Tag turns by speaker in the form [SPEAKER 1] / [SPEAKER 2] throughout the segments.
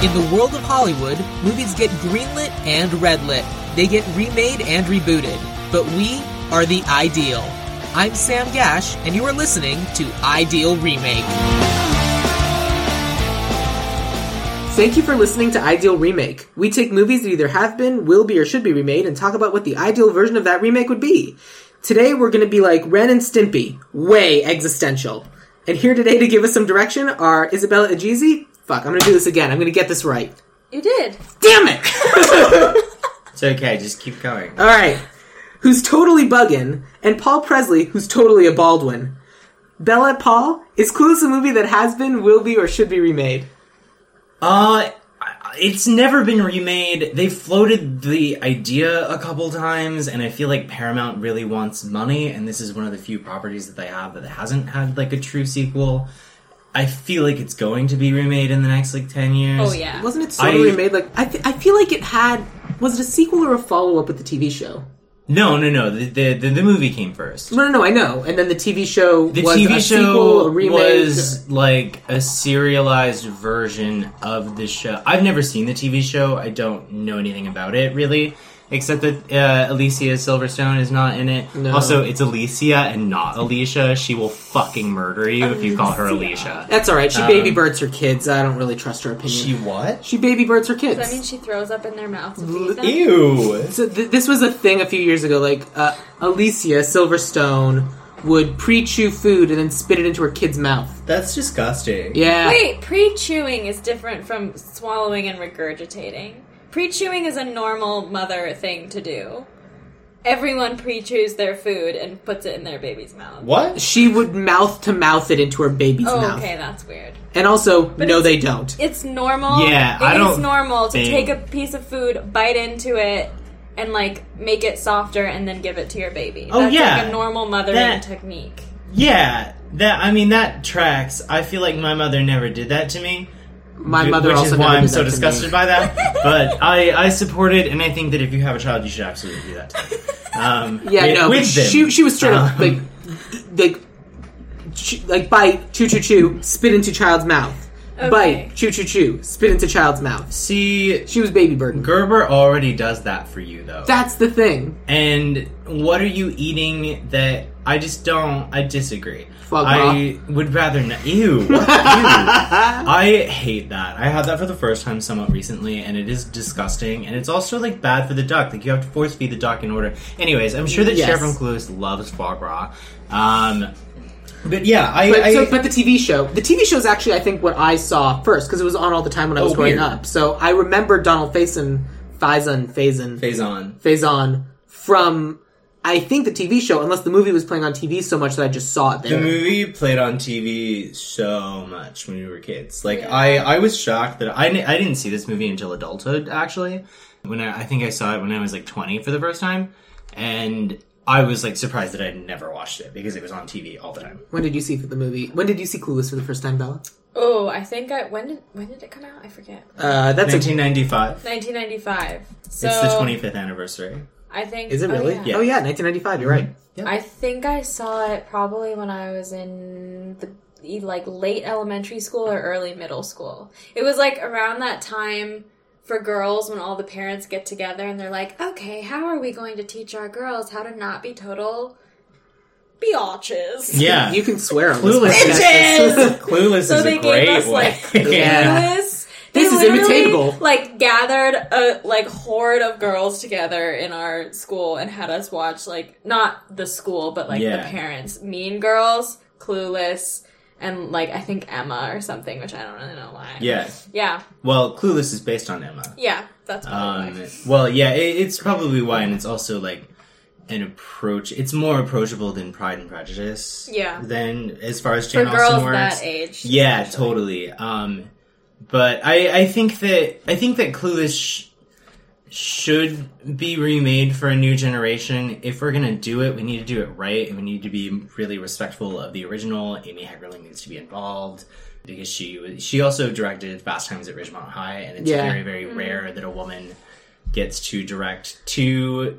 [SPEAKER 1] In the world of Hollywood, movies get greenlit and redlit. They get remade and rebooted. But we are the ideal. I'm Sam Gash, and you are listening to Ideal Remake. Thank you for listening to Ideal Remake. We take movies that either have been, will be, or should be remade and talk about what the ideal version of that remake would be. Today we're going to be like Ren and Stimpy, way existential. And here today to give us some direction are Isabella Ajizi. Fuck, I'm going to do this again. I'm going to get this right.
[SPEAKER 2] You did.
[SPEAKER 1] Damn it!
[SPEAKER 3] It's okay, just keep going.
[SPEAKER 1] All right. Who's totally buggin', and Paul Presley, who's totally a Baldwin. Bella Paul is Clueless a movie that has been, will be, or should be remade.
[SPEAKER 3] Uh, it's never been remade. They floated the idea a couple times, and I feel like Paramount really wants money, and this is one of the few properties that they have that hasn't had like a true sequel. I feel like it's going to be remade in the next like ten years.
[SPEAKER 2] Oh yeah.
[SPEAKER 1] Wasn't it sort of
[SPEAKER 3] I-
[SPEAKER 1] remade? Like I, th- I feel like it had. Was it a sequel or a follow up with the TV show?
[SPEAKER 3] No, no, no. The the, the, the movie came first.
[SPEAKER 1] No, no, no. I know. And then the TV show.
[SPEAKER 3] The
[SPEAKER 1] was
[SPEAKER 3] TV
[SPEAKER 1] a
[SPEAKER 3] show
[SPEAKER 1] sequel, a remake.
[SPEAKER 3] was like a serialized version of the show. I've never seen the TV show. I don't know anything about it really, except that uh, Alicia Silverstone is not in it.
[SPEAKER 1] No.
[SPEAKER 3] Also, it's Alicia and not Alicia. She will fucking murder you if you call her Alicia.
[SPEAKER 1] That's all right.
[SPEAKER 3] um,
[SPEAKER 1] She baby birds her kids. I don't really trust her opinion. She,
[SPEAKER 3] what?
[SPEAKER 1] baby birds her kids.
[SPEAKER 2] Does that mean she throws up in their mouth to feed them?
[SPEAKER 3] Ew.
[SPEAKER 1] So th- this was a thing a few years ago. Like uh, Alicia Silverstone would pre-chew food and then spit it into her kid's mouth.
[SPEAKER 3] That's disgusting.
[SPEAKER 1] Yeah.
[SPEAKER 2] Wait, pre-chewing is different from swallowing and regurgitating. Pre-chewing is a normal mother thing to do. Everyone pre-chews their food and puts it in their baby's mouth.
[SPEAKER 3] What?
[SPEAKER 1] She would mouth to mouth it into her baby's
[SPEAKER 2] Oh,
[SPEAKER 1] mouth.
[SPEAKER 2] okay, that's weird.
[SPEAKER 1] And also, no,
[SPEAKER 2] it's-
[SPEAKER 1] they don't.
[SPEAKER 2] It's normal.
[SPEAKER 3] Yeah,
[SPEAKER 2] It
[SPEAKER 3] I
[SPEAKER 2] is
[SPEAKER 3] don't
[SPEAKER 2] normal to
[SPEAKER 3] think-
[SPEAKER 2] take a piece of food, bite into it, and like make it softer, and then give it to your baby.
[SPEAKER 3] Oh,
[SPEAKER 2] That's like
[SPEAKER 3] yeah.
[SPEAKER 2] a normal mothering
[SPEAKER 3] That-
[SPEAKER 2] technique.
[SPEAKER 3] Yeah. That I mean that tracks. I feel like my mother never did that to me.
[SPEAKER 1] My
[SPEAKER 3] Wh-
[SPEAKER 1] mother
[SPEAKER 3] which
[SPEAKER 1] also
[SPEAKER 3] is why
[SPEAKER 1] never
[SPEAKER 3] I'm
[SPEAKER 1] did
[SPEAKER 3] so
[SPEAKER 1] that to me.
[SPEAKER 3] disgusted by that. But I, I support it, and I think that if you have a child, you should absolutely do that. Um,
[SPEAKER 1] Yeah,
[SPEAKER 3] with,
[SPEAKER 1] no, but
[SPEAKER 3] with them.
[SPEAKER 1] she she was straight up
[SPEAKER 3] Um,
[SPEAKER 1] like like ch- like bite, chew, chew, chew, spit into child's mouth. Bite, chew, chew, chew, spit into child's mouth.
[SPEAKER 3] see,
[SPEAKER 1] She was baby burden.
[SPEAKER 3] Gerber already does that for you, though.
[SPEAKER 1] That's the thing.
[SPEAKER 3] and what are you eating that I just don't? I disagree.
[SPEAKER 1] Foie gras.
[SPEAKER 3] I would rather not. Ew. Ew. I hate that. I had that for the first time somewhat recently, and it is disgusting. And it's also like bad for the duck. Like you have to force feed the duck in order. Anyways, I'm sure that
[SPEAKER 1] Yes.
[SPEAKER 3] Sheriff from Clueless loves foie gras. Um, but yeah, I.
[SPEAKER 1] But,
[SPEAKER 3] I
[SPEAKER 1] so, but the TV show, the TV show is actually, I think, what I saw first because it was on all the time when I was
[SPEAKER 3] Oh,
[SPEAKER 1] growing
[SPEAKER 3] weird.
[SPEAKER 1] up. So I remember Donald Faison, Faison, Faison,
[SPEAKER 3] Faison.
[SPEAKER 1] Faison from I think the TV show, unless the movie was playing on TV so much that I just saw it
[SPEAKER 3] The
[SPEAKER 1] there.
[SPEAKER 3] movie played on TV so much when we were kids. Like I, I was shocked that I, di- I didn't see this movie until adulthood. Actually, when I, I think I saw it when I was like twenty for the first time, and I was like surprised that I'd never watched it because it was on TV all the time.
[SPEAKER 1] When did you see the movie? When did you see Clueless for the first time, Bella?
[SPEAKER 2] Oh, I think I when did when did it come out? I forget.
[SPEAKER 1] Uh, that's a
[SPEAKER 3] Nineteen ninety five.
[SPEAKER 2] 1995. So
[SPEAKER 3] It's the twenty fifth anniversary.
[SPEAKER 2] I think.
[SPEAKER 1] Is it really?
[SPEAKER 2] Oh, yeah.
[SPEAKER 3] Yeah.
[SPEAKER 1] Oh yeah, 1995. You're right.
[SPEAKER 2] I think I saw it probably when I was in the e- like late elementary school or early middle school. It was like around that time for girls when all the parents get together and they're like, "Okay, how are we going to teach our girls how to not be total biatches?"
[SPEAKER 3] Yeah,
[SPEAKER 1] You can swear on
[SPEAKER 3] Clueless.
[SPEAKER 1] this.
[SPEAKER 2] Bitches!
[SPEAKER 3] Is, Clueless
[SPEAKER 2] So
[SPEAKER 3] is
[SPEAKER 2] they gave
[SPEAKER 3] a great
[SPEAKER 2] us,
[SPEAKER 3] way.
[SPEAKER 2] like,
[SPEAKER 3] yeah.
[SPEAKER 2] Clueless. They
[SPEAKER 1] This is
[SPEAKER 2] literally,
[SPEAKER 1] imitatable.
[SPEAKER 2] Like gathered a like horde of girls together in our school and had us watch like not the school but like
[SPEAKER 3] Yeah.
[SPEAKER 2] the parents, Mean Girls, Clueless, and like I think Emma or something, which I don't really know why.
[SPEAKER 3] Yeah.
[SPEAKER 2] yeah,
[SPEAKER 3] Well, Clueless is based on Emma.
[SPEAKER 2] yeah. That's probably
[SPEAKER 3] Um,
[SPEAKER 2] why.
[SPEAKER 3] well, yeah, it, it's probably why, and it's also like an approach. It's more approachable than Pride and Prejudice.
[SPEAKER 2] Yeah.
[SPEAKER 3] Than as far as
[SPEAKER 2] for
[SPEAKER 3] Jane
[SPEAKER 2] girls
[SPEAKER 3] Austen works.
[SPEAKER 2] that age.
[SPEAKER 3] yeah, totally. Um, but I, I think that I think that Clueless sh- should be remade for a new generation. If we're gonna do it, we need to do it right, and we need to be really respectful of the original. Amy Heckerling needs to be involved because she was- she also directed Fast Times at Ridgemont High, and it's
[SPEAKER 1] Yeah.
[SPEAKER 3] very very rare that a woman gets to direct two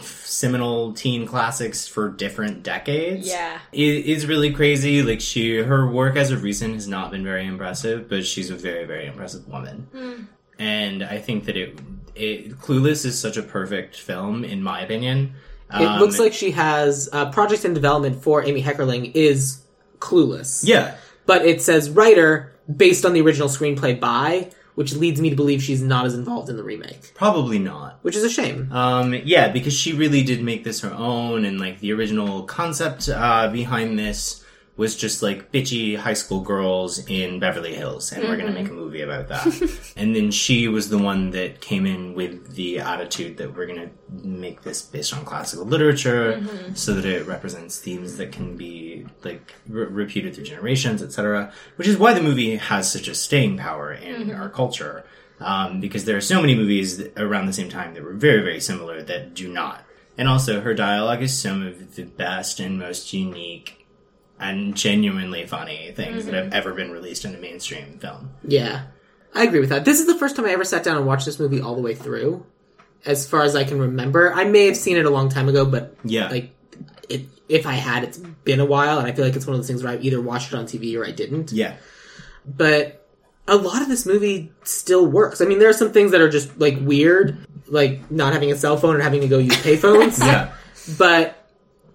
[SPEAKER 3] seminal teen classics for different decades.
[SPEAKER 2] Yeah.
[SPEAKER 3] It is really crazy. Like she her work as of recent has not been very impressive, but she's a very, very impressive woman. And I think that it it Clueless is such a perfect film in my opinion. Um,
[SPEAKER 1] It looks like she has uh, project in development for Amy Heckerling is Clueless.
[SPEAKER 3] Yeah.
[SPEAKER 1] but it says writer based on the original screenplay by, which leads me to believe she's not as involved in the remake,
[SPEAKER 3] Probably not.
[SPEAKER 1] which is a shame.
[SPEAKER 3] Um, yeah, because she really did make this her own, and like the original concept uh, behind this was just like bitchy high school girls in Beverly Hills, and we're gonna make a movie about that. and then she was the one that came in with the attitude that we're gonna make this based on classical literature, so that it represents themes that can be like re- repeated through generations, etc. Which is why the movie has such a staying power in our culture um, because there are so many movies that- around the same time that were very, very similar that do not. And also, her dialogue is some of the best and most unique and genuinely funny things that have ever been released in a mainstream film.
[SPEAKER 1] Yeah, I agree with that. This is the first time I ever sat down and watched this movie all the way through, as far as I can remember. I may have seen it a long time ago, but
[SPEAKER 3] Yeah.
[SPEAKER 1] like, it, if I had, it's been a while, and I feel like it's one of those things where I either watched it on TV or I didn't.
[SPEAKER 3] yeah.
[SPEAKER 1] but a lot of this movie still works. I mean, there are some things that are just like weird, like not having a cell phone and having to go use payphones.
[SPEAKER 3] Yeah.
[SPEAKER 1] But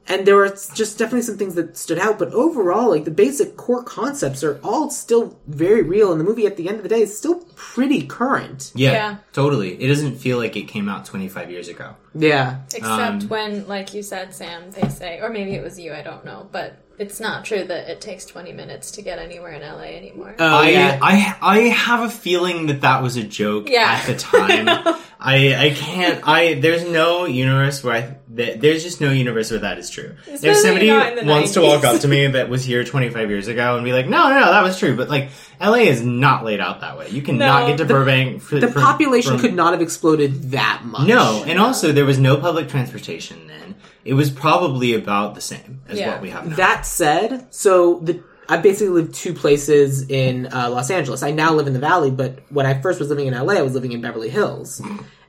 [SPEAKER 1] and there were just definitely some things that stood out. But overall, like the basic core concepts are all still very real, and the movie at the end of the day is still pretty current.
[SPEAKER 3] yeah.
[SPEAKER 2] Yeah.
[SPEAKER 3] Totally. It doesn't feel like it came out 25 years ago.
[SPEAKER 1] Yeah,
[SPEAKER 2] Except
[SPEAKER 3] Um,
[SPEAKER 2] when, like you said, Sam, they say, or maybe it was you, I don't know, but it's not true that it takes 20 minutes to get anywhere in LA anymore.
[SPEAKER 1] Oh,
[SPEAKER 3] I,
[SPEAKER 1] yeah.
[SPEAKER 3] I I have a feeling that that was a joke
[SPEAKER 2] Yeah.
[SPEAKER 3] at the time.
[SPEAKER 2] I know.
[SPEAKER 3] I I can't I there's no universe where I th- there's just no universe where that is true. if
[SPEAKER 2] Especially
[SPEAKER 3] somebody
[SPEAKER 2] not in the
[SPEAKER 3] wants to walk
[SPEAKER 2] 90s.
[SPEAKER 3] up to me that was here 25 years ago and be like, no, no, no, that was true, but like LA is not laid out that way. You cannot
[SPEAKER 2] No.
[SPEAKER 3] get to Burbank. For,
[SPEAKER 1] the population could not have exploded that much.
[SPEAKER 3] No, and also there was no public transportation then. It was probably about the same as
[SPEAKER 2] Yeah.
[SPEAKER 3] what we have now.
[SPEAKER 1] That said, so the I basically lived two places in uh, Los Angeles. I now live in the Valley, but when I first was living in LA, I was living in Beverly Hills.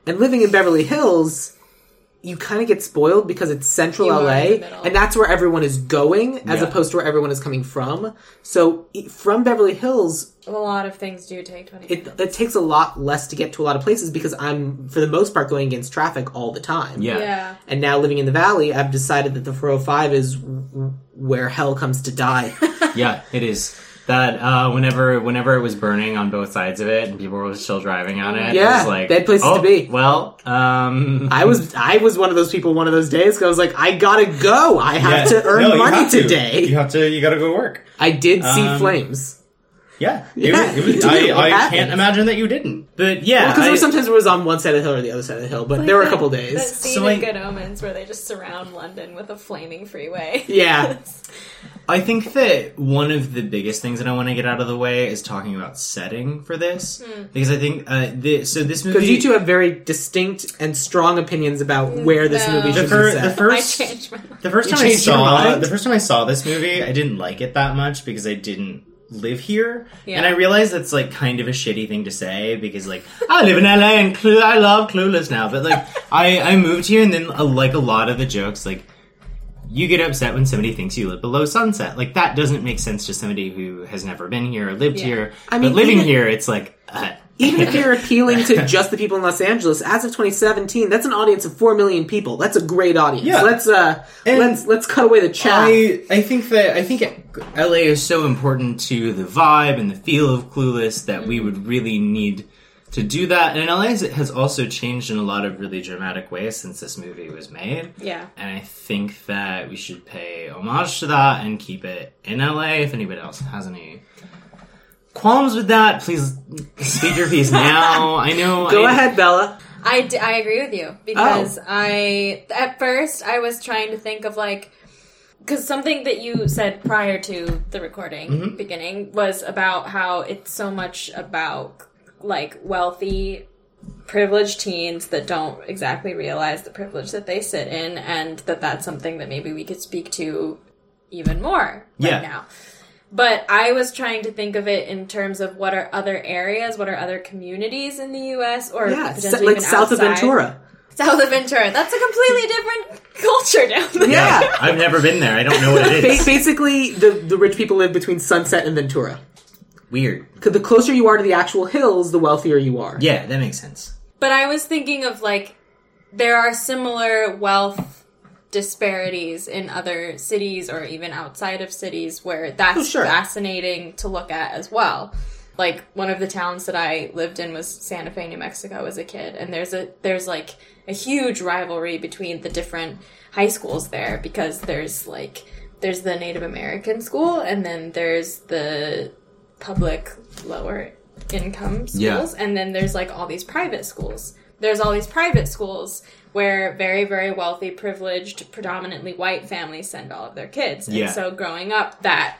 [SPEAKER 1] And living in Beverly Hills, you kind of get spoiled because it's central
[SPEAKER 2] You are in the
[SPEAKER 1] LA,
[SPEAKER 2] middle.
[SPEAKER 1] and that's where everyone is going, as
[SPEAKER 3] Yeah.
[SPEAKER 1] opposed to where everyone is coming from. So e- from Beverly Hills,
[SPEAKER 2] a lot of things do take 20
[SPEAKER 1] it,
[SPEAKER 2] minutes.
[SPEAKER 1] it takes a lot less to get to a lot of places because I'm, for the most part, going against traffic all the time
[SPEAKER 3] Yeah.
[SPEAKER 2] Yeah.
[SPEAKER 1] and now living in the valley, I've decided that the 405 is w- w- where hell comes to die.
[SPEAKER 3] Yeah, it is. That uh, whenever whenever it was burning on both sides of it and people were still driving on it, it
[SPEAKER 1] Yeah,
[SPEAKER 3] was like
[SPEAKER 1] bad places to
[SPEAKER 3] "Oh,
[SPEAKER 1] be."
[SPEAKER 3] Well, um,
[SPEAKER 1] I was I was one of those people one of those days 'cause I was like, I gotta go. I have
[SPEAKER 3] Yeah.
[SPEAKER 1] to earn
[SPEAKER 3] No, you
[SPEAKER 1] money
[SPEAKER 3] have to.
[SPEAKER 1] today.
[SPEAKER 3] You have to. You got to go work.
[SPEAKER 1] I did see
[SPEAKER 3] Um,
[SPEAKER 1] flames
[SPEAKER 3] Yeah, it
[SPEAKER 1] Yeah,
[SPEAKER 3] was- it was-
[SPEAKER 1] you do. It
[SPEAKER 3] I, I
[SPEAKER 1] happens.
[SPEAKER 3] can't imagine that you didn't. But yeah,
[SPEAKER 1] because there
[SPEAKER 3] I-
[SPEAKER 1] was sometimes it was on one side of the hill or the other side of the hill, but there were a couple
[SPEAKER 2] That- That
[SPEAKER 1] days.
[SPEAKER 2] scene
[SPEAKER 3] So
[SPEAKER 2] in
[SPEAKER 3] I-
[SPEAKER 2] Good Omens where they just surround London with a flaming freeway.
[SPEAKER 1] Yeah,
[SPEAKER 3] I think that one of the biggest things that I want to get out of the way is talking about setting for this because I think uh, the, so. This movie
[SPEAKER 1] because you two have very distinct and strong opinions about where this
[SPEAKER 2] No.
[SPEAKER 1] movie
[SPEAKER 3] the,
[SPEAKER 1] should
[SPEAKER 3] fir-
[SPEAKER 1] be
[SPEAKER 3] the
[SPEAKER 1] set.
[SPEAKER 3] first
[SPEAKER 2] I changed my mind.
[SPEAKER 3] The first
[SPEAKER 1] You
[SPEAKER 3] time I
[SPEAKER 1] changed your
[SPEAKER 3] saw
[SPEAKER 1] mind?
[SPEAKER 3] the first time I saw this movie, I didn't like it that much because I didn't live here,
[SPEAKER 2] Yeah.
[SPEAKER 3] and I realized that's like kind of a shitty thing to say because like I live in LA and Clu- I love Clueless now, but like I I moved here and then uh, like a lot of the jokes like you get upset when somebody thinks you live below sunset like that doesn't make sense to somebody who has never been here or lived
[SPEAKER 2] Yeah.
[SPEAKER 3] here.
[SPEAKER 1] I
[SPEAKER 3] but
[SPEAKER 1] mean,
[SPEAKER 3] living
[SPEAKER 1] even-
[SPEAKER 3] here, it's like. Uh,
[SPEAKER 1] Even if you're appealing to just the people in Los Angeles, as of 2017, that's an audience of four million people. That's a great audience.
[SPEAKER 3] Yeah.
[SPEAKER 1] Let's uh,
[SPEAKER 3] And-
[SPEAKER 1] let's let's cut away the chat.
[SPEAKER 3] I I think that I think LA is so important to the vibe and the feel of Clueless that we
[SPEAKER 1] Mm-hmm.
[SPEAKER 3] would really need to do that. And LA is- has also changed in a lot of really dramatic ways since this movie was made.
[SPEAKER 2] Yeah.
[SPEAKER 3] And I think that we should pay homage to that and keep it in LA. If anybody else has any qualms with that, please speak your piece now. I know.
[SPEAKER 1] Go
[SPEAKER 3] I-
[SPEAKER 1] ahead, Bella.
[SPEAKER 2] I, d- I agree with you because I at first I was trying to think of like because something that you said prior to the recording beginning was about how it's so much about like wealthy privileged teens that don't exactly realize the privilege that they sit in and that that's something that maybe we could speak to even more
[SPEAKER 3] Yeah.
[SPEAKER 2] right now but I was trying to think of it in terms of what are other areas, what are other communities in the U.S. or
[SPEAKER 1] Yeah,
[SPEAKER 2] potentially
[SPEAKER 1] like
[SPEAKER 2] even
[SPEAKER 1] south of
[SPEAKER 2] outside.
[SPEAKER 1] Ventura.
[SPEAKER 2] South south of Ventura. That's a completely different culture down there.
[SPEAKER 1] Yeah.
[SPEAKER 3] I've never been there. I don't know what it
[SPEAKER 1] Ba-
[SPEAKER 3] is.
[SPEAKER 1] basically, the, the rich people live between Sunset and Ventura.
[SPEAKER 3] Weird.
[SPEAKER 1] 'Cause The closer you are to the actual hills, the wealthier you are.
[SPEAKER 3] Yeah, that makes sense.
[SPEAKER 2] But I was thinking of like there are similar wealth disparities in other cities or even outside of cities where that's
[SPEAKER 1] Oh, sure.
[SPEAKER 2] fascinating to look at as well. Like one of the towns that I lived in was Santa Fe, New Mexico as a kid and there's a there's like a huge rivalry between the different high schools there because there's like there's the Native American school and then there's the public lower income schools
[SPEAKER 3] Yeah.
[SPEAKER 2] and then there's like all these private schools there's all these private schools where very very wealthy privileged predominantly white families send all of their kids
[SPEAKER 3] Yeah.
[SPEAKER 2] and so growing up that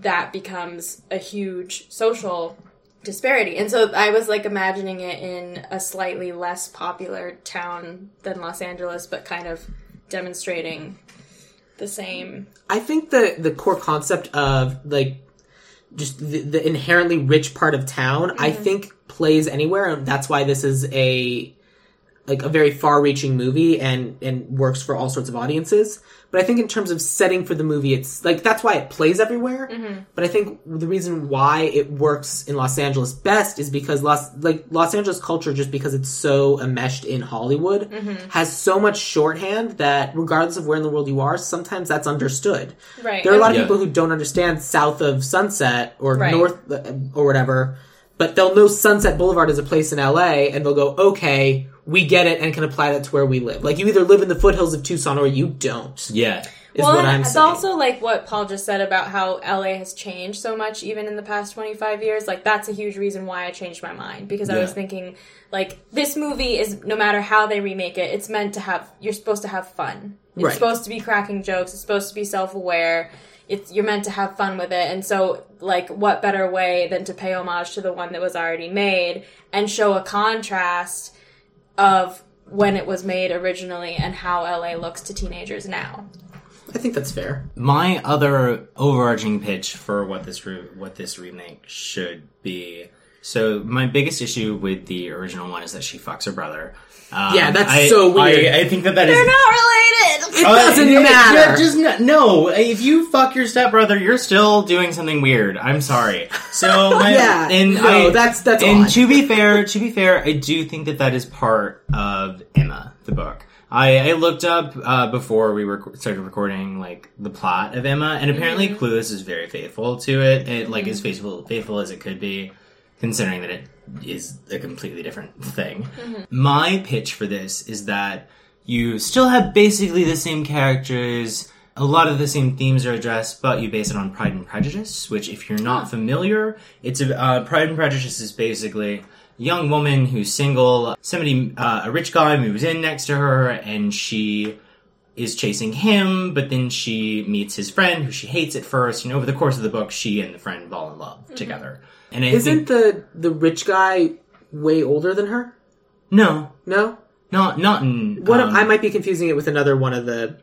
[SPEAKER 2] that becomes a huge social disparity and so i was like imagining it in a slightly less popular town than los angeles but kind of demonstrating the same
[SPEAKER 1] I think the the core concept of like just the, the inherently rich part of town, I think plays anywhere, and that's why this is a like a very far-reaching movie and and works for all sorts of audiences. But I think in terms of setting for the movie, it's like that's why it plays everywhere. But I think the reason why it works in Los Angeles best is because Los like Los Angeles culture, just because it's so enmeshed in Hollywood, has so much shorthand that regardless of where in the world you are, sometimes that's understood.
[SPEAKER 2] right
[SPEAKER 1] There are a lot of
[SPEAKER 3] Yeah.
[SPEAKER 1] people who don't understand south of Sunset or
[SPEAKER 2] Right.
[SPEAKER 1] north uh, or whatever, but they'll know Sunset Boulevard is a place in LA and they'll go, okay, we get it and can apply that to where we live. Like you either live in the foothills of Tucson or you don't. Is
[SPEAKER 3] Yeah.
[SPEAKER 2] well,
[SPEAKER 1] what
[SPEAKER 2] and
[SPEAKER 1] I'm
[SPEAKER 2] it's
[SPEAKER 1] saying.
[SPEAKER 2] also like what Paul just said about how LA has changed so much, even in the past 25 years. Like, that's a huge reason why I changed my mind because I
[SPEAKER 3] Yeah.
[SPEAKER 2] was thinking, like, this movie is no matter how they remake it, it's meant to have, you're supposed to have fun. It's
[SPEAKER 1] Right.
[SPEAKER 2] supposed to be cracking jokes, it's supposed to be self aware. It's, you're meant to have fun with it. And so, like, what better way than to pay homage to the one that was already made and show a contrast of when it was made originally and how LA looks to teenagers now?
[SPEAKER 1] I think that's fair.
[SPEAKER 3] My other overarching pitch for what this re- what this remake should be. So my biggest issue with the original one is that she fucks her brother. Um,
[SPEAKER 1] Yeah, that's
[SPEAKER 3] I-
[SPEAKER 1] so weird.
[SPEAKER 3] I, I think that that is-
[SPEAKER 2] They're not related.
[SPEAKER 3] Uh,
[SPEAKER 1] doesn't
[SPEAKER 3] it-
[SPEAKER 1] matter.
[SPEAKER 3] That does not, no, if you fuck your stepbrother, you're still doing something weird. I'm sorry. So my,
[SPEAKER 1] Yeah,
[SPEAKER 3] and
[SPEAKER 1] no,
[SPEAKER 3] I-
[SPEAKER 1] that's- that's
[SPEAKER 3] and
[SPEAKER 1] odd.
[SPEAKER 3] to be fair, to be fair, I do think that that is part of Emma the book. I, I looked up uh, before we rec- started recording like the plot of Emma, and apparently
[SPEAKER 1] Mm-hmm.
[SPEAKER 3] Clueless is very faithful to it. It like is faithful faithful as it could be, considering that it is a completely different thing.
[SPEAKER 1] Mm-hmm.
[SPEAKER 3] My pitch for this is that you still have basically the same characters. A lot of the same themes are addressed, but you base it on Pride and Prejudice, which, if you're not familiar, it's a, uh, Pride and Prejudice is basically a young woman who's single. Somebody, uh, a rich guy, moves in next to her, and she is chasing him, but then she meets his friend, who she hates at first. And over the course of the book, she and the friend fall in love
[SPEAKER 1] Mm-hmm.
[SPEAKER 3] together. And I
[SPEAKER 1] Isn't
[SPEAKER 3] think,
[SPEAKER 1] the the rich guy way older than her?
[SPEAKER 3] no,
[SPEAKER 1] No?
[SPEAKER 3] not not in
[SPEAKER 1] What
[SPEAKER 3] um,
[SPEAKER 1] I might be confusing it with another one of the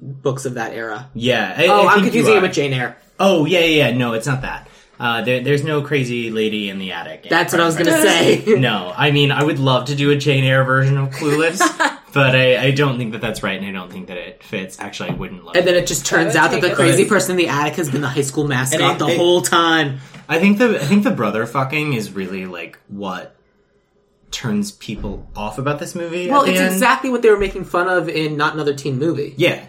[SPEAKER 1] books of that era.
[SPEAKER 3] yeah. I,
[SPEAKER 1] Oh, I
[SPEAKER 3] I
[SPEAKER 1] am
[SPEAKER 3] think you
[SPEAKER 1] confusing it
[SPEAKER 3] are.
[SPEAKER 1] with Jane Eyre.
[SPEAKER 3] Oh yeah, yeah, yeah. No, it's not that. Uh, there, there's no crazy lady in the attic.
[SPEAKER 1] That's what I was going to
[SPEAKER 2] Does-
[SPEAKER 1] say.
[SPEAKER 3] No, I mean I would love to do a Jane Eyre version of Clueless, but I, I don't think that that's right, and I don't think that it fits. Actually, I wouldn't love.
[SPEAKER 1] And
[SPEAKER 3] it.
[SPEAKER 1] then it just turns
[SPEAKER 2] would
[SPEAKER 1] out that
[SPEAKER 2] take
[SPEAKER 1] the
[SPEAKER 2] a-
[SPEAKER 1] crazy person in the attic has been the high school mascot
[SPEAKER 3] it-
[SPEAKER 1] the
[SPEAKER 3] it-
[SPEAKER 1] whole time.
[SPEAKER 3] I think the I think the brother fucking is really like what turns people off about this movie. at
[SPEAKER 1] Well,
[SPEAKER 3] the
[SPEAKER 1] it's
[SPEAKER 3] end.
[SPEAKER 1] exactly what they were making fun of in Not Another Teen Movie.
[SPEAKER 3] yeah,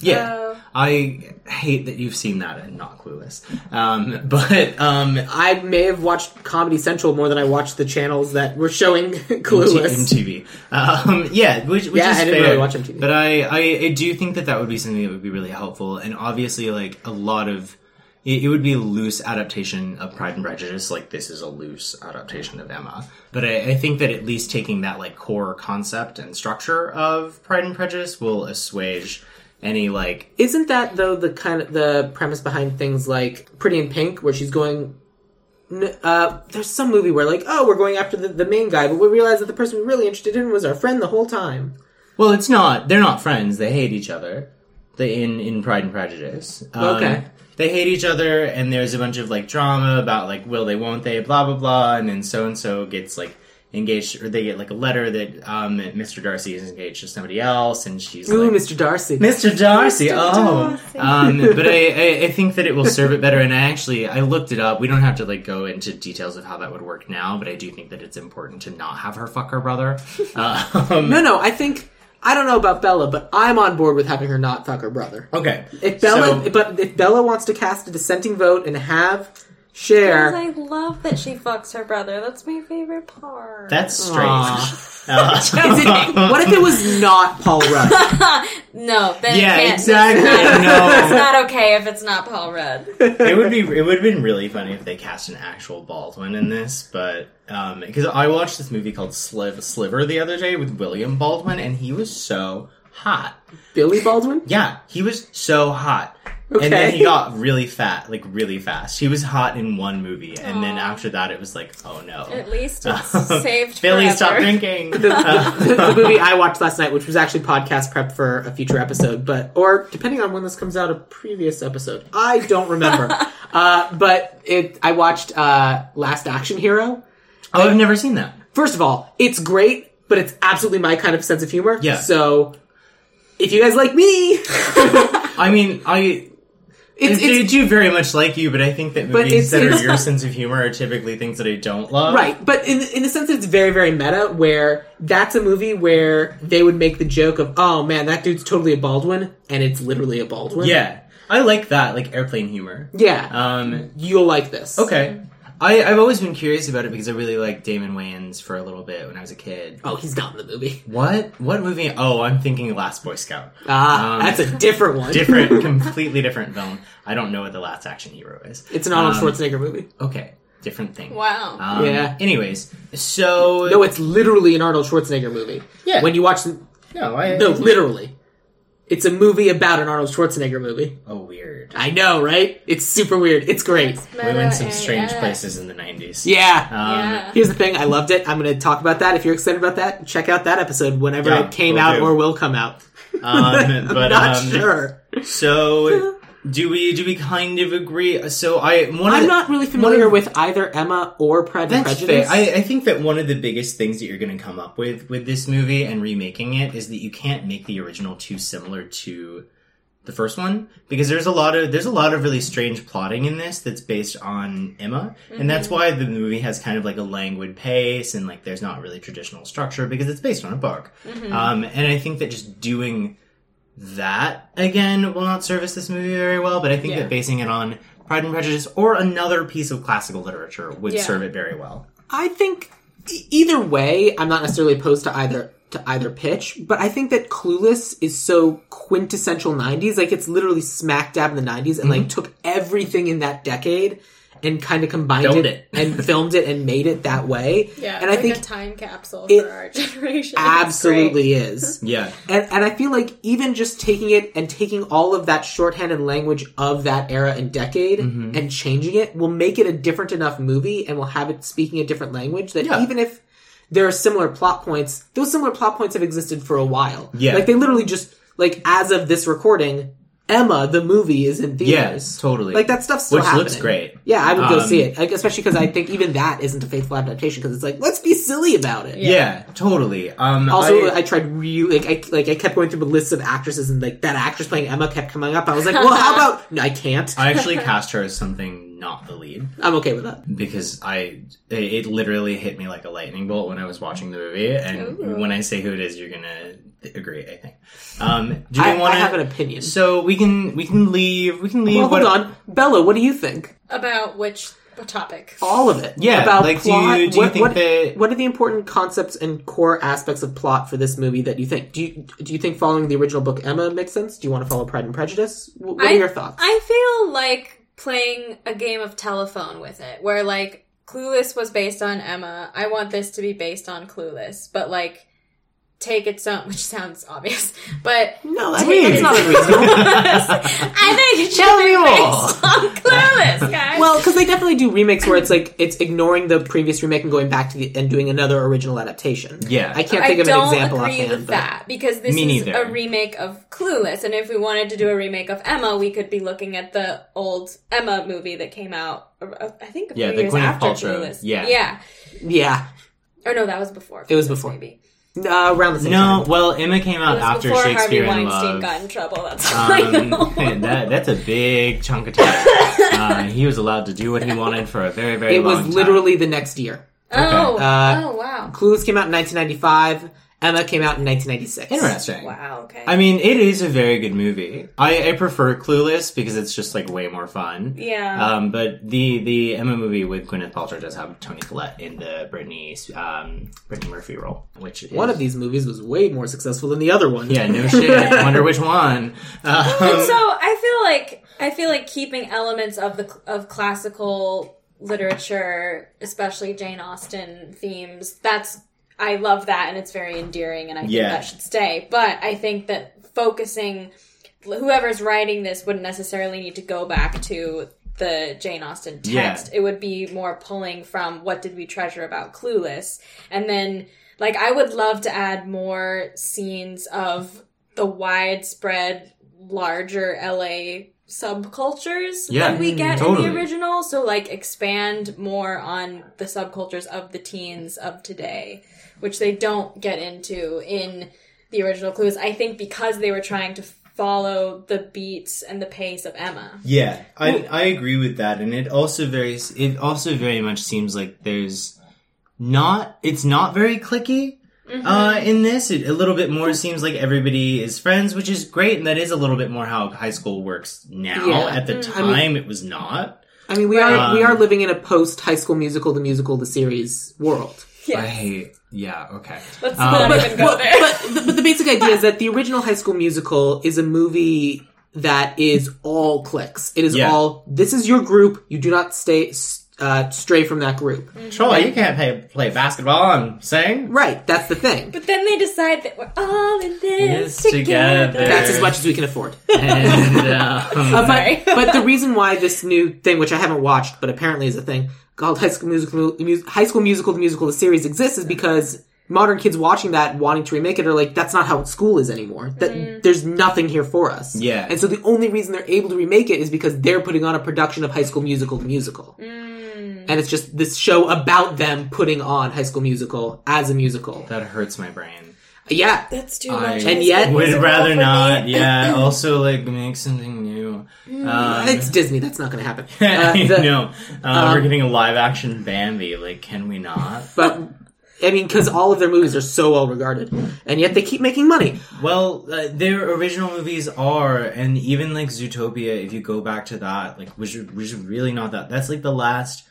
[SPEAKER 3] yeah.
[SPEAKER 2] Oh.
[SPEAKER 3] I hate that you've seen that and not Clueless, um, but um,
[SPEAKER 1] I may have watched Comedy Central more than I watched the channels that were showing Clueless.
[SPEAKER 3] MTV. Um, yeah, which, which
[SPEAKER 1] Yeah,
[SPEAKER 3] is
[SPEAKER 1] I didn't
[SPEAKER 3] fair.
[SPEAKER 1] really watch MTV.
[SPEAKER 3] But I, I, I do think that that would be something that would be really helpful, and obviously, like a lot of. It it would be a loose adaptation of Pride and Prejudice, like this is a loose adaptation of Emma. But I, I think that at least taking that like core concept and structure of Pride and Prejudice will assuage any like
[SPEAKER 1] Isn't that though the kind of the premise behind things like Pretty in Pink, where she's going? n- Uh, there's some movie where like, oh, we're going after the, the main guy, but we realize that the person we we're really interested in was our friend the whole time.
[SPEAKER 3] Well, it's not. They're not friends. They hate each other. They in in Pride and Prejudice. Um,
[SPEAKER 1] Okay.
[SPEAKER 3] They hate each other, and there's a bunch of like drama about like will they, won't they, blah blah blah, and then so and so gets like engaged, or they get like a letter that um, Mr. Darcy is engaged to somebody else, and she's
[SPEAKER 1] Ooh,
[SPEAKER 3] like,
[SPEAKER 1] Mr. Darcy.
[SPEAKER 3] Mr. Darcy.
[SPEAKER 2] Mr.
[SPEAKER 3] Oh,
[SPEAKER 2] Darcy.
[SPEAKER 3] um, but I, I, I think that it will serve it better. And I actually I looked it up. We don't have to like go into details of how that would work now, but I do think that it's important to not have her fuck her brother. Um,
[SPEAKER 1] No, no, I think I don't know about Bella, but I'm on board with having her not fuck her brother.
[SPEAKER 3] okay,
[SPEAKER 1] If Bella,
[SPEAKER 3] So-
[SPEAKER 1] but if Bella wants to cast a dissenting vote and have share,
[SPEAKER 2] I love that she fucks her brother. That's my favorite part.
[SPEAKER 3] that's strange.
[SPEAKER 1] Aw.
[SPEAKER 3] Uh,
[SPEAKER 1] Is it- what if it was not Paul Rudd?
[SPEAKER 2] no, then
[SPEAKER 3] Yeah,
[SPEAKER 2] it can't.
[SPEAKER 3] exactly.
[SPEAKER 2] It's not,
[SPEAKER 3] No.
[SPEAKER 2] it's not okay if it's not Paul Rudd.
[SPEAKER 3] it would be it would have been really funny if they cast an actual Baldwin in this, but because I watched this movie called Sliv- Sliver the other day with William Baldwin, and he was so hot.
[SPEAKER 1] Billy Baldwin?
[SPEAKER 3] Yeah, he was so hot.
[SPEAKER 1] Okay.
[SPEAKER 3] And then he got really fat, like really fast. He was hot in one movie, and then
[SPEAKER 2] Aw.
[SPEAKER 3] after that, it was like, oh no.
[SPEAKER 2] At least it's saved.
[SPEAKER 3] Oh. Billy,
[SPEAKER 2] forever.
[SPEAKER 3] stop drinking. Oh,
[SPEAKER 1] the, the movie I watched last night, which was actually podcast prep for a future episode, but or depending on when this comes out, a previous episode. I don't remember. uh, but it, I watched uh, Last Action Hero.
[SPEAKER 3] oh, I've never seen that.
[SPEAKER 1] First of all, it's great, but it's absolutely my kind of sense of humor.
[SPEAKER 3] Yeah.
[SPEAKER 1] So if you guys like me,
[SPEAKER 3] I mean, I
[SPEAKER 1] it's,
[SPEAKER 3] they
[SPEAKER 1] it's
[SPEAKER 3] do very much like you, but I think that
[SPEAKER 1] But
[SPEAKER 3] movies
[SPEAKER 1] it's-
[SPEAKER 3] that
[SPEAKER 1] it's-
[SPEAKER 3] are your sense of humor are typically things that I don't love.
[SPEAKER 1] right, but in in the sense it's very very meta. Where that's a movie where they would make the joke of, "Oh man, that dude's totally a Baldwin," and it's literally a Baldwin.
[SPEAKER 3] Yeah, I like that, like airplane humor.
[SPEAKER 1] Yeah.
[SPEAKER 3] Um,
[SPEAKER 1] You'll like this.
[SPEAKER 3] okay. I, I've always been curious about it because I really liked Damon Wayans for a little bit when I was a kid.
[SPEAKER 1] Oh, he's not in the movie.
[SPEAKER 3] What? What movie? Oh, I'm thinking Last Boy Scout.
[SPEAKER 1] Ah,
[SPEAKER 3] Um,
[SPEAKER 1] that's a different one.
[SPEAKER 3] different, completely different film. I don't know what the last action hero is.
[SPEAKER 1] It's an Arnold
[SPEAKER 3] Um,
[SPEAKER 1] Schwarzenegger movie.
[SPEAKER 3] Okay, different thing.
[SPEAKER 2] Wow.
[SPEAKER 3] Um,
[SPEAKER 1] Yeah.
[SPEAKER 3] Anyways, so
[SPEAKER 1] No, it's literally an Arnold Schwarzenegger movie.
[SPEAKER 3] Yeah.
[SPEAKER 1] When you watch the,
[SPEAKER 3] no, I
[SPEAKER 1] no, literally, it's a movie about an Arnold Schwarzenegger movie.
[SPEAKER 3] Oh, weird.
[SPEAKER 1] I know, right? It's super weird. It's great.
[SPEAKER 2] It's
[SPEAKER 3] We
[SPEAKER 2] meta
[SPEAKER 3] went some
[SPEAKER 2] AF.
[SPEAKER 3] strange places in the '90s.
[SPEAKER 1] Yeah.
[SPEAKER 3] Um,
[SPEAKER 2] Yeah.
[SPEAKER 1] Here's the thing. I loved it. I'm going to talk about that. If you're excited about that, check out that episode whenever
[SPEAKER 3] Yeah,
[SPEAKER 1] it came
[SPEAKER 3] will
[SPEAKER 1] out
[SPEAKER 3] do.
[SPEAKER 1] or will come out.
[SPEAKER 3] um,
[SPEAKER 1] I'm
[SPEAKER 3] but
[SPEAKER 1] not
[SPEAKER 3] um,
[SPEAKER 1] sure.
[SPEAKER 3] so do we? Do we kind of agree? So I one of
[SPEAKER 1] I'm
[SPEAKER 3] the-
[SPEAKER 1] not really familiar with either Emma or Pride and
[SPEAKER 3] That's
[SPEAKER 1] Prejudice.
[SPEAKER 3] fair. I, I think that one of the biggest things that you're going to come up with with this movie and remaking it is that you can't make the original too similar to the first one because there's a lot of there's a lot of really strange plotting in this that's based on Emma, and
[SPEAKER 1] Mm-hmm.
[SPEAKER 3] that's why the movie has kind of like a languid pace and like there's not really traditional structure because it's based on a book.
[SPEAKER 1] Mm-hmm.
[SPEAKER 3] Um, and I think that just doing that again will not service this movie very well, but I think
[SPEAKER 1] Yeah.
[SPEAKER 3] that basing it on Pride and Prejudice or another piece of classical literature would
[SPEAKER 2] Yeah.
[SPEAKER 3] serve it very well.
[SPEAKER 1] I think e- either way, I'm not necessarily opposed to either to either pitch, but I think that Clueless is so quintessential 90s, like it's literally smack dab in the 90s and
[SPEAKER 3] Mm-hmm.
[SPEAKER 1] like took everything in that decade and kind of combined
[SPEAKER 3] Filmed
[SPEAKER 1] it,
[SPEAKER 3] it.
[SPEAKER 1] and filmed it and made it that way.
[SPEAKER 2] Yeah,
[SPEAKER 1] and I
[SPEAKER 2] like
[SPEAKER 1] think
[SPEAKER 2] a time capsule
[SPEAKER 1] it
[SPEAKER 2] for our generation. It's great.
[SPEAKER 1] absolutely is.
[SPEAKER 3] Yeah.
[SPEAKER 1] And, and I feel like even just taking it and taking all of that shorthand and language of that era and decade
[SPEAKER 3] Mm-hmm.
[SPEAKER 1] and changing it will make it a different enough movie and will have it speaking a different language that
[SPEAKER 3] Yeah.
[SPEAKER 1] even if there are similar plot points, those similar plot points have existed for a while.
[SPEAKER 3] Yeah.
[SPEAKER 1] Like they literally just, like as of this recording, Emma, the movie is in theaters.
[SPEAKER 3] Yes, totally.
[SPEAKER 1] Like that stuff's still
[SPEAKER 3] Which looks
[SPEAKER 1] happening.
[SPEAKER 3] great.
[SPEAKER 1] Yeah, I would go
[SPEAKER 3] Um,
[SPEAKER 1] see it. Like, especially because I think even that isn't a faithful adaptation because it's like, let's be silly about it.
[SPEAKER 3] yeah. totally. Um
[SPEAKER 1] Also,
[SPEAKER 3] I-
[SPEAKER 1] I, tried really like I like I kept going through the lists of actresses and like that actress playing Emma kept coming up. I was like, well, how about no, I can't.
[SPEAKER 3] I actually cast her as something not the lead
[SPEAKER 1] I'm okay with that.
[SPEAKER 3] because I it, it literally hit me like a lightning bolt when I was watching the movie and
[SPEAKER 2] Ooh.
[SPEAKER 3] when I say who it is you're going to agree I think. Um do
[SPEAKER 1] I,
[SPEAKER 3] we want
[SPEAKER 1] I have an opinion.
[SPEAKER 3] So we can we can leave we can leave
[SPEAKER 1] well,
[SPEAKER 3] what
[SPEAKER 1] hold on, Bella. What do you think?
[SPEAKER 2] About which topic?
[SPEAKER 1] All of it.
[SPEAKER 3] Yeah,
[SPEAKER 1] About
[SPEAKER 3] like, do you-
[SPEAKER 1] plot.
[SPEAKER 3] do you
[SPEAKER 1] what,
[SPEAKER 3] think
[SPEAKER 1] what,
[SPEAKER 3] that-
[SPEAKER 1] what are the important concepts and core aspects of plot for this movie that you think? Do you do you think following the original book Emma makes sense? Do you want to follow Pride and Prejudice? Wh- What are
[SPEAKER 2] I-
[SPEAKER 1] your thoughts?
[SPEAKER 2] I feel like playing a game of telephone with it, where like Clueless was based on Emma. I want this to be based on Clueless, but like take its own, which sounds obvious, but
[SPEAKER 1] no, I
[SPEAKER 2] take
[SPEAKER 1] mean, that's
[SPEAKER 2] its
[SPEAKER 1] not
[SPEAKER 2] own-
[SPEAKER 1] unreasonable.
[SPEAKER 2] I think it should
[SPEAKER 3] Tell
[SPEAKER 2] be
[SPEAKER 3] me all.
[SPEAKER 2] based on Clueless, guys.
[SPEAKER 1] Well, because they definitely do remakes where it's like it's ignoring the previous remake and going back to the and doing another original adaptation.
[SPEAKER 3] Yeah.
[SPEAKER 1] I can't think of an
[SPEAKER 2] don't
[SPEAKER 1] example
[SPEAKER 2] agree
[SPEAKER 1] offhand.
[SPEAKER 2] with
[SPEAKER 1] but-
[SPEAKER 2] that because this
[SPEAKER 3] Me
[SPEAKER 2] is
[SPEAKER 3] neither.
[SPEAKER 2] a remake of Clueless, and if we wanted to do a remake of Emma, we could be looking at the old Emma movie that came out. uh, I think a few
[SPEAKER 3] Yeah, the
[SPEAKER 2] years
[SPEAKER 3] Gwyneth
[SPEAKER 2] after
[SPEAKER 3] Paltrow.
[SPEAKER 2] Clueless.
[SPEAKER 3] Yeah.
[SPEAKER 2] yeah.
[SPEAKER 1] Yeah,
[SPEAKER 2] Or no, that was before.
[SPEAKER 1] It was
[SPEAKER 2] Clueless,
[SPEAKER 1] before.
[SPEAKER 2] Maybe.
[SPEAKER 1] Uh, around the same
[SPEAKER 3] No,
[SPEAKER 1] time.
[SPEAKER 3] well, Emma came
[SPEAKER 2] It
[SPEAKER 3] out
[SPEAKER 2] was
[SPEAKER 3] after
[SPEAKER 2] before
[SPEAKER 3] Shakespeare
[SPEAKER 2] Harvey
[SPEAKER 3] in
[SPEAKER 2] Weinstein
[SPEAKER 3] Love.
[SPEAKER 2] got in trouble. That's all I
[SPEAKER 3] Um,
[SPEAKER 2] know.
[SPEAKER 3] that, that's a big chunk of time. Uh, he was allowed to do what he wanted for a very, very
[SPEAKER 1] it
[SPEAKER 3] long
[SPEAKER 1] was
[SPEAKER 3] time.
[SPEAKER 1] literally the next year.
[SPEAKER 2] oh,
[SPEAKER 1] Uh,
[SPEAKER 2] oh wow,
[SPEAKER 1] Clueless came out in 1995. Emma came out in 1996.
[SPEAKER 3] interesting.
[SPEAKER 2] wow, okay.
[SPEAKER 3] I mean, it is a very good movie. I, I prefer Clueless because it's just like way more fun.
[SPEAKER 2] yeah,
[SPEAKER 3] Um, but the the Emma movie with Gwyneth Paltrow does have Tony Collette in the Brittany um, Brittany Murphy role, which is,
[SPEAKER 1] One of these movies was way more successful than the other one.
[SPEAKER 3] yeah, no shit. I wonder which one. Um,
[SPEAKER 2] And so I feel like I feel like keeping elements of the of classical literature, especially Jane Austen themes. That's I love that, and it's very endearing, and I think
[SPEAKER 3] Yeah.
[SPEAKER 2] that should stay. But I think that focusing whoever's writing this wouldn't necessarily need to go back to the Jane Austen
[SPEAKER 3] Yeah.
[SPEAKER 2] text. It would be more pulling from what did we treasure about Clueless, and then like I would love to add more scenes of the widespread larger LA subcultures
[SPEAKER 3] Yeah,
[SPEAKER 2] than we get
[SPEAKER 3] totally.
[SPEAKER 2] in the original. So like expand more on the subcultures of the teens of today, which they don't get into in the original clues. I think because they were trying to follow the beats and the pace of Emma.
[SPEAKER 3] Yeah, I I agree with that, and it also very it also very much seems like there's not it's not very clicky.
[SPEAKER 1] Mm-hmm.
[SPEAKER 3] Uh, in this, it, a little bit more seems like everybody is friends, which is great, and that is a little bit more how high school works now.
[SPEAKER 1] Yeah. Mm.
[SPEAKER 3] At the
[SPEAKER 1] I mean-
[SPEAKER 3] time, it was not.
[SPEAKER 1] I mean, we are
[SPEAKER 3] Right.
[SPEAKER 1] we
[SPEAKER 3] Um,
[SPEAKER 1] are living in a post High School Musical, the musical, the series world.
[SPEAKER 2] Yes.
[SPEAKER 3] I hate. Yeah. Okay.
[SPEAKER 2] Let's
[SPEAKER 3] Um,
[SPEAKER 2] not
[SPEAKER 3] but-
[SPEAKER 2] even go
[SPEAKER 1] Well,
[SPEAKER 2] there.
[SPEAKER 1] but, the, but the basic idea is that the original High School Musical is a movie that is all clicks. It is
[SPEAKER 3] Yeah.
[SPEAKER 1] all this is your group. You do not stay s- uh, stray from that group.
[SPEAKER 2] Mm.
[SPEAKER 3] Troy, you can't play, play basketball and sing.
[SPEAKER 1] Right, that's the thing.
[SPEAKER 2] But then they decide that we're all in this
[SPEAKER 3] Yes,
[SPEAKER 2] together.
[SPEAKER 3] together.
[SPEAKER 1] That's as much as we can afford.
[SPEAKER 3] And, um,
[SPEAKER 1] Uh,
[SPEAKER 2] Sorry.
[SPEAKER 1] but, but the reason why this new thing, which I haven't watched, but apparently is a thing, called High School Musical, the Mus- High School Musical, the musical, the series exists, is because modern kids watching that, wanting to remake it, are like, that's not how school is anymore. That there's nothing here for us.
[SPEAKER 3] Yeah.
[SPEAKER 1] and so the only reason they're able to remake it is because they're putting on a production of High School Musical, the musical, and it's just this show about them putting on High School Musical as a musical.
[SPEAKER 3] that hurts my brain.
[SPEAKER 1] Yeah,
[SPEAKER 2] That's too
[SPEAKER 3] I
[SPEAKER 2] much.
[SPEAKER 1] And yet-
[SPEAKER 3] would
[SPEAKER 2] Musical
[SPEAKER 3] rather
[SPEAKER 2] for
[SPEAKER 3] not.
[SPEAKER 2] me.
[SPEAKER 3] Yeah. Also, like make something new.
[SPEAKER 1] Mm.
[SPEAKER 3] Um,
[SPEAKER 1] it's Disney. That's not going to happen. Uh,
[SPEAKER 3] I
[SPEAKER 1] the-
[SPEAKER 3] know. Uh, we're getting a live action Bambi. Like, can we not?
[SPEAKER 1] but I mean, because all of their movies are so well regarded, and yet they keep making money.
[SPEAKER 3] Well, uh, their original movies are, and even like Zootopia, if you go back to that, like, which which is really not that. That's like the last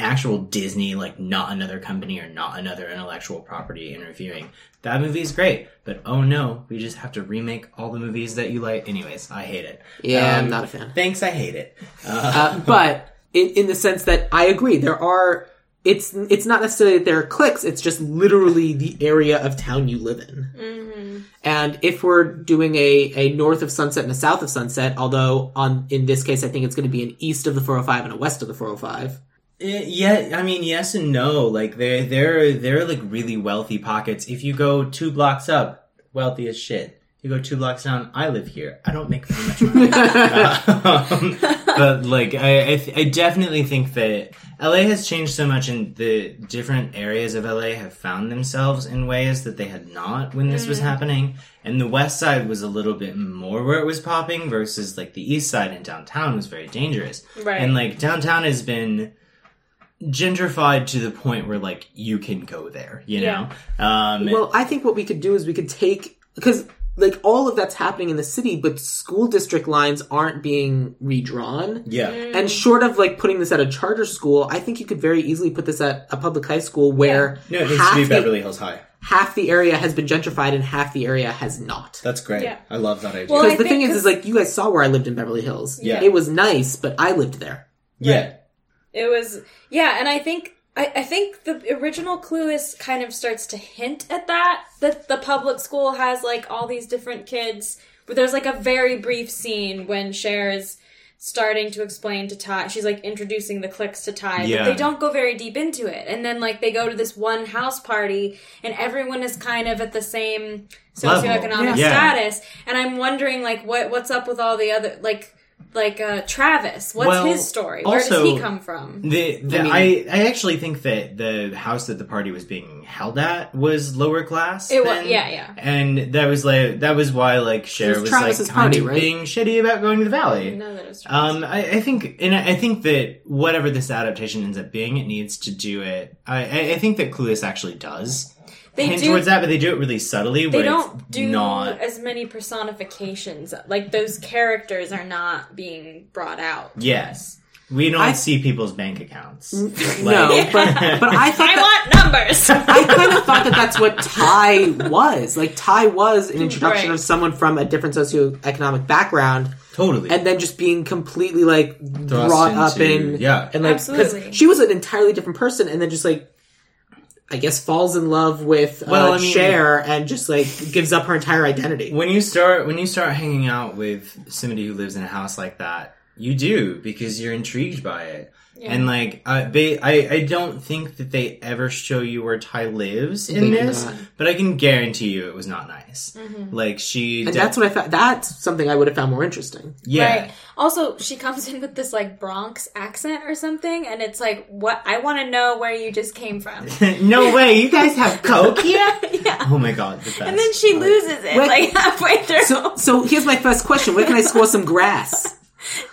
[SPEAKER 3] actual Disney, like, not another company or not another intellectual property interviewing. That movie's great, but oh no, we just have to remake all the movies that you like. Anyways, I hate it.
[SPEAKER 1] Yeah, I'm
[SPEAKER 3] Um,
[SPEAKER 1] not a fan.
[SPEAKER 3] Thanks, I hate it.
[SPEAKER 1] Uh, but in, in the sense that I agree, there are. It's it's not necessarily that there are cliques. It's just literally the area of town you live in. And if we're doing a, a north of Sunset and a south of Sunset, although on in this case I think it's going to be an east of the 405 and a west of the 405.
[SPEAKER 3] Eh, yeah, I mean, yes and no. Like they're they're they're like really wealthy pockets. If you go two blocks up, wealthy as shit. You go two blocks down, I live here. I don't make that much money. Um, but like, I I, th- I definitely think that LA has changed so much, and the different areas of LA have found themselves in ways that they had not when this was happening. And the West Side was a little bit more where it was popping, versus like the East Side and downtown was very dangerous.
[SPEAKER 2] Right.
[SPEAKER 3] And like downtown has been gentrified to the point where like you can go there, you
[SPEAKER 2] Yeah.
[SPEAKER 3] know. Um,
[SPEAKER 1] Well, I think what we could do is we could take because like all of that's happening in the city, but school district lines aren't being redrawn.
[SPEAKER 3] yeah.
[SPEAKER 2] Mm-hmm.
[SPEAKER 1] And short of like putting this at a charter school, I think you could very easily put this at a public high school where
[SPEAKER 3] No, it needs
[SPEAKER 1] half,
[SPEAKER 3] to be
[SPEAKER 1] the,
[SPEAKER 3] Beverly Hills High.
[SPEAKER 1] half the area has been gentrified and half the area has not.
[SPEAKER 3] That's great.
[SPEAKER 2] Yeah.
[SPEAKER 3] I love that idea.
[SPEAKER 2] Well,
[SPEAKER 1] Because
[SPEAKER 2] I
[SPEAKER 1] the thing
[SPEAKER 2] think-
[SPEAKER 1] is, is like you guys saw where I lived in Beverly Hills.
[SPEAKER 3] Yeah.
[SPEAKER 1] It was nice, but I lived there.
[SPEAKER 3] yeah.
[SPEAKER 2] It was yeah, and I think I, I think the original Clueless kind of starts to hint at that that the public school has like all these different kids. But there's like a very brief scene when Cher is starting to explain to Ty. She's like introducing the clicks to Ty,
[SPEAKER 3] Yeah.
[SPEAKER 2] but they don't go very deep into it. And then like they go to this one house party, and everyone is kind of at the same
[SPEAKER 3] Level.
[SPEAKER 2] socioeconomic
[SPEAKER 3] Yeah.
[SPEAKER 2] status. And I'm wondering like what what's up with all the other like like uh, Travis. What's
[SPEAKER 3] Well,
[SPEAKER 2] his story? Where
[SPEAKER 3] also-
[SPEAKER 2] does he come from?
[SPEAKER 3] The,
[SPEAKER 1] I
[SPEAKER 3] the I,
[SPEAKER 1] mean-
[SPEAKER 3] I actually think that the house that the party was being held at was lower class.
[SPEAKER 2] It wa-
[SPEAKER 3] than-
[SPEAKER 2] yeah, yeah.
[SPEAKER 3] And that was like that was why like Cher
[SPEAKER 1] was
[SPEAKER 3] was, like
[SPEAKER 1] Travis's
[SPEAKER 3] kind
[SPEAKER 1] party,
[SPEAKER 3] of
[SPEAKER 1] right?
[SPEAKER 3] being shitty about going to the valley.
[SPEAKER 2] You know that it's Travis.
[SPEAKER 3] Um, I, I think, and I I think that whatever this adaptation ends up being, it needs to do it. I, I, I think that Clueless actually does
[SPEAKER 2] they
[SPEAKER 3] hint
[SPEAKER 2] do.
[SPEAKER 3] towards that, but they do it really subtly.
[SPEAKER 2] they
[SPEAKER 3] where
[SPEAKER 2] don't
[SPEAKER 3] it's
[SPEAKER 2] do
[SPEAKER 3] not.
[SPEAKER 2] as many personifications. Like those characters are not being brought out.
[SPEAKER 3] Yes, we don't
[SPEAKER 1] I-
[SPEAKER 3] see people's bank accounts.
[SPEAKER 1] no,
[SPEAKER 3] Like-
[SPEAKER 1] but but I thought
[SPEAKER 2] I
[SPEAKER 1] that,
[SPEAKER 2] want numbers.
[SPEAKER 1] I kind of thought that that's what Ty was. Like Ty was an introduction
[SPEAKER 2] Right.
[SPEAKER 1] of someone from a different socioeconomic background,
[SPEAKER 3] totally.
[SPEAKER 1] and then just being completely like brought up
[SPEAKER 3] into-
[SPEAKER 1] in
[SPEAKER 3] yeah.
[SPEAKER 1] and like 'cause
[SPEAKER 2] Absolutely.
[SPEAKER 1] she was an entirely different person, and then just like. I guess falls in love with uh,
[SPEAKER 3] Well, I mean-
[SPEAKER 1] Cher and just like gives up her entire identity.
[SPEAKER 3] when you start when you start hanging out with somebody who lives in a house like that, you do because you're intrigued by it.
[SPEAKER 2] Yeah.
[SPEAKER 3] And like I, they, I, I don't think that they ever show you where Ty lives in
[SPEAKER 1] They do
[SPEAKER 3] this,
[SPEAKER 1] not.
[SPEAKER 3] but I can guarantee you it was not nice.
[SPEAKER 2] Mm-hmm.
[SPEAKER 3] Like she,
[SPEAKER 1] And
[SPEAKER 3] de-
[SPEAKER 1] that's what I thought. That's something I would have found more interesting.
[SPEAKER 3] yeah,
[SPEAKER 2] Right. Also, she comes in with this like Bronx accent or something, and it's like, what? I want to know where you just came from.
[SPEAKER 3] no way, you guys have coke here.
[SPEAKER 2] yeah, yeah.
[SPEAKER 3] Oh my god, the best.
[SPEAKER 2] And then she loses it
[SPEAKER 1] Wait.
[SPEAKER 2] like halfway through.
[SPEAKER 1] So, so here's my first question: Where can I score some grass?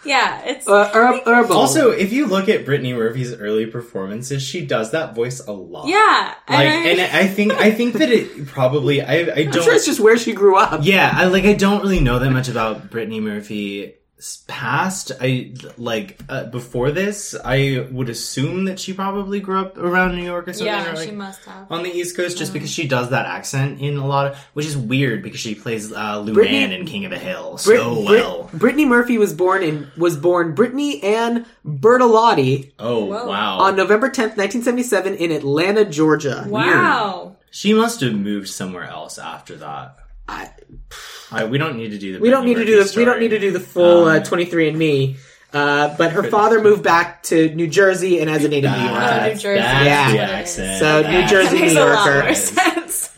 [SPEAKER 2] yeah, it's
[SPEAKER 1] Uh, herb, herbal.
[SPEAKER 3] also, if you look at Brittany Murphy's early performances, she does that voice a lot.
[SPEAKER 2] yeah.
[SPEAKER 3] like,
[SPEAKER 2] I-
[SPEAKER 3] and I think I think that it probably I I
[SPEAKER 1] I'm
[SPEAKER 3] don't
[SPEAKER 1] sure it's just where she grew up.
[SPEAKER 3] Yeah, I like I don't really know that much about Brittany Murphy's past. I like uh, before this, I would assume that she probably grew up around New York or something.
[SPEAKER 2] yeah,
[SPEAKER 3] or, like,
[SPEAKER 2] she must have.
[SPEAKER 3] on the East Coast, just because she does that accent in a lot of, which is weird because she plays uh, Luann
[SPEAKER 1] Brittany-
[SPEAKER 3] in King of the Hill so
[SPEAKER 1] Brit- Brit-
[SPEAKER 3] well.
[SPEAKER 1] Brittany Murphy was born in was born Brittany Ann Bertolotti
[SPEAKER 3] Oh
[SPEAKER 2] Whoa.
[SPEAKER 3] wow!
[SPEAKER 1] on November 10th, 1977, in Atlanta, Georgia.
[SPEAKER 2] Wow.
[SPEAKER 3] she must have moved somewhere else after that.
[SPEAKER 1] I-
[SPEAKER 3] I, we don't need to do the.
[SPEAKER 1] We don't need to do this.
[SPEAKER 3] the.
[SPEAKER 1] We don't need to do the full
[SPEAKER 3] Um,
[SPEAKER 1] uh, 23 and Me. Uh, but her father moved back to New Jersey, and as a native New
[SPEAKER 2] Oh,
[SPEAKER 1] Yorker,
[SPEAKER 2] New Jersey.
[SPEAKER 3] That's
[SPEAKER 1] Yeah.
[SPEAKER 3] the
[SPEAKER 2] What it is.
[SPEAKER 3] accent.
[SPEAKER 1] So, New
[SPEAKER 3] That's
[SPEAKER 1] Jersey,
[SPEAKER 2] that makes
[SPEAKER 1] New
[SPEAKER 2] a lot
[SPEAKER 1] Yorker.
[SPEAKER 2] more sense.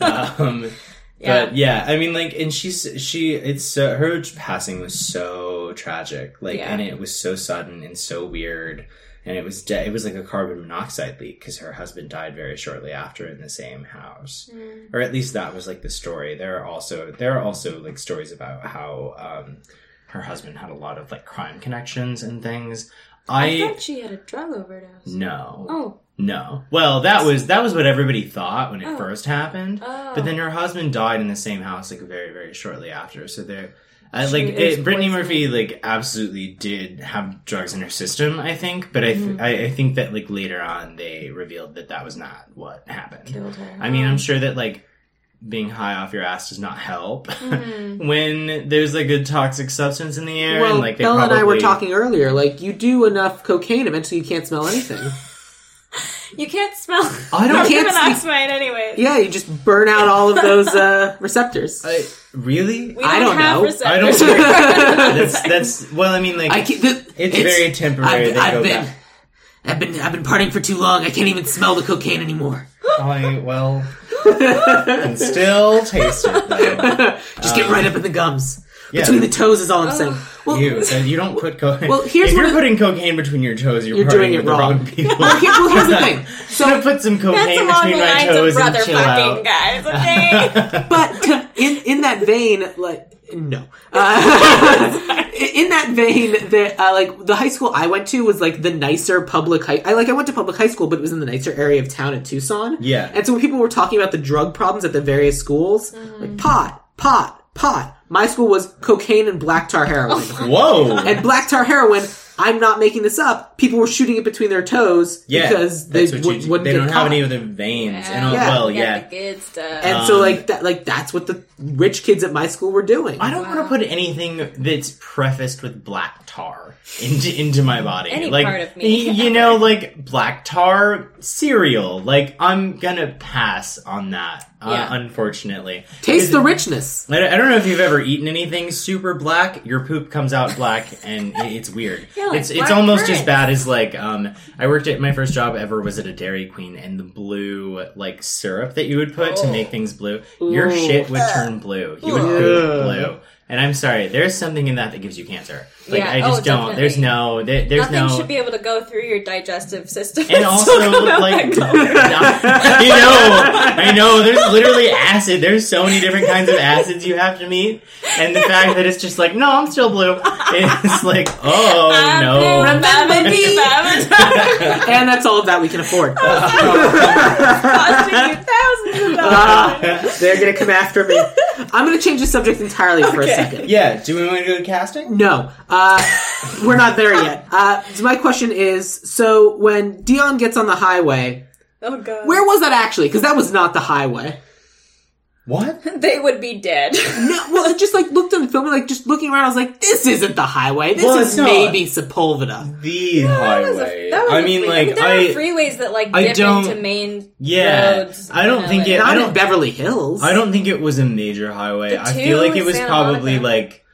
[SPEAKER 3] um,
[SPEAKER 2] Yeah.
[SPEAKER 3] But yeah, I mean, like, and she's she. It's so, her passing was so tragic, like,
[SPEAKER 2] Yeah.
[SPEAKER 3] and it was so sudden and so weird, and it was de- it was like a carbon monoxide leak because her husband died very shortly after in the same house,
[SPEAKER 2] Mm.
[SPEAKER 3] or at least that was like the story. There are also there are also like stories about how um, her husband had a lot of like crime connections and things.
[SPEAKER 2] I
[SPEAKER 3] I, Mm.
[SPEAKER 2] thought she had a drug overdose.
[SPEAKER 3] no
[SPEAKER 2] Oh,
[SPEAKER 3] no. Well, that was that was what everybody thought when it
[SPEAKER 2] Oh.
[SPEAKER 3] first happened.
[SPEAKER 2] Oh.
[SPEAKER 3] But then her husband died in the same house like very very shortly after. So there, I
[SPEAKER 2] She
[SPEAKER 3] like
[SPEAKER 2] is
[SPEAKER 3] it, Brittany
[SPEAKER 2] poisoned.
[SPEAKER 3] Murphy like absolutely did have drugs in her system. I think, but I th-
[SPEAKER 2] Mm-hmm.
[SPEAKER 3] I, I think that like later on they revealed that that was not what happened.
[SPEAKER 2] killed her.
[SPEAKER 3] I mean, I'm sure that like being high off your ass does not help
[SPEAKER 2] Mm-hmm.
[SPEAKER 3] when there's like a toxic substance in the air.
[SPEAKER 1] Well,
[SPEAKER 3] and, like they
[SPEAKER 1] Bella and I were
[SPEAKER 3] probably-
[SPEAKER 1] talking earlier. Like, you do enough cocaine, eventually you can't smell anything.
[SPEAKER 2] Oh. You can't smell
[SPEAKER 3] I don't-
[SPEAKER 2] carbon
[SPEAKER 1] Can't see-
[SPEAKER 2] monoxide, anyways.
[SPEAKER 1] yeah, you just burn out all of those uh, receptors. I,
[SPEAKER 3] I, really?
[SPEAKER 2] We
[SPEAKER 1] I don't
[SPEAKER 2] have
[SPEAKER 1] know.
[SPEAKER 3] I don't.
[SPEAKER 2] receptors for carbon
[SPEAKER 3] that's
[SPEAKER 2] monoxide.
[SPEAKER 3] that's well. I mean, like
[SPEAKER 1] can't, th-
[SPEAKER 3] It's, very temporary.
[SPEAKER 1] I've,
[SPEAKER 3] they
[SPEAKER 1] I've
[SPEAKER 3] go
[SPEAKER 1] been,
[SPEAKER 3] back.
[SPEAKER 1] I've been, I've been partying for too long. I can't even smell the cocaine anymore.
[SPEAKER 3] I, well, can still taste it though.
[SPEAKER 1] Just get right up in the gums.
[SPEAKER 3] Uh, yeah.
[SPEAKER 1] Between the toes is all I'm saying. Well,
[SPEAKER 3] You, so you don't put cocaine.
[SPEAKER 1] Well, here's
[SPEAKER 3] if you're
[SPEAKER 1] what-
[SPEAKER 3] putting cocaine between your toes, you're,
[SPEAKER 1] You're doing
[SPEAKER 3] partying
[SPEAKER 1] it
[SPEAKER 3] with the
[SPEAKER 1] wrong.
[SPEAKER 3] wrong people.
[SPEAKER 1] well, here- well, here's the thing.
[SPEAKER 3] I'm gonna put some
[SPEAKER 2] That's
[SPEAKER 3] cocaine
[SPEAKER 2] along
[SPEAKER 3] between
[SPEAKER 2] the
[SPEAKER 3] my
[SPEAKER 2] lines of
[SPEAKER 3] toes and
[SPEAKER 2] brother
[SPEAKER 3] chill
[SPEAKER 2] fucking
[SPEAKER 3] out.
[SPEAKER 2] guys, okay?
[SPEAKER 1] But to- in in that vein, like no, uh, in that vein, that uh, like the high school I went to was like the nicer public high. I like I went to public high school, but it was in the nicer area of town in Tucson.
[SPEAKER 3] Yeah.
[SPEAKER 1] and so when people were talking about the drug problems at the various schools, like pot, pot, pot. My school was cocaine and black tar heroin.
[SPEAKER 3] Whoa!
[SPEAKER 1] and black tar heroin. I'm not making this up. People were shooting it between their toes
[SPEAKER 3] yeah,
[SPEAKER 1] because they
[SPEAKER 3] that's what
[SPEAKER 1] would,
[SPEAKER 3] you,
[SPEAKER 1] wouldn't
[SPEAKER 3] they
[SPEAKER 1] get
[SPEAKER 3] don't
[SPEAKER 1] caught.
[SPEAKER 3] have any of the veins. And, uh,
[SPEAKER 2] Yeah.
[SPEAKER 3] well,
[SPEAKER 2] You got the
[SPEAKER 3] yeah.
[SPEAKER 2] good stuff.
[SPEAKER 1] and so
[SPEAKER 3] um,
[SPEAKER 1] like that, like that's what the rich kids at my school were doing.
[SPEAKER 3] I don't want to put anything that's prefaced with black tar into into my body.
[SPEAKER 2] Any
[SPEAKER 3] like,
[SPEAKER 2] part of me.
[SPEAKER 3] y- you know, like black tar cereal. Like I'm gonna pass on that. Uh,
[SPEAKER 2] Yeah.
[SPEAKER 3] Unfortunately,
[SPEAKER 1] Taste
[SPEAKER 3] Is-
[SPEAKER 1] the richness.
[SPEAKER 3] I don't I don't know if you've ever eaten anything super black. Your poop comes out black, and i- it's weird.
[SPEAKER 2] Yeah, like
[SPEAKER 3] it's it's
[SPEAKER 2] black
[SPEAKER 3] almost as
[SPEAKER 2] currants.
[SPEAKER 3] bad as like um. I worked at my first job ever was at a Dairy Queen, and the blue like
[SPEAKER 2] Oh.
[SPEAKER 3] syrup that you would put to make things blue, your
[SPEAKER 1] Ooh.
[SPEAKER 3] shit would turn blue. You would
[SPEAKER 1] Ugh.
[SPEAKER 3] poop blue. And I'm sorry, there's something in that that gives you cancer. Like
[SPEAKER 2] Yeah.
[SPEAKER 3] I just
[SPEAKER 2] Oh,
[SPEAKER 3] don't. There's no. There, there's
[SPEAKER 2] Nothing
[SPEAKER 3] no.
[SPEAKER 2] should be able to go through your digestive system.
[SPEAKER 3] and also, like, no, you know, I know. There's literally acid. There's so many different kinds of acids you have to meet, and the fact that it's just like, no, I'm still blue. It's like, oh no.
[SPEAKER 2] Remember me.
[SPEAKER 1] and that's all that we can afford.
[SPEAKER 3] Uh,
[SPEAKER 2] Costing you thousands of
[SPEAKER 1] Ah,
[SPEAKER 2] dollars.
[SPEAKER 1] they're gonna come after me. I'm gonna change the subject entirely for a
[SPEAKER 2] Okay.
[SPEAKER 1] second.
[SPEAKER 3] Yeah. Do we want to go to casting?
[SPEAKER 1] No, uh, we're not there yet. Uh, so my question is: so when Dion gets on the highway,
[SPEAKER 2] oh god.
[SPEAKER 1] where was that actually? Because that was not the highway.
[SPEAKER 3] What?
[SPEAKER 2] they would be dead.
[SPEAKER 1] No, well, I just like looked on the film and like just looking around, I was like, this isn't the highway. This
[SPEAKER 3] Well,
[SPEAKER 1] is
[SPEAKER 3] it's not.
[SPEAKER 1] maybe Sepulveda.
[SPEAKER 3] The
[SPEAKER 2] That was a-
[SPEAKER 3] highway.
[SPEAKER 2] that was
[SPEAKER 3] I
[SPEAKER 2] a
[SPEAKER 3] mean,
[SPEAKER 2] free-
[SPEAKER 3] like,
[SPEAKER 2] there
[SPEAKER 3] I,
[SPEAKER 2] are freeways that like
[SPEAKER 3] I
[SPEAKER 2] dip
[SPEAKER 3] don't-
[SPEAKER 2] into main.
[SPEAKER 3] Yeah,
[SPEAKER 2] roads
[SPEAKER 3] I don't
[SPEAKER 2] in
[SPEAKER 3] think
[SPEAKER 2] LA.
[SPEAKER 3] it- I
[SPEAKER 1] Not
[SPEAKER 3] don't-
[SPEAKER 1] in Beverly Hills.
[SPEAKER 3] I don't think it was a major highway.
[SPEAKER 2] The
[SPEAKER 3] I
[SPEAKER 2] two
[SPEAKER 3] feel like it
[SPEAKER 2] in
[SPEAKER 3] was
[SPEAKER 2] Santa
[SPEAKER 3] probably
[SPEAKER 2] Monica.
[SPEAKER 3] like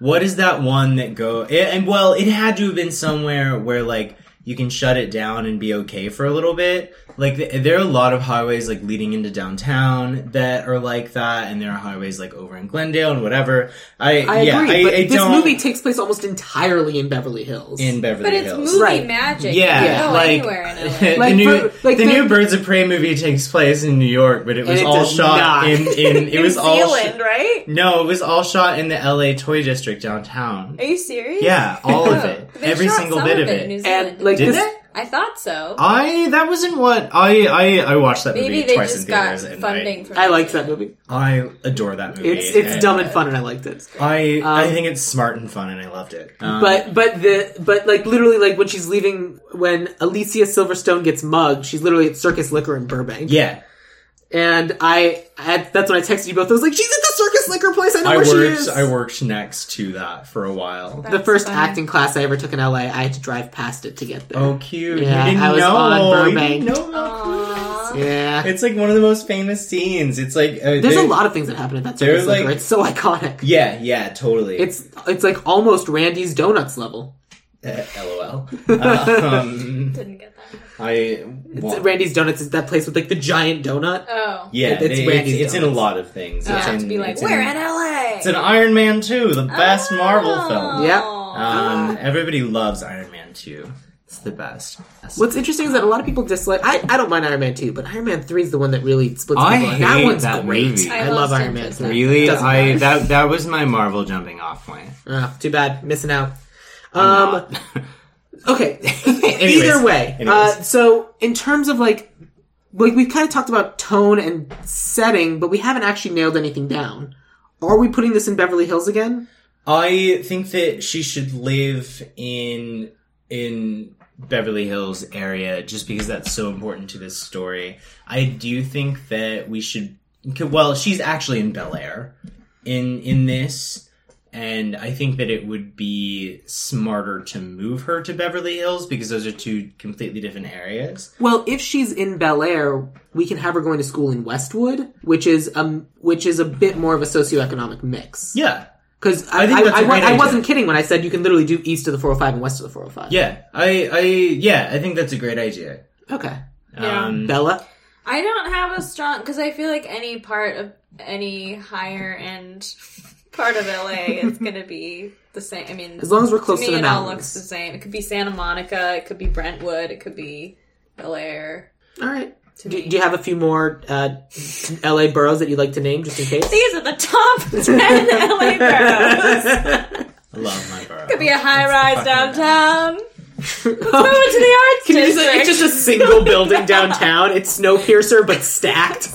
[SPEAKER 3] what is that one that go it, and well, it had to have been somewhere where like you can shut it down and be okay for a little bit. Like th- there are a lot of highways like leading into downtown that are like that, and there are highways like over in Glendale and whatever. I,
[SPEAKER 1] I
[SPEAKER 3] yeah,
[SPEAKER 1] agree,
[SPEAKER 3] I,
[SPEAKER 1] but
[SPEAKER 3] I
[SPEAKER 1] this
[SPEAKER 3] don't
[SPEAKER 1] movie takes place almost entirely in Beverly Hills.
[SPEAKER 3] in Beverly
[SPEAKER 2] But it's
[SPEAKER 3] Hills.
[SPEAKER 2] movie
[SPEAKER 1] Right.
[SPEAKER 2] magic.
[SPEAKER 3] Yeah,
[SPEAKER 2] You can go
[SPEAKER 3] like,
[SPEAKER 2] anywhere in LA.
[SPEAKER 3] the
[SPEAKER 1] Like,
[SPEAKER 3] new
[SPEAKER 1] for- like,
[SPEAKER 3] the,
[SPEAKER 1] the-
[SPEAKER 3] new Birds of Prey movie takes place in New York, but it was
[SPEAKER 1] it
[SPEAKER 3] all
[SPEAKER 1] does
[SPEAKER 3] shot
[SPEAKER 1] not.
[SPEAKER 3] in in it
[SPEAKER 2] New
[SPEAKER 3] was all sh-
[SPEAKER 2] Zealand, right?
[SPEAKER 3] No, it was all shot in the LA toy district downtown.
[SPEAKER 2] Are you serious?
[SPEAKER 3] Yeah, all of
[SPEAKER 2] Oh.
[SPEAKER 3] it.
[SPEAKER 2] They
[SPEAKER 3] Every
[SPEAKER 2] shot
[SPEAKER 3] single
[SPEAKER 2] some
[SPEAKER 3] bit of
[SPEAKER 2] in
[SPEAKER 3] it.
[SPEAKER 2] New Zealand.
[SPEAKER 1] and like
[SPEAKER 3] Did
[SPEAKER 1] this,
[SPEAKER 3] it?
[SPEAKER 2] I thought so.
[SPEAKER 3] I that wasn't what I I I watched that
[SPEAKER 2] Maybe
[SPEAKER 3] movie
[SPEAKER 2] they
[SPEAKER 3] twice
[SPEAKER 2] just
[SPEAKER 3] in
[SPEAKER 2] got
[SPEAKER 3] theaters and
[SPEAKER 2] funding from.
[SPEAKER 1] I liked that movie.
[SPEAKER 3] I, I adore that movie.
[SPEAKER 1] It's it's
[SPEAKER 3] and
[SPEAKER 1] dumb and fun, and I liked it.
[SPEAKER 3] I I
[SPEAKER 1] Um,
[SPEAKER 3] think it's smart and fun, and I loved it. Um,
[SPEAKER 1] But but the but like literally like when she's leaving when Alicia Silverstone gets mugged, she's literally at Circus Liquor in Burbank.
[SPEAKER 3] yeah,
[SPEAKER 1] And I, I that's when I texted you both. I was like, she's at the Circus Liquor place. I know
[SPEAKER 3] I
[SPEAKER 1] where she
[SPEAKER 3] worked
[SPEAKER 1] is.
[SPEAKER 3] I worked next to that for a while.
[SPEAKER 1] the first
[SPEAKER 2] That's funny.
[SPEAKER 1] acting class I ever took in LA, I had to drive past it to get there.
[SPEAKER 3] Oh, cute!
[SPEAKER 1] Yeah,
[SPEAKER 3] you didn't
[SPEAKER 1] I was
[SPEAKER 3] know.
[SPEAKER 1] on
[SPEAKER 3] You
[SPEAKER 1] Burbank.
[SPEAKER 3] didn't know
[SPEAKER 2] Oh,
[SPEAKER 3] about
[SPEAKER 2] Aw.
[SPEAKER 1] Yeah,
[SPEAKER 3] It's like one of the most famous scenes. It's like uh,
[SPEAKER 1] there's a
[SPEAKER 3] they-
[SPEAKER 1] lot of things that happen at that
[SPEAKER 3] they're
[SPEAKER 1] Circus Liquor.
[SPEAKER 3] like-
[SPEAKER 1] It's so iconic.
[SPEAKER 3] Yeah, yeah, totally.
[SPEAKER 1] It's it's like almost Randy's Donuts level.
[SPEAKER 3] Uh, lol. um,
[SPEAKER 2] Didn't get that.
[SPEAKER 3] I
[SPEAKER 1] It's,
[SPEAKER 3] want-
[SPEAKER 1] Randy's Donuts is that place with like the giant donut.
[SPEAKER 2] Oh.
[SPEAKER 3] Yeah,
[SPEAKER 1] It- it's
[SPEAKER 3] they-
[SPEAKER 1] Randy's
[SPEAKER 3] it's, in a
[SPEAKER 1] Donuts.
[SPEAKER 3] lot of things.
[SPEAKER 2] Yeah,
[SPEAKER 3] it's in,
[SPEAKER 2] to be like,
[SPEAKER 3] it's
[SPEAKER 2] we're Oh.
[SPEAKER 3] in,
[SPEAKER 2] in LA.
[SPEAKER 3] It's in Iron Man 2, the best Marvel film.
[SPEAKER 1] Yeah.
[SPEAKER 2] Oh,
[SPEAKER 3] Um, everybody loves Iron Man 2. It's the best.
[SPEAKER 1] What's interesting is that a lot of people dislike. I, I don't mind Iron Man two, but Iron Man three is the one that really splits.
[SPEAKER 3] I
[SPEAKER 1] people. that
[SPEAKER 3] hate
[SPEAKER 1] one's
[SPEAKER 3] that
[SPEAKER 1] great.
[SPEAKER 3] movie.
[SPEAKER 1] I,
[SPEAKER 2] I
[SPEAKER 1] love
[SPEAKER 2] lost
[SPEAKER 1] Iron Man
[SPEAKER 2] interest
[SPEAKER 1] three.
[SPEAKER 2] in
[SPEAKER 3] Really,
[SPEAKER 1] Doesn't
[SPEAKER 3] I
[SPEAKER 1] matter.
[SPEAKER 3] that that was my Marvel jumping off point.
[SPEAKER 1] Ugh, too bad, missing out. Um, okay.
[SPEAKER 3] Anyways,
[SPEAKER 1] Either way, uh,
[SPEAKER 3] anyways.
[SPEAKER 1] so in terms of like, like we've kind of talked about tone and setting, but we haven't actually nailed anything down. Are we putting this in Beverly Hills again?
[SPEAKER 3] I think that she should live in in Beverly Hills area just because that's so important to this story. I do think that we should well, she's actually in Bel Air in in this and I think that it would be smarter to move her to Beverly Hills because those are two completely different areas.
[SPEAKER 1] Well, if she's in Bel Air, we can have her going to school in Westwood, which is um, which is a bit more of a socioeconomic mix.
[SPEAKER 3] Yeah.
[SPEAKER 1] Because I,
[SPEAKER 3] I think
[SPEAKER 1] I-
[SPEAKER 3] that's a
[SPEAKER 1] I wa-
[SPEAKER 3] great
[SPEAKER 1] I
[SPEAKER 3] idea.
[SPEAKER 1] wasn't kidding when I said you can literally do east of the 405 and west of the 405.
[SPEAKER 3] Yeah. I I yeah, I think that's a great idea.
[SPEAKER 1] Okay.
[SPEAKER 2] Yeah.
[SPEAKER 3] Um
[SPEAKER 1] Bella?
[SPEAKER 2] I don't have a strong because I feel like any part of any higher end part of LA is going to be the same. I mean,
[SPEAKER 1] As long as we're
[SPEAKER 2] to
[SPEAKER 1] close to,
[SPEAKER 2] me,
[SPEAKER 1] the
[SPEAKER 2] it all looks
[SPEAKER 1] mountains.
[SPEAKER 2] the same. It could be Santa Monica, it could be Brentwood, it could be Bel Air.
[SPEAKER 1] All right. Do,
[SPEAKER 2] me.
[SPEAKER 1] do you have a few more uh, LA boroughs that you'd like to name just in case?
[SPEAKER 2] These are the top ten LA boroughs.
[SPEAKER 3] I love my borough.
[SPEAKER 2] Could be a high rise
[SPEAKER 3] fucking
[SPEAKER 2] downtown. Move into the arts
[SPEAKER 1] Oh. Can you just-
[SPEAKER 2] district.
[SPEAKER 1] it's just a single building downtown. It's Snowpiercer, but stacked.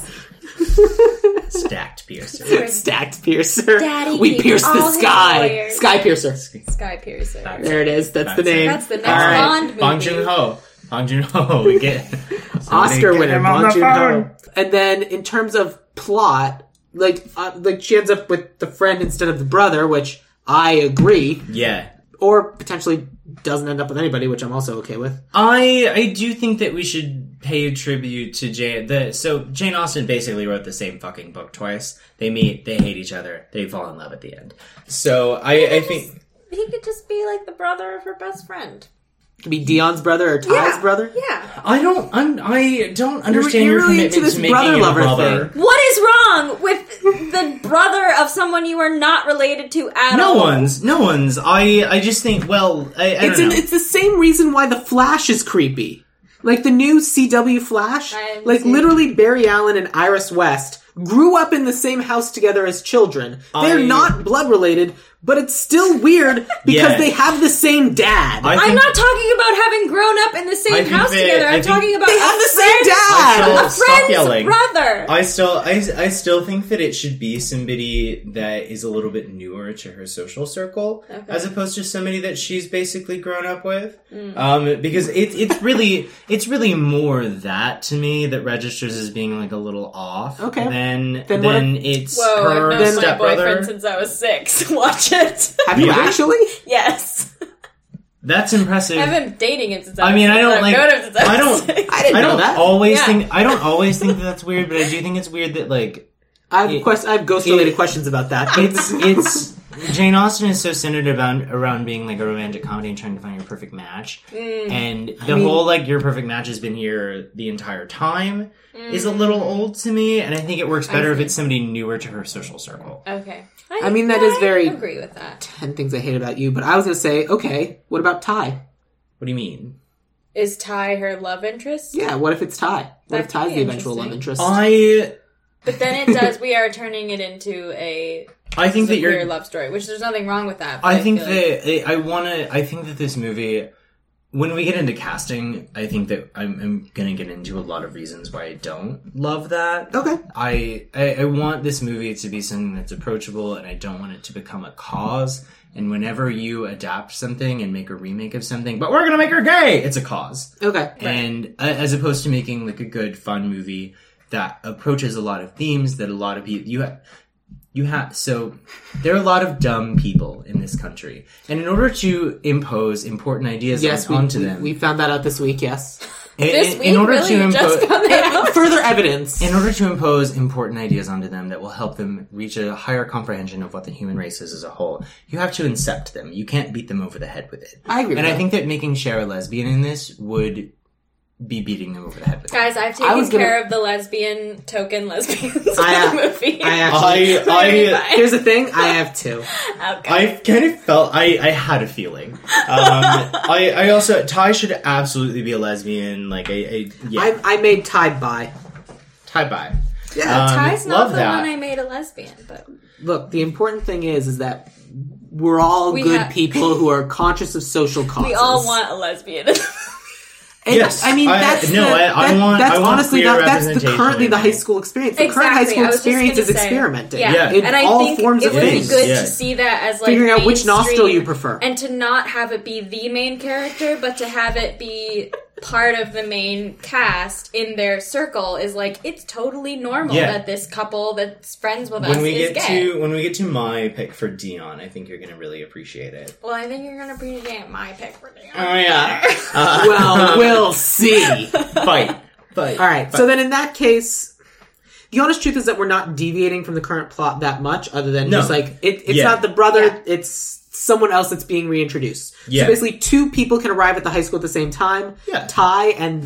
[SPEAKER 3] stacked piercer.
[SPEAKER 1] stacked piercer.
[SPEAKER 2] Daddy,
[SPEAKER 1] we
[SPEAKER 2] we
[SPEAKER 1] pierce the
[SPEAKER 2] all have
[SPEAKER 1] sky.
[SPEAKER 2] lawyers.
[SPEAKER 1] Sky piercer.
[SPEAKER 2] Sky Piercer.
[SPEAKER 1] There it is. That's, the
[SPEAKER 3] That's it.
[SPEAKER 1] name.
[SPEAKER 2] That's the next
[SPEAKER 1] All right.
[SPEAKER 2] Bond movie.
[SPEAKER 3] Bong Joon Ho. Bong Joon Ho. We get
[SPEAKER 1] Oscar
[SPEAKER 3] Get
[SPEAKER 1] winner
[SPEAKER 3] him on
[SPEAKER 1] Bong
[SPEAKER 3] the phone.
[SPEAKER 1] Joon-ho. And then in terms of plot, like uh, like she ends up with the friend instead of the brother, which I agree,
[SPEAKER 3] Yeah.
[SPEAKER 1] or potentially doesn't end up with anybody, which I'm also okay with.
[SPEAKER 3] I I do think that we should pay tribute to Jane. The so Jane Austen basically wrote the same fucking book twice. They meet, they hate each other, they fall in love at the end. So I I think
[SPEAKER 2] He could just be like the brother of her best friend.
[SPEAKER 1] It could be Dion's brother or Ty's brother.
[SPEAKER 2] Yeah.
[SPEAKER 3] I don't un, I don't understand
[SPEAKER 1] you're
[SPEAKER 3] your
[SPEAKER 1] really
[SPEAKER 3] commitment
[SPEAKER 1] into this
[SPEAKER 3] to making
[SPEAKER 1] brother
[SPEAKER 3] it a
[SPEAKER 1] lover
[SPEAKER 3] brother.
[SPEAKER 1] thing.
[SPEAKER 2] What is wrong with the brother of someone you are not related to at
[SPEAKER 3] No
[SPEAKER 2] all.
[SPEAKER 3] one's, no one's. I, I just think. Well, I, I
[SPEAKER 1] It's
[SPEAKER 3] don't
[SPEAKER 1] an,
[SPEAKER 3] know.
[SPEAKER 1] it's the same reason why the Flash is creepy. Like the new CW Flash,
[SPEAKER 2] I haven't
[SPEAKER 1] like
[SPEAKER 2] seen it.
[SPEAKER 1] literally Barry Allen and Iris West grew up in the same house together as children. They're
[SPEAKER 3] I-
[SPEAKER 1] not blood related, but it's still weird because
[SPEAKER 3] Yeah.
[SPEAKER 1] they have the same dad.
[SPEAKER 3] I
[SPEAKER 2] I'm
[SPEAKER 3] think-
[SPEAKER 2] not talking about having grown up in the
[SPEAKER 3] I
[SPEAKER 2] same
[SPEAKER 3] think
[SPEAKER 2] house
[SPEAKER 3] that-
[SPEAKER 2] together.
[SPEAKER 3] I
[SPEAKER 2] I'm
[SPEAKER 3] think-
[SPEAKER 2] talking about
[SPEAKER 1] they
[SPEAKER 2] a
[SPEAKER 1] have the
[SPEAKER 2] friend-
[SPEAKER 1] same dad.
[SPEAKER 3] I
[SPEAKER 2] A
[SPEAKER 3] Stop
[SPEAKER 2] friend's
[SPEAKER 3] yelling.
[SPEAKER 2] brother.
[SPEAKER 3] I still, I, I still think that it should be somebody that is a little bit newer to her social circle, as opposed to somebody that she's basically grown up with.
[SPEAKER 1] Mm.
[SPEAKER 3] Um, because it, it's really, it's really more that to me that registers as being like a little off.
[SPEAKER 1] Okay.
[SPEAKER 3] Then,
[SPEAKER 1] Then
[SPEAKER 3] then,
[SPEAKER 1] what
[SPEAKER 3] it's
[SPEAKER 2] Whoa,
[SPEAKER 3] her
[SPEAKER 2] I've known my
[SPEAKER 3] stepbrother.
[SPEAKER 2] boyfriend since I was six. Watch it.
[SPEAKER 1] have you
[SPEAKER 3] Really?
[SPEAKER 1] actually?
[SPEAKER 2] yes.
[SPEAKER 3] That's impressive.
[SPEAKER 2] I've been dating him since I
[SPEAKER 3] I
[SPEAKER 2] was
[SPEAKER 3] mean,
[SPEAKER 2] six.
[SPEAKER 3] I don't
[SPEAKER 2] I've
[SPEAKER 3] like-
[SPEAKER 2] known him since I,
[SPEAKER 3] I
[SPEAKER 2] was
[SPEAKER 3] don't-
[SPEAKER 2] six.
[SPEAKER 1] I didn't
[SPEAKER 3] I
[SPEAKER 1] know
[SPEAKER 3] don't
[SPEAKER 1] that.
[SPEAKER 3] always
[SPEAKER 2] Yeah.
[SPEAKER 3] think I don't always think that that's weird, but I do think it's weird that like
[SPEAKER 1] I have
[SPEAKER 3] It-
[SPEAKER 1] quest- I have ghost related
[SPEAKER 3] it-
[SPEAKER 1] questions about that. but
[SPEAKER 3] it's it's Jane Austen is so centered around around being like a romantic comedy and trying to find your perfect match, and the
[SPEAKER 1] mean-
[SPEAKER 3] whole like your perfect match has been here the entire time is a little old to me, and I think it works better if
[SPEAKER 2] see.
[SPEAKER 3] it's somebody newer to her social circle.
[SPEAKER 2] Okay.
[SPEAKER 1] I mean, that is
[SPEAKER 2] I
[SPEAKER 1] very-
[SPEAKER 2] agree with that.
[SPEAKER 1] ten things I hate about you, but I was gonna say, okay, what about Ty?
[SPEAKER 3] What do you mean?
[SPEAKER 2] Is Ty her love interest?
[SPEAKER 1] Yeah, what if it's Ty? What if
[SPEAKER 2] That
[SPEAKER 1] Ty's
[SPEAKER 2] could be
[SPEAKER 1] the eventual
[SPEAKER 2] interesting.
[SPEAKER 1] love interest?
[SPEAKER 3] I
[SPEAKER 2] But then it does. We are turning it into a,
[SPEAKER 3] I think that
[SPEAKER 2] queer
[SPEAKER 3] you're
[SPEAKER 2] love story, which there's nothing wrong with that. but
[SPEAKER 3] I think
[SPEAKER 2] feel like-
[SPEAKER 3] that I want to. I think that this movie, when we get into casting, I think that I'm, I'm going to get into a lot of reasons why I don't love that.
[SPEAKER 1] okay.
[SPEAKER 3] I, I I want this movie to be something that's approachable, and I don't want it to become a cause. And whenever you adapt something and make a remake of something, but we're going to make her gay, it's a cause.
[SPEAKER 1] Okay.
[SPEAKER 3] And uh, as opposed to making like a good fun movie that approaches a lot of themes that a lot of people you have you have so there are a lot of dumb people in this country and in order to impose important ideas
[SPEAKER 1] Yes,
[SPEAKER 3] on-
[SPEAKER 1] we,
[SPEAKER 3] onto
[SPEAKER 1] we-
[SPEAKER 3] them
[SPEAKER 1] we found that out this week, yes.
[SPEAKER 3] in,
[SPEAKER 2] this
[SPEAKER 3] in-
[SPEAKER 2] week
[SPEAKER 3] in order
[SPEAKER 2] really
[SPEAKER 3] to
[SPEAKER 2] you just
[SPEAKER 3] impose
[SPEAKER 2] found that out.
[SPEAKER 1] Further evidence.
[SPEAKER 3] in order to impose important ideas onto them that will help them reach a higher comprehension of what the human race is as a whole, you have to incept them. You can't beat them over the head with it.
[SPEAKER 1] I agree with
[SPEAKER 3] And I
[SPEAKER 1] that.
[SPEAKER 3] think that making Cher a lesbian in this would be beating them over the head with it.
[SPEAKER 2] Guys, I've
[SPEAKER 1] I was
[SPEAKER 2] taken
[SPEAKER 1] gonna-
[SPEAKER 2] care of the lesbian token lesbians
[SPEAKER 1] I-
[SPEAKER 2] in the movie.
[SPEAKER 1] I
[SPEAKER 3] I,
[SPEAKER 1] actually.
[SPEAKER 2] I-
[SPEAKER 1] here's the thing. I have two.
[SPEAKER 2] okay.
[SPEAKER 3] I kind of felt I, I had a feeling. Um, I, I also Ty should absolutely be a lesbian. Like I, I yeah,
[SPEAKER 1] I, I made Tide by.
[SPEAKER 3] Ty bye.
[SPEAKER 1] Yeah.
[SPEAKER 3] Um,
[SPEAKER 2] Ty's not
[SPEAKER 3] love
[SPEAKER 2] the
[SPEAKER 3] that.
[SPEAKER 2] one I made a lesbian, but
[SPEAKER 1] Look, the important thing is, is that we're all
[SPEAKER 2] We
[SPEAKER 1] good
[SPEAKER 2] ha-
[SPEAKER 1] people who are conscious of social causes.
[SPEAKER 2] we all want a lesbian.
[SPEAKER 1] And
[SPEAKER 3] Yes.
[SPEAKER 1] I mean,
[SPEAKER 3] I-
[SPEAKER 1] that's
[SPEAKER 3] no,
[SPEAKER 1] the-
[SPEAKER 3] I- I
[SPEAKER 1] that-
[SPEAKER 3] want-
[SPEAKER 1] That's
[SPEAKER 3] I want
[SPEAKER 1] honestly
[SPEAKER 3] queer
[SPEAKER 1] that, that's the
[SPEAKER 3] representation
[SPEAKER 1] currently the
[SPEAKER 3] in
[SPEAKER 1] high
[SPEAKER 3] it.
[SPEAKER 1] school experience. The current high
[SPEAKER 2] Exactly,
[SPEAKER 1] school
[SPEAKER 2] I was just
[SPEAKER 1] experience is
[SPEAKER 2] gonna say.
[SPEAKER 1] experimenting.
[SPEAKER 2] Yeah,
[SPEAKER 3] Yeah.
[SPEAKER 1] in
[SPEAKER 2] and I
[SPEAKER 1] all
[SPEAKER 2] think
[SPEAKER 1] forms
[SPEAKER 2] it
[SPEAKER 1] of
[SPEAKER 2] would
[SPEAKER 1] things.
[SPEAKER 2] be good
[SPEAKER 3] Yeah.
[SPEAKER 2] to see that as like
[SPEAKER 1] Figuring out which nostril
[SPEAKER 2] mainstream
[SPEAKER 1] you prefer.
[SPEAKER 2] and to not have it be the main character, but to have it be part of the main cast in their circle is like it's totally normal
[SPEAKER 3] Yeah.
[SPEAKER 2] that this couple that's friends with us
[SPEAKER 3] When we
[SPEAKER 2] is
[SPEAKER 3] get
[SPEAKER 2] gay.
[SPEAKER 3] to when we get to my pick for Dion, I think you're gonna really appreciate it.
[SPEAKER 2] well, I think you're gonna appreciate my pick for me.
[SPEAKER 3] Oh yeah. Uh,
[SPEAKER 1] Well, we'll see.
[SPEAKER 3] fight, fight.
[SPEAKER 1] All right. So then, in that case, the honest truth is that we're not deviating from the current plot that much, other than
[SPEAKER 3] No.
[SPEAKER 1] just like it, it's
[SPEAKER 3] Yeah.
[SPEAKER 1] not the brother;
[SPEAKER 2] Yeah.
[SPEAKER 1] it's someone else that's being reintroduced.
[SPEAKER 3] Yeah.
[SPEAKER 1] So basically, two people can arrive at the high school at the same time.
[SPEAKER 3] Yeah.
[SPEAKER 1] Ty and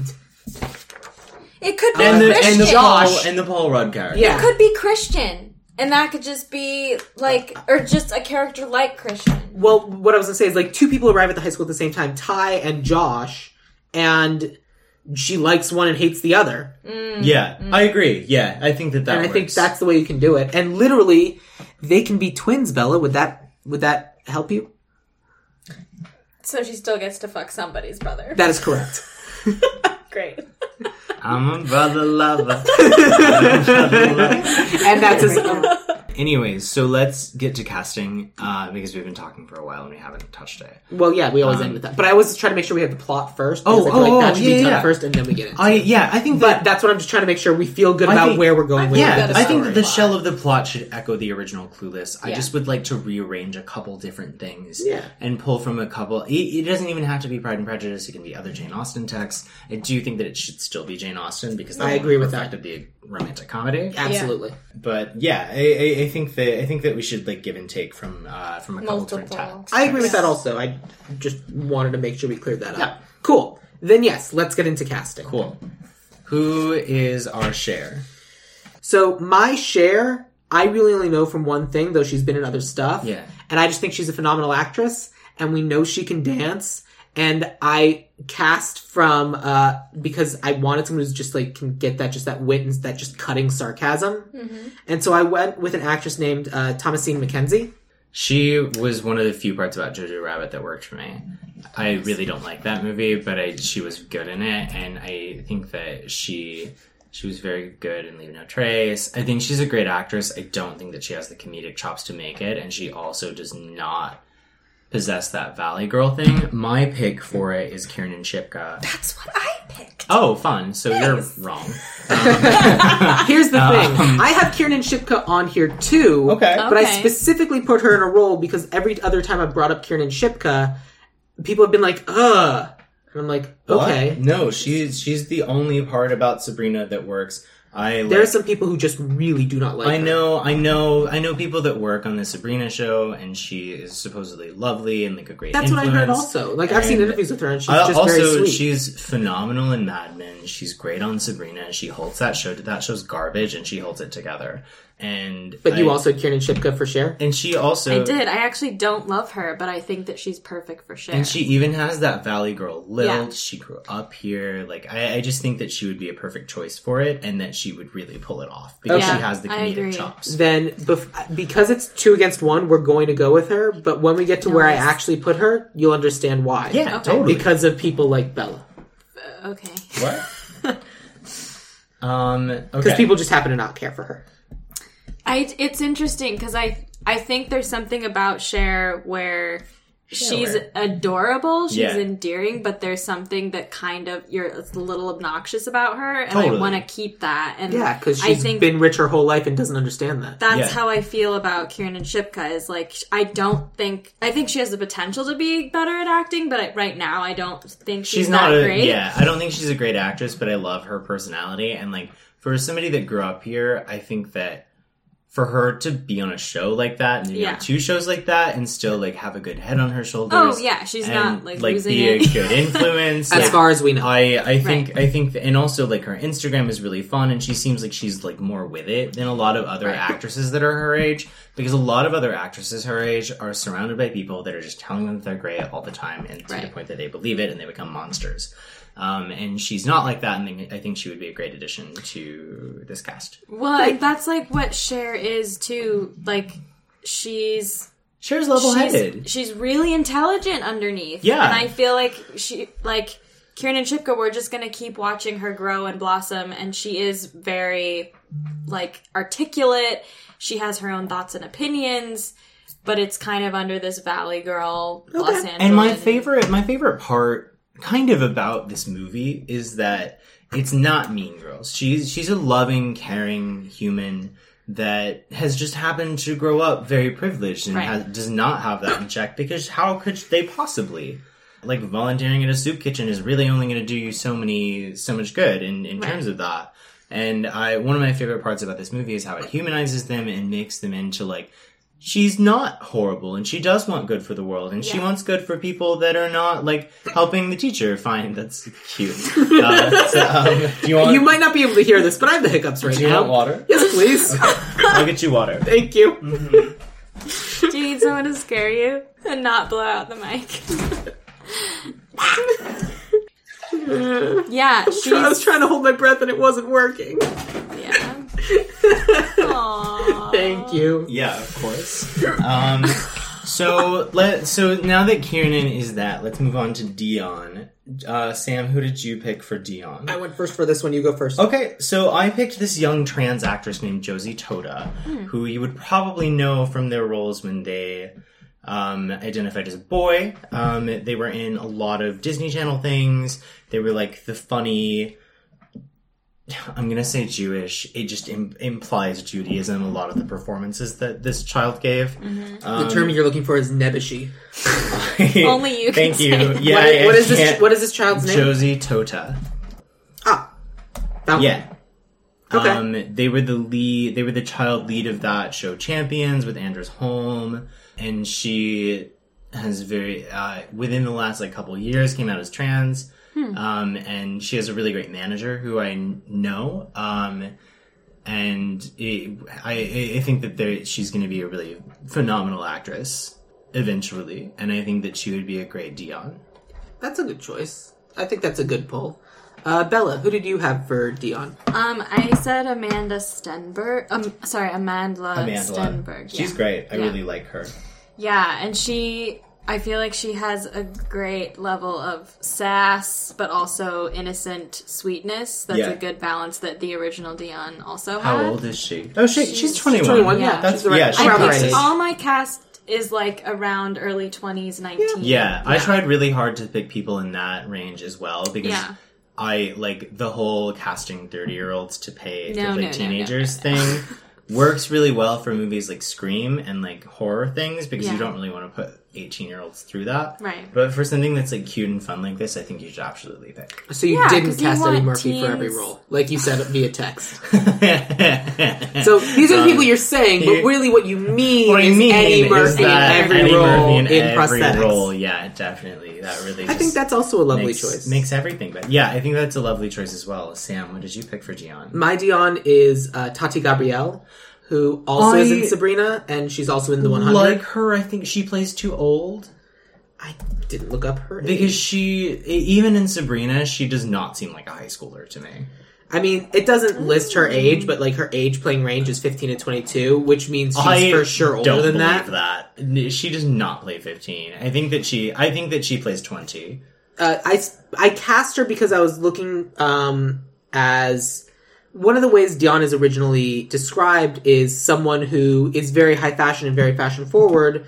[SPEAKER 2] It could be
[SPEAKER 3] and the
[SPEAKER 2] Christian.
[SPEAKER 3] and the Paul
[SPEAKER 1] Josh.
[SPEAKER 3] and the Paul Rudd character.
[SPEAKER 1] Yeah.
[SPEAKER 2] It could be Christian, and that could just be like, or just a character like Christian.
[SPEAKER 1] well, what I was gonna say is like two people arrive at the high school at the same time: Ty and Josh, and she likes one and hates the other.
[SPEAKER 3] Yeah, I agree. Yeah, I think that that.
[SPEAKER 1] and I
[SPEAKER 3] works.
[SPEAKER 1] think that's the way you can do it. And literally, they can be twins. Bella, would that would that help you?
[SPEAKER 2] So she still gets to fuck somebody's brother.
[SPEAKER 1] That is correct.
[SPEAKER 2] Great.
[SPEAKER 3] I'm a brother lover. I'm a brother lover.
[SPEAKER 1] and that's as,
[SPEAKER 3] Oh Anyways, so let's get to casting uh, because we've been talking for a while and we haven't touched it.
[SPEAKER 1] Well, yeah, we always end with that. But I always try to make sure we have the plot first.
[SPEAKER 3] Oh,
[SPEAKER 1] because I feel
[SPEAKER 3] oh,
[SPEAKER 1] like that
[SPEAKER 3] oh,
[SPEAKER 1] should
[SPEAKER 3] yeah,
[SPEAKER 1] be done
[SPEAKER 3] yeah.
[SPEAKER 1] first, and then we get into
[SPEAKER 3] I
[SPEAKER 1] it.
[SPEAKER 3] yeah, I think
[SPEAKER 1] But
[SPEAKER 3] that.
[SPEAKER 1] that's what I'm just trying to make sure we feel good
[SPEAKER 3] I
[SPEAKER 1] about
[SPEAKER 3] think-
[SPEAKER 1] where we're going. with
[SPEAKER 3] yeah,
[SPEAKER 1] the
[SPEAKER 3] I think that the
[SPEAKER 1] storyline.
[SPEAKER 3] shell of the plot should echo the original Clueless. I
[SPEAKER 2] Yeah.
[SPEAKER 3] just would like to rearrange a couple different things
[SPEAKER 1] Yeah.
[SPEAKER 3] and pull from a couple. It, it doesn't even have to be Pride and Prejudice. It can be other Jane Austen texts. I do think that it should still be Jane Austen because that
[SPEAKER 1] I
[SPEAKER 3] would
[SPEAKER 1] agree with
[SPEAKER 3] perfect it be a romantic comedy.
[SPEAKER 1] absolutely.
[SPEAKER 3] But yeah, I, I, I think that I think that we should like give and take from uh, from a couple different
[SPEAKER 2] Multiple.
[SPEAKER 3] texts.
[SPEAKER 1] I agree with that also. I just wanted to make sure we cleared that up. Cool. Then yes, let's get into casting.
[SPEAKER 3] Cool. Who is our share?
[SPEAKER 1] So my share, I really only know from one thing, though she's been in other stuff.
[SPEAKER 3] Yeah.
[SPEAKER 1] And I just think she's a phenomenal actress, and we know she can dance. And I cast from uh, because I wanted someone who's just like can get that just that wit and that just cutting sarcasm. And so I went with an actress named uh, Thomasine McKenzie.
[SPEAKER 3] She was one of the few parts about Jojo Rabbit that worked for me. I really don't like that movie, but I, she was good in it, and I think that she she was very good in Leave No Trace. I think she's a great actress. I don't think that she has the comedic chops to make it, and she also does not possess that Valley Girl thing. My pick for it is Kiernan Shipka.
[SPEAKER 2] That's what I picked.
[SPEAKER 3] Oh, fun! So you're wrong.
[SPEAKER 1] Here's the
[SPEAKER 3] Um.
[SPEAKER 1] thing: I have Kiernan Shipka on here too.
[SPEAKER 4] Okay.
[SPEAKER 1] But I
[SPEAKER 2] Okay.
[SPEAKER 1] specifically put her in a role because every other time I brought up Kiernan Shipka, people have been like, "Ugh," and I'm like, "Okay."
[SPEAKER 3] What? No, she's she's the only part about Sabrina that works. I
[SPEAKER 1] There are
[SPEAKER 3] like-
[SPEAKER 1] some people who just really do not like.
[SPEAKER 3] I
[SPEAKER 1] her.
[SPEAKER 3] know, I know, I know people that work on the Sabrina show, and she is supposedly lovely and like a great.
[SPEAKER 1] That's what I heard.
[SPEAKER 3] influence.
[SPEAKER 1] Also, like I've seen
[SPEAKER 3] And
[SPEAKER 1] interviews with her, and she's
[SPEAKER 3] I-
[SPEAKER 1] just very
[SPEAKER 3] also,
[SPEAKER 1] sweet.
[SPEAKER 3] she's phenomenal in Mad Men. She's great on Sabrina. She holds that show. That show's garbage, and she holds it together. And
[SPEAKER 1] but you
[SPEAKER 3] I-
[SPEAKER 1] also had Kiernan Shipka for share.
[SPEAKER 3] and she also
[SPEAKER 2] I did. I actually don't love her, but I think that she's perfect for Cher.
[SPEAKER 3] And she even has that Valley Girl lilt.
[SPEAKER 2] Yeah.
[SPEAKER 3] She grew up here. Like I, I just think that she would be a perfect choice for it, and that she would really pull it off because
[SPEAKER 2] Yeah,
[SPEAKER 3] she has the
[SPEAKER 2] I
[SPEAKER 3] comedic
[SPEAKER 2] agree.
[SPEAKER 3] chops.
[SPEAKER 1] Then bef- because it's two against one, we're going to go with her. But when we get to where I
[SPEAKER 2] Nice.
[SPEAKER 1] actually put her, you'll understand why.
[SPEAKER 3] Yeah,
[SPEAKER 2] Okay.
[SPEAKER 3] totally.
[SPEAKER 1] because of people like Bella.
[SPEAKER 2] okay.
[SPEAKER 3] What? um.
[SPEAKER 1] Because
[SPEAKER 3] Okay.
[SPEAKER 1] people just happen to not care for her.
[SPEAKER 2] I it's interesting because I I think there's something about Cher where she's
[SPEAKER 3] where-
[SPEAKER 2] adorable, she's
[SPEAKER 3] Yeah.
[SPEAKER 2] endearing, but there's something that kind of you're it's a little obnoxious about her, and
[SPEAKER 3] Totally.
[SPEAKER 2] I want to keep that. And
[SPEAKER 1] Yeah, because
[SPEAKER 2] I
[SPEAKER 1] she's
[SPEAKER 2] think
[SPEAKER 1] been rich her whole life and doesn't understand that.
[SPEAKER 2] that's
[SPEAKER 3] Yeah.
[SPEAKER 2] how I feel about Kieran and Shipka. Is like I don't think I think she has the potential to be better at acting, but I, right now I don't think she's,
[SPEAKER 3] she's not
[SPEAKER 2] that
[SPEAKER 3] a
[SPEAKER 2] great.
[SPEAKER 3] yeah. I don't think she's a great actress, but I love her personality and like for somebody that grew up here, I think that for her to be on a show like that and you
[SPEAKER 2] Yeah.
[SPEAKER 3] know, two shows like that and still like have a good head on her shoulders.
[SPEAKER 2] Oh yeah, she's
[SPEAKER 3] and,
[SPEAKER 2] not like, losing
[SPEAKER 3] be
[SPEAKER 2] it.
[SPEAKER 3] a good influence.
[SPEAKER 1] as
[SPEAKER 3] like,
[SPEAKER 1] far as we know.
[SPEAKER 3] I I think I think and also like her Instagram is really fun and she seems like she's like more with it than a lot of other
[SPEAKER 2] Right.
[SPEAKER 3] actresses that are her age because a lot of other actresses her age are surrounded by people that are just telling them that they're great all the time and to the
[SPEAKER 2] Right.
[SPEAKER 3] point that they believe it and they become monsters. Um, and she's not like that, and I think she would be a great addition to this cast.
[SPEAKER 2] Well, and that's like what Cher is too. Like she's
[SPEAKER 3] Cher's level
[SPEAKER 2] she's,
[SPEAKER 3] headed.
[SPEAKER 2] she's really intelligent underneath.
[SPEAKER 3] Yeah.
[SPEAKER 2] and I feel like she like Kieran and Shipka. We're just gonna keep watching her grow and blossom, and she is very like articulate. She has her own thoughts and opinions, but it's kind of under this Valley Girl Los Angeles.
[SPEAKER 3] And my favorite, my favorite part, kind of about this movie, is that it's not Mean Girls. She's she's a loving, caring human that has just happened to grow up very privileged and
[SPEAKER 2] Right.
[SPEAKER 3] has, does not have that in check because how could they possibly? Like volunteering at a soup kitchen is really only going to do you so many, so much good in, in terms of that. And I, one of my favorite parts about this movie is how it humanizes them and makes them into like she's not horrible and she does want good for the world and she
[SPEAKER 2] Yeah.
[SPEAKER 3] wants good for people that are not like helping the teacher find that's cute uh, so, um, do you want
[SPEAKER 1] you might not be able to hear this, but I have the hiccups right
[SPEAKER 3] do you
[SPEAKER 1] now.
[SPEAKER 3] want water
[SPEAKER 1] Yes, please.
[SPEAKER 3] i'll get you water
[SPEAKER 1] Thank you.
[SPEAKER 3] Mm-hmm.
[SPEAKER 2] Do you need someone to scare you and not blow out the mic? yeah,
[SPEAKER 1] I
[SPEAKER 2] she's
[SPEAKER 1] was trying to hold my breath and it wasn't working.
[SPEAKER 2] yeah. Aww.
[SPEAKER 1] Thank you.
[SPEAKER 3] yeah of course um, so let so now that kieran is that let's move on to dion uh, sam who did you pick for dion
[SPEAKER 1] I went first for this one. You go first.
[SPEAKER 3] Okay, so I picked this young trans actress named Josie Toda,
[SPEAKER 2] Hmm.
[SPEAKER 3] who you would probably know from their roles when they um, identified as a boy. Um, they were in a lot of Disney Channel things. They were like the funny. I'm gonna say Jewish. It just Im- implies Judaism. A lot of the performances that this child gave.
[SPEAKER 1] The term you're looking for is nebishi.
[SPEAKER 2] Mm-hmm. Only you
[SPEAKER 3] Thank
[SPEAKER 2] can
[SPEAKER 3] you.
[SPEAKER 2] say
[SPEAKER 3] Yeah.
[SPEAKER 2] that.
[SPEAKER 1] What-
[SPEAKER 3] I- I
[SPEAKER 1] what is
[SPEAKER 3] can't-
[SPEAKER 1] this? What is this child's name?
[SPEAKER 3] Josie Tota.
[SPEAKER 1] ah, that one.
[SPEAKER 3] Yeah.
[SPEAKER 1] Okay.
[SPEAKER 3] Um, they were the lead. They were the child lead of that show, Champions, with Anders Holm, and she has very uh, within the last like couple years came out as Hmm. trans. Um, and she has a really great manager who I kn- know. Um, and it, I, I- I think that there, she's going to be a really phenomenal actress eventually, and I think that she would be a great Dion.
[SPEAKER 1] That's a good choice. I think that's a good poll. Uh, Bella, who did you have for Dion?
[SPEAKER 2] Um, I said Amanda Stenberg. Um, sorry, Amanda, Stenberg.
[SPEAKER 3] she's
[SPEAKER 2] yeah.
[SPEAKER 3] great. I
[SPEAKER 2] Yeah.
[SPEAKER 3] really like her.
[SPEAKER 2] Yeah, and she, I feel like she has a great level of sass, but also innocent sweetness. That's
[SPEAKER 3] Yeah.
[SPEAKER 2] a good balance that the original Dion also had.
[SPEAKER 3] How old is she? Oh, she, she's, 21.
[SPEAKER 1] 21,
[SPEAKER 2] yeah.
[SPEAKER 3] That's
[SPEAKER 1] She's the right-
[SPEAKER 3] yeah, she
[SPEAKER 2] I
[SPEAKER 1] around
[SPEAKER 2] think
[SPEAKER 1] the right age.
[SPEAKER 2] all my cast is like around early twenties, nineteen.
[SPEAKER 3] Yeah, I tried really hard to pick people in that range as well because
[SPEAKER 2] Yeah.
[SPEAKER 3] I like the whole casting 30 year olds to pay
[SPEAKER 2] No,
[SPEAKER 3] for
[SPEAKER 2] no,
[SPEAKER 3] like
[SPEAKER 2] no,
[SPEAKER 3] teenagers thing works really well for movies like Scream and like horror things because
[SPEAKER 2] Yeah.
[SPEAKER 3] you don't really want to put 18 year olds through that.
[SPEAKER 2] Right.
[SPEAKER 3] But for something that's like cute and fun like this, I think you should absolutely pick.
[SPEAKER 1] So you
[SPEAKER 2] Yeah,
[SPEAKER 1] didn't
[SPEAKER 2] 'cause you
[SPEAKER 1] cast Eddie
[SPEAKER 2] want
[SPEAKER 1] Murphy for every
[SPEAKER 2] teens.
[SPEAKER 1] role, like you said via text. So these are the people you're saying, but
[SPEAKER 3] you-
[SPEAKER 1] really what you mean
[SPEAKER 3] Um, What I
[SPEAKER 1] is
[SPEAKER 3] mean
[SPEAKER 1] Eddie
[SPEAKER 3] is
[SPEAKER 1] Murphy in
[SPEAKER 3] that
[SPEAKER 1] every
[SPEAKER 3] Eddie
[SPEAKER 1] role
[SPEAKER 3] Murphy in,
[SPEAKER 1] in
[SPEAKER 3] every
[SPEAKER 1] prosthetics.
[SPEAKER 3] role. Yeah, definitely. That really.
[SPEAKER 1] I think
[SPEAKER 3] just-
[SPEAKER 1] that's also a lovely
[SPEAKER 3] makes,
[SPEAKER 1] choice.
[SPEAKER 3] Makes everything but Yeah, I think that's a lovely choice as well. Sam, what did you pick for Gian?
[SPEAKER 1] My Dion is uh, Tati Gabrielle, who also is
[SPEAKER 3] I
[SPEAKER 1] in Sabrina, and she's also in The 100.
[SPEAKER 3] Like her, I think she plays too old
[SPEAKER 1] I didn't look up her age.
[SPEAKER 3] because she, e- even in Sabrina, she does not seem like a high schooler to me.
[SPEAKER 1] I mean, it doesn't list her age, but like her age playing range is 15 to 22, which means she's
[SPEAKER 3] I
[SPEAKER 1] for sure older
[SPEAKER 3] don't
[SPEAKER 1] than that.
[SPEAKER 3] believe that. N- She does not play fifteen. I think that she. I think that she plays twenty.
[SPEAKER 1] uh, I s- I cast her because I was looking um, as one of the ways Dion is originally described is someone who is very high fashion and very fashion forward,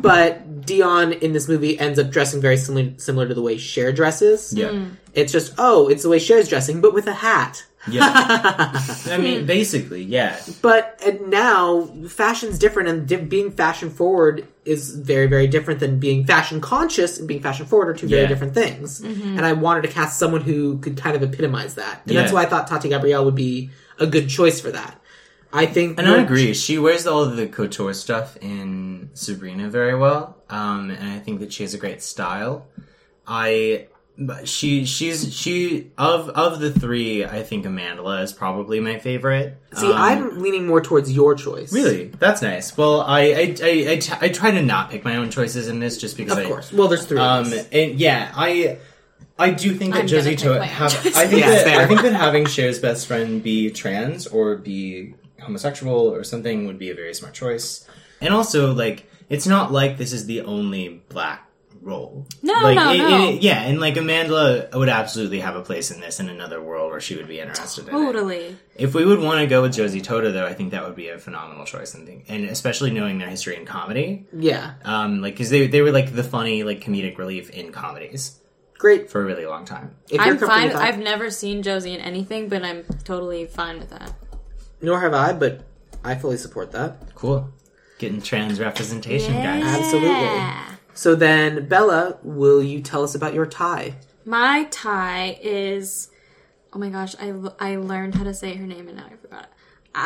[SPEAKER 1] but Dion in this movie ends up dressing very similar similar to the way Cher dresses.
[SPEAKER 3] Yeah,
[SPEAKER 1] It's just oh, it's the way Cher's dressing, but with a hat.
[SPEAKER 3] yeah. I mean, basically, yeah.
[SPEAKER 1] But and now fashion's different, and di- being fashion forward is very, very different than being fashion conscious and being fashion forward are two very
[SPEAKER 3] Yeah.
[SPEAKER 1] different things.
[SPEAKER 2] Mm-hmm.
[SPEAKER 1] And I wanted to cast someone who could kind of epitomize that, and that's
[SPEAKER 3] Yeah.
[SPEAKER 1] why I thought Tati Gabrielle would be a good choice for that. I think,
[SPEAKER 3] And I agree. She wears all of the couture stuff in Sabrina very well, um, and I think that she has a great style. I but she she's she of of the three, I think Amanda is probably my favorite.
[SPEAKER 1] See,
[SPEAKER 3] Um,
[SPEAKER 1] I'm leaning more towards your choice.
[SPEAKER 3] really that's nice. Well, I I, I, I, t- I try to not pick my own choices in this just because
[SPEAKER 1] Of
[SPEAKER 3] I,
[SPEAKER 1] course. Well, there's three. of
[SPEAKER 3] um,
[SPEAKER 1] us.
[SPEAKER 3] and yeah, I I do think that
[SPEAKER 2] I'm
[SPEAKER 3] Josie
[SPEAKER 2] gonna pick
[SPEAKER 3] Toet
[SPEAKER 2] my own
[SPEAKER 3] have
[SPEAKER 2] choice.
[SPEAKER 3] I think
[SPEAKER 1] Yeah,
[SPEAKER 3] that I
[SPEAKER 1] fair.
[SPEAKER 3] think that having Cher's best friend be trans or be homosexual or something would be a very smart choice. And also, like, it's not like this is the only black role.
[SPEAKER 2] No,
[SPEAKER 3] like,
[SPEAKER 2] no,
[SPEAKER 3] it-
[SPEAKER 2] no.
[SPEAKER 3] it- yeah, and like Amanda would absolutely have a place in this in another world where she would be interested in. it.
[SPEAKER 2] Totally.
[SPEAKER 3] If we would want to go with Josie Tota, though, I think that would be a phenomenal choice, and thing, and especially knowing their history in comedy,
[SPEAKER 1] yeah,
[SPEAKER 3] um, like because they they were like the funny like comedic relief in comedies
[SPEAKER 1] great.
[SPEAKER 3] for a really long time.
[SPEAKER 1] If you're
[SPEAKER 2] I'm
[SPEAKER 1] comfortable
[SPEAKER 2] fine.
[SPEAKER 1] with that-
[SPEAKER 2] I've never seen Josie in anything, but I'm totally fine with that.
[SPEAKER 1] nor have I, but I fully support that.
[SPEAKER 3] Cool, getting trans representation, guys.
[SPEAKER 1] Absolutely. So then, Bella, will you tell us about your tie?
[SPEAKER 2] My tie is. Oh my gosh, I, l- I learned how to say her name and now I forgot it.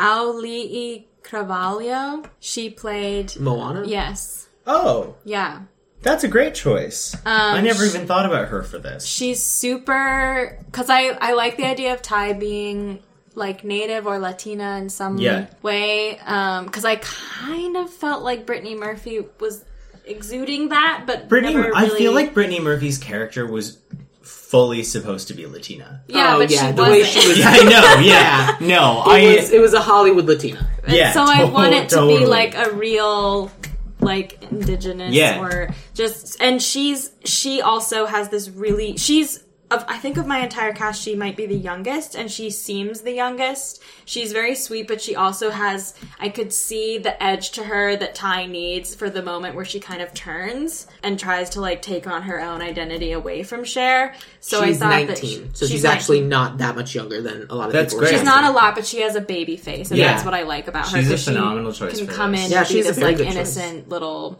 [SPEAKER 2] Aulii Cravalho. She played.
[SPEAKER 1] Moana.
[SPEAKER 2] Yes.
[SPEAKER 3] Oh,
[SPEAKER 2] Yeah.
[SPEAKER 3] that's a great choice.
[SPEAKER 2] Um,
[SPEAKER 3] I never even thought about her for this.
[SPEAKER 2] She's super. Because I, I like the idea of Thai being like native or Latina in some
[SPEAKER 3] Yeah.
[SPEAKER 2] way. Because I kind of felt like Brittany Murphy was exuding that, but.
[SPEAKER 3] Brittany,
[SPEAKER 2] never
[SPEAKER 3] I feel
[SPEAKER 2] really-
[SPEAKER 3] like Brittany Murphy's character was fully supposed to be Latina.
[SPEAKER 2] Yeah,
[SPEAKER 1] Oh,
[SPEAKER 2] but
[SPEAKER 1] yeah,
[SPEAKER 2] she
[SPEAKER 1] the
[SPEAKER 2] wasn't.
[SPEAKER 1] way she was-
[SPEAKER 3] Yeah, I know. Yeah, no, I.
[SPEAKER 1] It was, it was a Hollywood Latina.
[SPEAKER 2] And
[SPEAKER 3] Yeah,
[SPEAKER 2] so I want it to
[SPEAKER 3] totally.
[SPEAKER 2] be like a real like indigenous
[SPEAKER 3] Yeah.
[SPEAKER 2] or just and she's she also has this really she's of I think of my entire cast she might be the youngest and she seems the youngest. She's very sweet but she also has I could see the edge to her that Ty needs for the moment where she kind of turns and tries to like take on her own identity away from Cher. So
[SPEAKER 1] she's
[SPEAKER 2] I
[SPEAKER 1] 19,
[SPEAKER 2] thought that she-
[SPEAKER 1] so she's,
[SPEAKER 2] 19.
[SPEAKER 1] actually not that much younger than a lot of
[SPEAKER 3] That's
[SPEAKER 1] people. were
[SPEAKER 3] great.
[SPEAKER 2] She's
[SPEAKER 1] saying.
[SPEAKER 2] not a lot, but she has a baby face, and
[SPEAKER 3] Yeah.
[SPEAKER 2] that's what I like about her.
[SPEAKER 3] She's a
[SPEAKER 2] 'cause she
[SPEAKER 3] phenomenal choice
[SPEAKER 2] Can
[SPEAKER 3] for
[SPEAKER 2] come
[SPEAKER 3] this.
[SPEAKER 2] in,
[SPEAKER 1] Yeah,
[SPEAKER 2] and be
[SPEAKER 1] she's a
[SPEAKER 2] this
[SPEAKER 1] very
[SPEAKER 2] like
[SPEAKER 1] good choice.
[SPEAKER 2] innocent little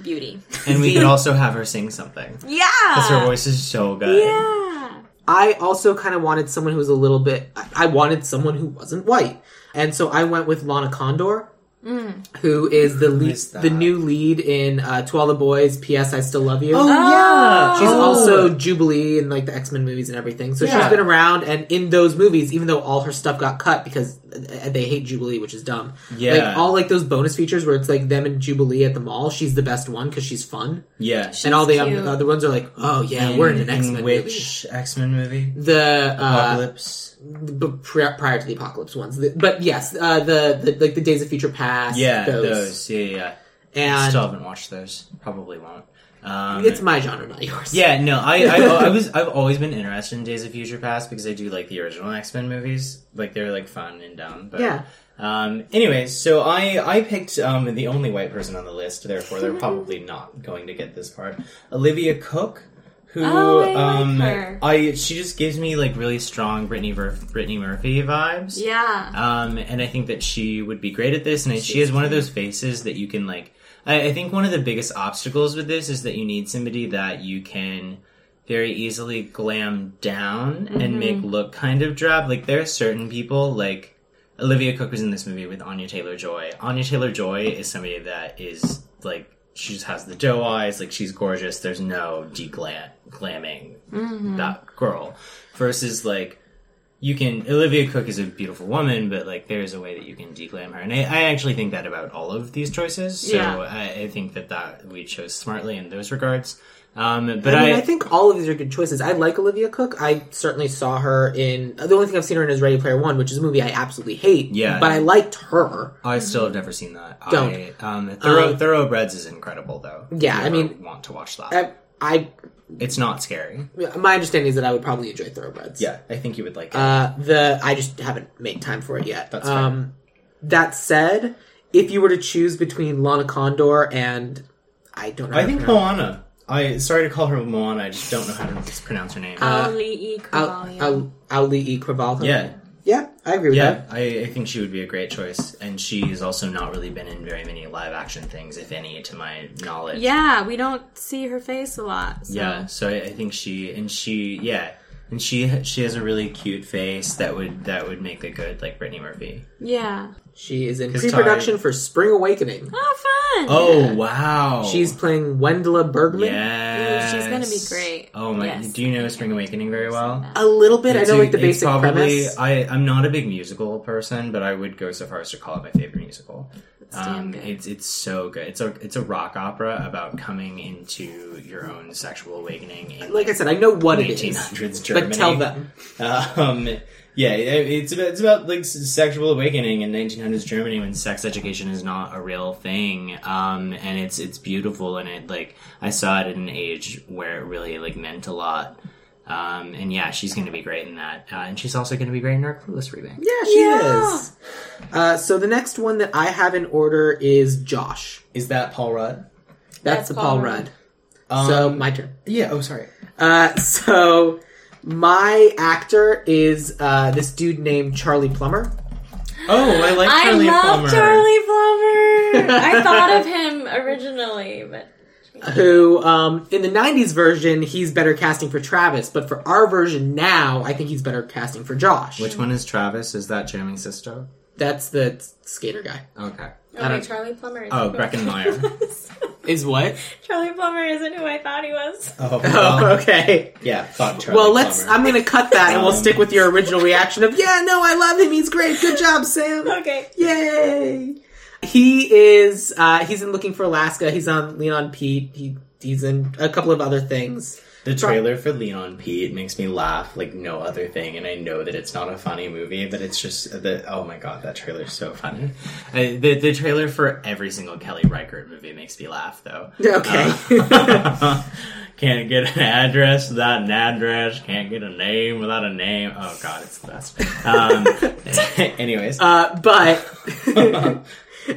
[SPEAKER 2] beauty.
[SPEAKER 3] and we could also have her sing something.
[SPEAKER 2] Yeah,
[SPEAKER 3] Because her voice is so good.
[SPEAKER 2] Uh, Yeah,
[SPEAKER 1] I also kind of wanted someone who was a little bit. I- I wanted someone who wasn't white, and so I went with Lana Condor,
[SPEAKER 2] Mm.
[SPEAKER 1] who is the lead,
[SPEAKER 3] is
[SPEAKER 1] the
[SPEAKER 3] that?
[SPEAKER 1] new lead in uh, To All the Boys. P.S. I Still Love You.
[SPEAKER 3] Oh, yeah,
[SPEAKER 1] She's
[SPEAKER 3] Oh.
[SPEAKER 1] also Jubilee in like the X Men movies and everything. So she's
[SPEAKER 3] Yeah.
[SPEAKER 1] been around and in those movies, even though all her stuff got cut because uh, they hate Jubilee, which is dumb.
[SPEAKER 3] yeah,
[SPEAKER 1] Like all like those bonus features where it's like them and Jubilee at the mall. She's the best one because she's fun,
[SPEAKER 3] yeah.
[SPEAKER 2] She's
[SPEAKER 1] and all the
[SPEAKER 2] cute.
[SPEAKER 1] other other ones are like, oh yeah, we're in an X Men movie.
[SPEAKER 3] which X Men movie?
[SPEAKER 1] The uh,
[SPEAKER 3] Apocalypse.
[SPEAKER 1] b- pri- prior to the apocalypse ones, The- but yes, uh, the, the like the Days of Future Past.
[SPEAKER 3] yeah,
[SPEAKER 1] those.
[SPEAKER 3] those. Yeah, yeah. yeah.
[SPEAKER 1] and
[SPEAKER 3] Still haven't watched those. Probably won't. Um,
[SPEAKER 1] it's my genre, not yours.
[SPEAKER 3] yeah, no. I, I I was I've always been interested in Days of Future Past because I do like the original X Men movies. Like they're like fun and dumb. But,
[SPEAKER 1] yeah.
[SPEAKER 3] Um. Anyways, so I I picked um the only white person on the list. Therefore, they're probably not going to get this part. Olivia Cook. Who
[SPEAKER 2] Oh, I like
[SPEAKER 3] um
[SPEAKER 2] her.
[SPEAKER 3] I she just gives me like really strong Brittany Murphy, Brittany Murphy vibes.
[SPEAKER 2] Yeah.
[SPEAKER 3] Um, and I think that she would be great at this. And she has one of those faces that you can like. I, I think one of the biggest obstacles with this is that you need somebody that you can very easily glam down and make look kind of drab. Like there are certain people like Olivia Cook was in this movie with Anya Taylor Joy. Anya Taylor Joy is somebody that is like she just has the doe eyes, like she's gorgeous. There's no de-glam glamming that girl. Versus like you can Olivia Cook is a beautiful woman, but like there's a way that you can deglam her, and I, I actually think that about all of these choices. So
[SPEAKER 2] Yeah.
[SPEAKER 3] I, I think that that we chose smartly in those regards. Um, but
[SPEAKER 1] I mean,
[SPEAKER 3] I,
[SPEAKER 1] I think all of these are good choices. I like Olivia Cook. I certainly saw her in the only thing I've seen her in is Ready Player One, which is a movie I absolutely hate.
[SPEAKER 3] Yeah.
[SPEAKER 1] but I liked her.
[SPEAKER 3] I still have never seen that.
[SPEAKER 1] Don't.
[SPEAKER 3] I, um, Thorough,
[SPEAKER 1] Um,
[SPEAKER 3] Thoroughbreds is incredible, though. If
[SPEAKER 1] Yeah,
[SPEAKER 3] you
[SPEAKER 1] I
[SPEAKER 3] ever
[SPEAKER 1] mean- uh,
[SPEAKER 3] want to watch that?
[SPEAKER 1] I, I
[SPEAKER 3] it's not scary.
[SPEAKER 1] my understanding is that I would probably enjoy Thoroughbreds.
[SPEAKER 3] Yeah, I think you would like it.
[SPEAKER 1] Uh, the I just haven't made time for it yet.
[SPEAKER 3] That's fair.
[SPEAKER 1] um, that said, if you were to choose between Lana Condor and I don't know, how
[SPEAKER 3] I
[SPEAKER 1] to
[SPEAKER 3] think
[SPEAKER 1] pronounce-
[SPEAKER 3] Moana. I sorry to call her Moana. I just don't know how to pronounce her name.
[SPEAKER 2] Ali E. Carvalho.
[SPEAKER 1] Al- Ali E. Kravalho.
[SPEAKER 3] yeah,
[SPEAKER 1] yeah, I agree with
[SPEAKER 3] Yeah,
[SPEAKER 1] that.
[SPEAKER 3] I, I think she would be a great choice, and she's also not really been in very many live action things, if any, to my knowledge.
[SPEAKER 2] yeah, we don't see her face a lot. So.
[SPEAKER 3] yeah. So I, I think she and she, yeah, and she she has a really cute face that would that would make a good like Brittany Murphy.
[SPEAKER 2] Yeah.
[SPEAKER 1] She is in
[SPEAKER 3] 'Cause
[SPEAKER 1] pre-production
[SPEAKER 3] Ty-
[SPEAKER 1] for Spring Awakening.
[SPEAKER 2] Oh, fun.
[SPEAKER 3] Oh wow,
[SPEAKER 1] She's playing Wendela Bergman.
[SPEAKER 3] yeah,
[SPEAKER 2] Ooh, she's gonna be great.
[SPEAKER 3] Oh my,
[SPEAKER 2] Yes.
[SPEAKER 3] do you know Spring Awakening very well?
[SPEAKER 1] A little bit. I
[SPEAKER 3] It's
[SPEAKER 1] know
[SPEAKER 3] a-
[SPEAKER 1] like the
[SPEAKER 3] it's
[SPEAKER 1] basic
[SPEAKER 3] probably, uh,
[SPEAKER 1] premise.
[SPEAKER 3] I, I'm not a big musical person, but I would go so far as to call it my favorite musical.
[SPEAKER 2] damn
[SPEAKER 3] Um,
[SPEAKER 2] good.
[SPEAKER 3] it's it's so good. It's a it's a rock opera about coming into your own sexual awakening in
[SPEAKER 1] Like I said, I know what it is,
[SPEAKER 3] 1800s Germany.
[SPEAKER 1] but tell them.
[SPEAKER 3] Um, yeah, it- it's about, it's about like s- sexual awakening in 1900s Germany when sex education is not a real thing. Um, and it's it's beautiful, and it like I saw it at an age where it really like meant a lot. Um, and yeah, she's going to be great in that, uh, and she's also going to be great in our Clueless remake.
[SPEAKER 1] Yeah, she
[SPEAKER 2] Yeah.
[SPEAKER 1] is. Uh, so the next one that I have in order is Josh.
[SPEAKER 3] Is that Paul Rudd?
[SPEAKER 1] That's,
[SPEAKER 2] That's
[SPEAKER 1] the Paul
[SPEAKER 2] Paul
[SPEAKER 1] Rudd.
[SPEAKER 3] Um,
[SPEAKER 1] so my turn.
[SPEAKER 3] yeah. Oh, sorry.
[SPEAKER 1] Uh, so my actor is uh, this dude named Charlie Plummer.
[SPEAKER 3] Oh, I like
[SPEAKER 2] I
[SPEAKER 3] Charlie
[SPEAKER 2] love
[SPEAKER 3] Plummer.
[SPEAKER 2] Charlie Plummer. I thought of him originally, but
[SPEAKER 1] Who um, in the '90s version he's better casting for Travis, but for our version now, I think he's better casting for Josh.
[SPEAKER 3] Which one is Travis? Is that Jeremy Sisto?
[SPEAKER 1] That's the skater guy.
[SPEAKER 3] Okay.
[SPEAKER 1] I
[SPEAKER 2] okay,
[SPEAKER 1] don't-
[SPEAKER 2] Charlie Plummer. Is
[SPEAKER 3] Oh, Breckenmeyer.
[SPEAKER 1] Is what?
[SPEAKER 2] Charlie Plummer isn't who I thought he was.
[SPEAKER 3] oh,
[SPEAKER 1] Oh, okay.
[SPEAKER 3] yeah. Fuck Charlie
[SPEAKER 1] Well, let's.
[SPEAKER 3] Plummer.
[SPEAKER 1] I'm going to cut that, and we'll
[SPEAKER 3] Um,
[SPEAKER 1] stick with your original reaction of "Yeah, no, I love him. He's great. Good job, Sam.
[SPEAKER 2] Okay.
[SPEAKER 1] Yay!" He is. Uh, he's in Looking for Alaska. He's on Leon Pete. He he's in a couple of other things.
[SPEAKER 3] The trailer for Leon Pete makes me laugh like no other thing, and I know that it's not a funny movie, but it's just the oh my god, that trailer's so funny. I, the the trailer for every single Kelly Reichert movie makes me laugh though.
[SPEAKER 1] Okay.
[SPEAKER 3] Uh, can't get an address without an address. Can't get a name without a name. Oh god, it's the best. Um, anyways,
[SPEAKER 1] Uh, but uh,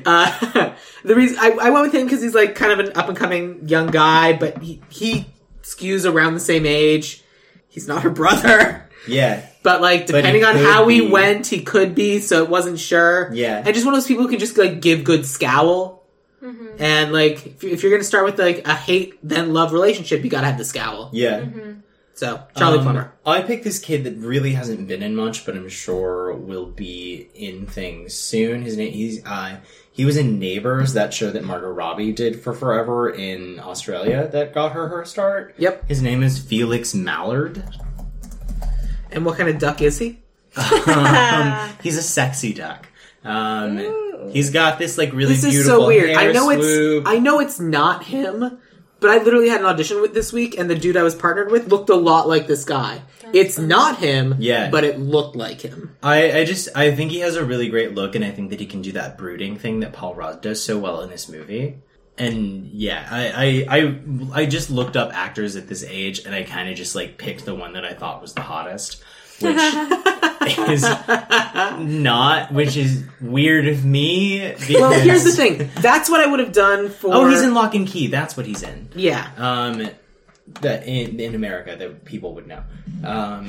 [SPEAKER 1] the reason I, I went with him because he's like kind of an up and coming young guy, but he he skews around the same age. He's not her brother.
[SPEAKER 3] yeah,
[SPEAKER 1] But like,
[SPEAKER 3] he
[SPEAKER 1] depending on
[SPEAKER 3] could
[SPEAKER 1] how we
[SPEAKER 3] be.
[SPEAKER 1] went, he could be. So it wasn't sure.
[SPEAKER 3] Yeah.
[SPEAKER 1] and just one of those people who can just like give good scowl. And like, if you- if you're gonna start with like a hate then love relationship, you gotta have the scowl.
[SPEAKER 3] yeah.
[SPEAKER 1] So Charlie
[SPEAKER 3] Um,
[SPEAKER 1] Plummer.
[SPEAKER 3] I picked this kid that really hasn't been in much, but I'm sure will be in things soon. His name he's uh, he was in Neighbours, that show that Margot Robbie did for forever in Australia that got her her start.
[SPEAKER 1] Yep.
[SPEAKER 3] His name is Felix Mallard.
[SPEAKER 1] And what kind of duck is he?
[SPEAKER 3] um, he's a sexy duck. Um, he's got this like really
[SPEAKER 1] This
[SPEAKER 3] beautiful
[SPEAKER 1] is so weird.
[SPEAKER 3] hair
[SPEAKER 1] I know
[SPEAKER 3] swoop.
[SPEAKER 1] it's I know it's not him, but I literally had an audition with this week, and the dude I was partnered with looked a lot like this guy. It's not him,
[SPEAKER 3] Yeah.
[SPEAKER 1] but it looked like him.
[SPEAKER 3] I, I just I think he has a really great look, and I think that he can do that brooding thing that Paul Rudd does so well in this movie. And yeah, I I I, I just looked up actors at this age, and I kind of just like picked the one that I thought was the hottest, which is not, which is weird of me. Because,
[SPEAKER 1] Well, here's the thing. That's what I would have done for.
[SPEAKER 3] oh, he's in Lock and Key. That's what he's in.
[SPEAKER 1] Yeah.
[SPEAKER 3] um, that in, in America that people would know. Um,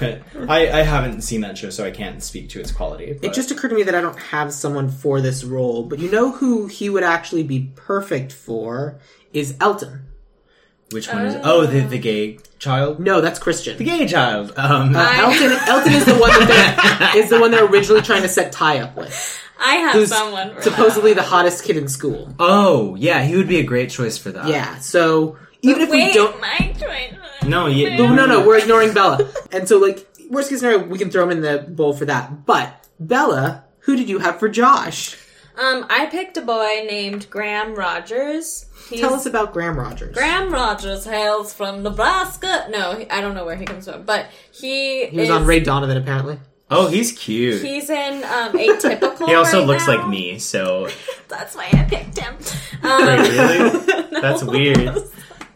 [SPEAKER 3] but I, I haven't seen that show, so I can't speak to its quality.
[SPEAKER 1] It
[SPEAKER 3] but-
[SPEAKER 1] just occurred to me that I don't have someone for this role, but you know who he would actually be perfect for is Elton.
[SPEAKER 3] which one is oh the the gay child
[SPEAKER 1] No, that's Christian.
[SPEAKER 3] the gay child. Um,
[SPEAKER 1] Uh, Elton, Elton is the one that they're, is the one they're originally trying to set tie up with.
[SPEAKER 2] I have
[SPEAKER 1] Who's
[SPEAKER 2] someone for
[SPEAKER 1] supposedly the hottest kid in school.
[SPEAKER 3] oh yeah, he would be a great choice for that.
[SPEAKER 1] Yeah. So
[SPEAKER 2] that.
[SPEAKER 1] even if
[SPEAKER 2] Wait,
[SPEAKER 1] we don't,
[SPEAKER 2] my choice.
[SPEAKER 3] No, yeah,
[SPEAKER 1] no, no, no, we're ignoring Bella. And so, like, worst case scenario, we can throw him in the bowl for that. But Bella, who did you have for Josh?
[SPEAKER 2] Um, I picked a boy named Graham Rogers. He's,
[SPEAKER 1] Tell us about Graham Rogers.
[SPEAKER 2] Graham Rogers hails from Nebraska. No, he- I don't know where he comes from, but he,
[SPEAKER 1] he was
[SPEAKER 2] is,
[SPEAKER 1] on Ray Donovan, apparently.
[SPEAKER 3] Oh, he's cute. He,
[SPEAKER 2] He's in um, atypical.
[SPEAKER 3] also
[SPEAKER 2] right
[SPEAKER 3] looks
[SPEAKER 2] now.
[SPEAKER 3] like me, so
[SPEAKER 2] That's why I picked him. Um,
[SPEAKER 3] Wait, really?
[SPEAKER 2] no.
[SPEAKER 3] that's weird.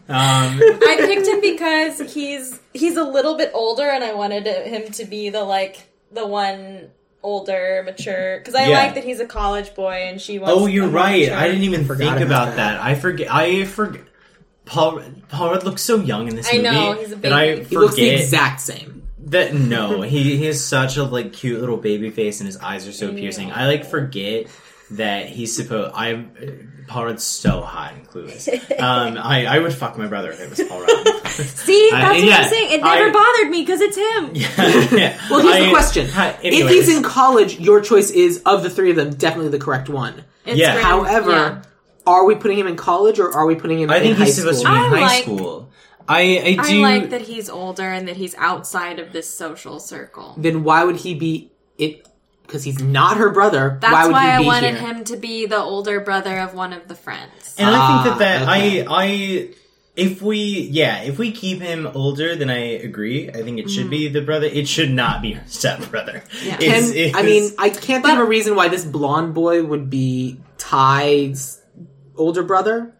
[SPEAKER 3] Um,
[SPEAKER 2] I picked him because he's he's a little bit older, and I wanted to- him to be the like the one older, mature. Because I
[SPEAKER 3] Yeah.
[SPEAKER 2] like that he's a college boy, and she wants.
[SPEAKER 3] oh, you're
[SPEAKER 2] the more
[SPEAKER 3] right.
[SPEAKER 2] mature.
[SPEAKER 3] I didn't even
[SPEAKER 1] Forgot
[SPEAKER 3] think
[SPEAKER 1] about
[SPEAKER 3] about
[SPEAKER 1] that.
[SPEAKER 3] that. I forget. I forget. Paul Paul Rudd looks so young in this
[SPEAKER 2] I
[SPEAKER 3] movie
[SPEAKER 2] know, he's a
[SPEAKER 3] that I
[SPEAKER 2] baby.
[SPEAKER 3] forget
[SPEAKER 1] He looks the exact same.
[SPEAKER 3] That no, he, he has such a like cute little baby face, and his eyes are so piercing. I like forget that he's supposed. I'm Paul Rudd's so hot and clueless. Um, I I would fuck my brother if it was Paul Rudd.
[SPEAKER 2] See,
[SPEAKER 3] I-
[SPEAKER 2] that's what
[SPEAKER 3] yeah,
[SPEAKER 2] I'm saying. It never
[SPEAKER 3] I-
[SPEAKER 2] bothered me because it's him.
[SPEAKER 1] Well, here's the question:
[SPEAKER 3] Hi,
[SPEAKER 1] If
[SPEAKER 3] anyways.
[SPEAKER 1] he's in college, your choice is of the three of them definitely the correct one.
[SPEAKER 2] It's
[SPEAKER 3] Yeah.
[SPEAKER 2] Graham-
[SPEAKER 1] However,
[SPEAKER 2] yeah.
[SPEAKER 1] are we putting him in college or are we putting him?
[SPEAKER 3] I
[SPEAKER 1] in
[SPEAKER 3] think
[SPEAKER 1] high
[SPEAKER 3] he's supposed
[SPEAKER 1] school?
[SPEAKER 3] to be
[SPEAKER 2] I
[SPEAKER 3] in high
[SPEAKER 2] like-
[SPEAKER 3] school. I I
[SPEAKER 2] I
[SPEAKER 3] do.
[SPEAKER 2] like that he's older and that he's outside of this social circle.
[SPEAKER 1] Then why would he be it? Because he's not her brother.
[SPEAKER 2] That's
[SPEAKER 1] why
[SPEAKER 2] why,
[SPEAKER 1] would
[SPEAKER 2] I
[SPEAKER 1] he be
[SPEAKER 2] wanted
[SPEAKER 1] here?
[SPEAKER 2] him to be the older brother of one of the friends.
[SPEAKER 3] and I think that that
[SPEAKER 1] Ah, okay.
[SPEAKER 3] I I if we yeah if we keep him older, then I agree. I think it should be
[SPEAKER 1] Mm-hmm.
[SPEAKER 3] the brother. It should not be her stepbrother.
[SPEAKER 2] Yeah.
[SPEAKER 3] It's-
[SPEAKER 1] Can-
[SPEAKER 3] it's-
[SPEAKER 1] I mean, I can't think of
[SPEAKER 2] But-
[SPEAKER 1] a reason why this blonde boy would be Ty's older brother.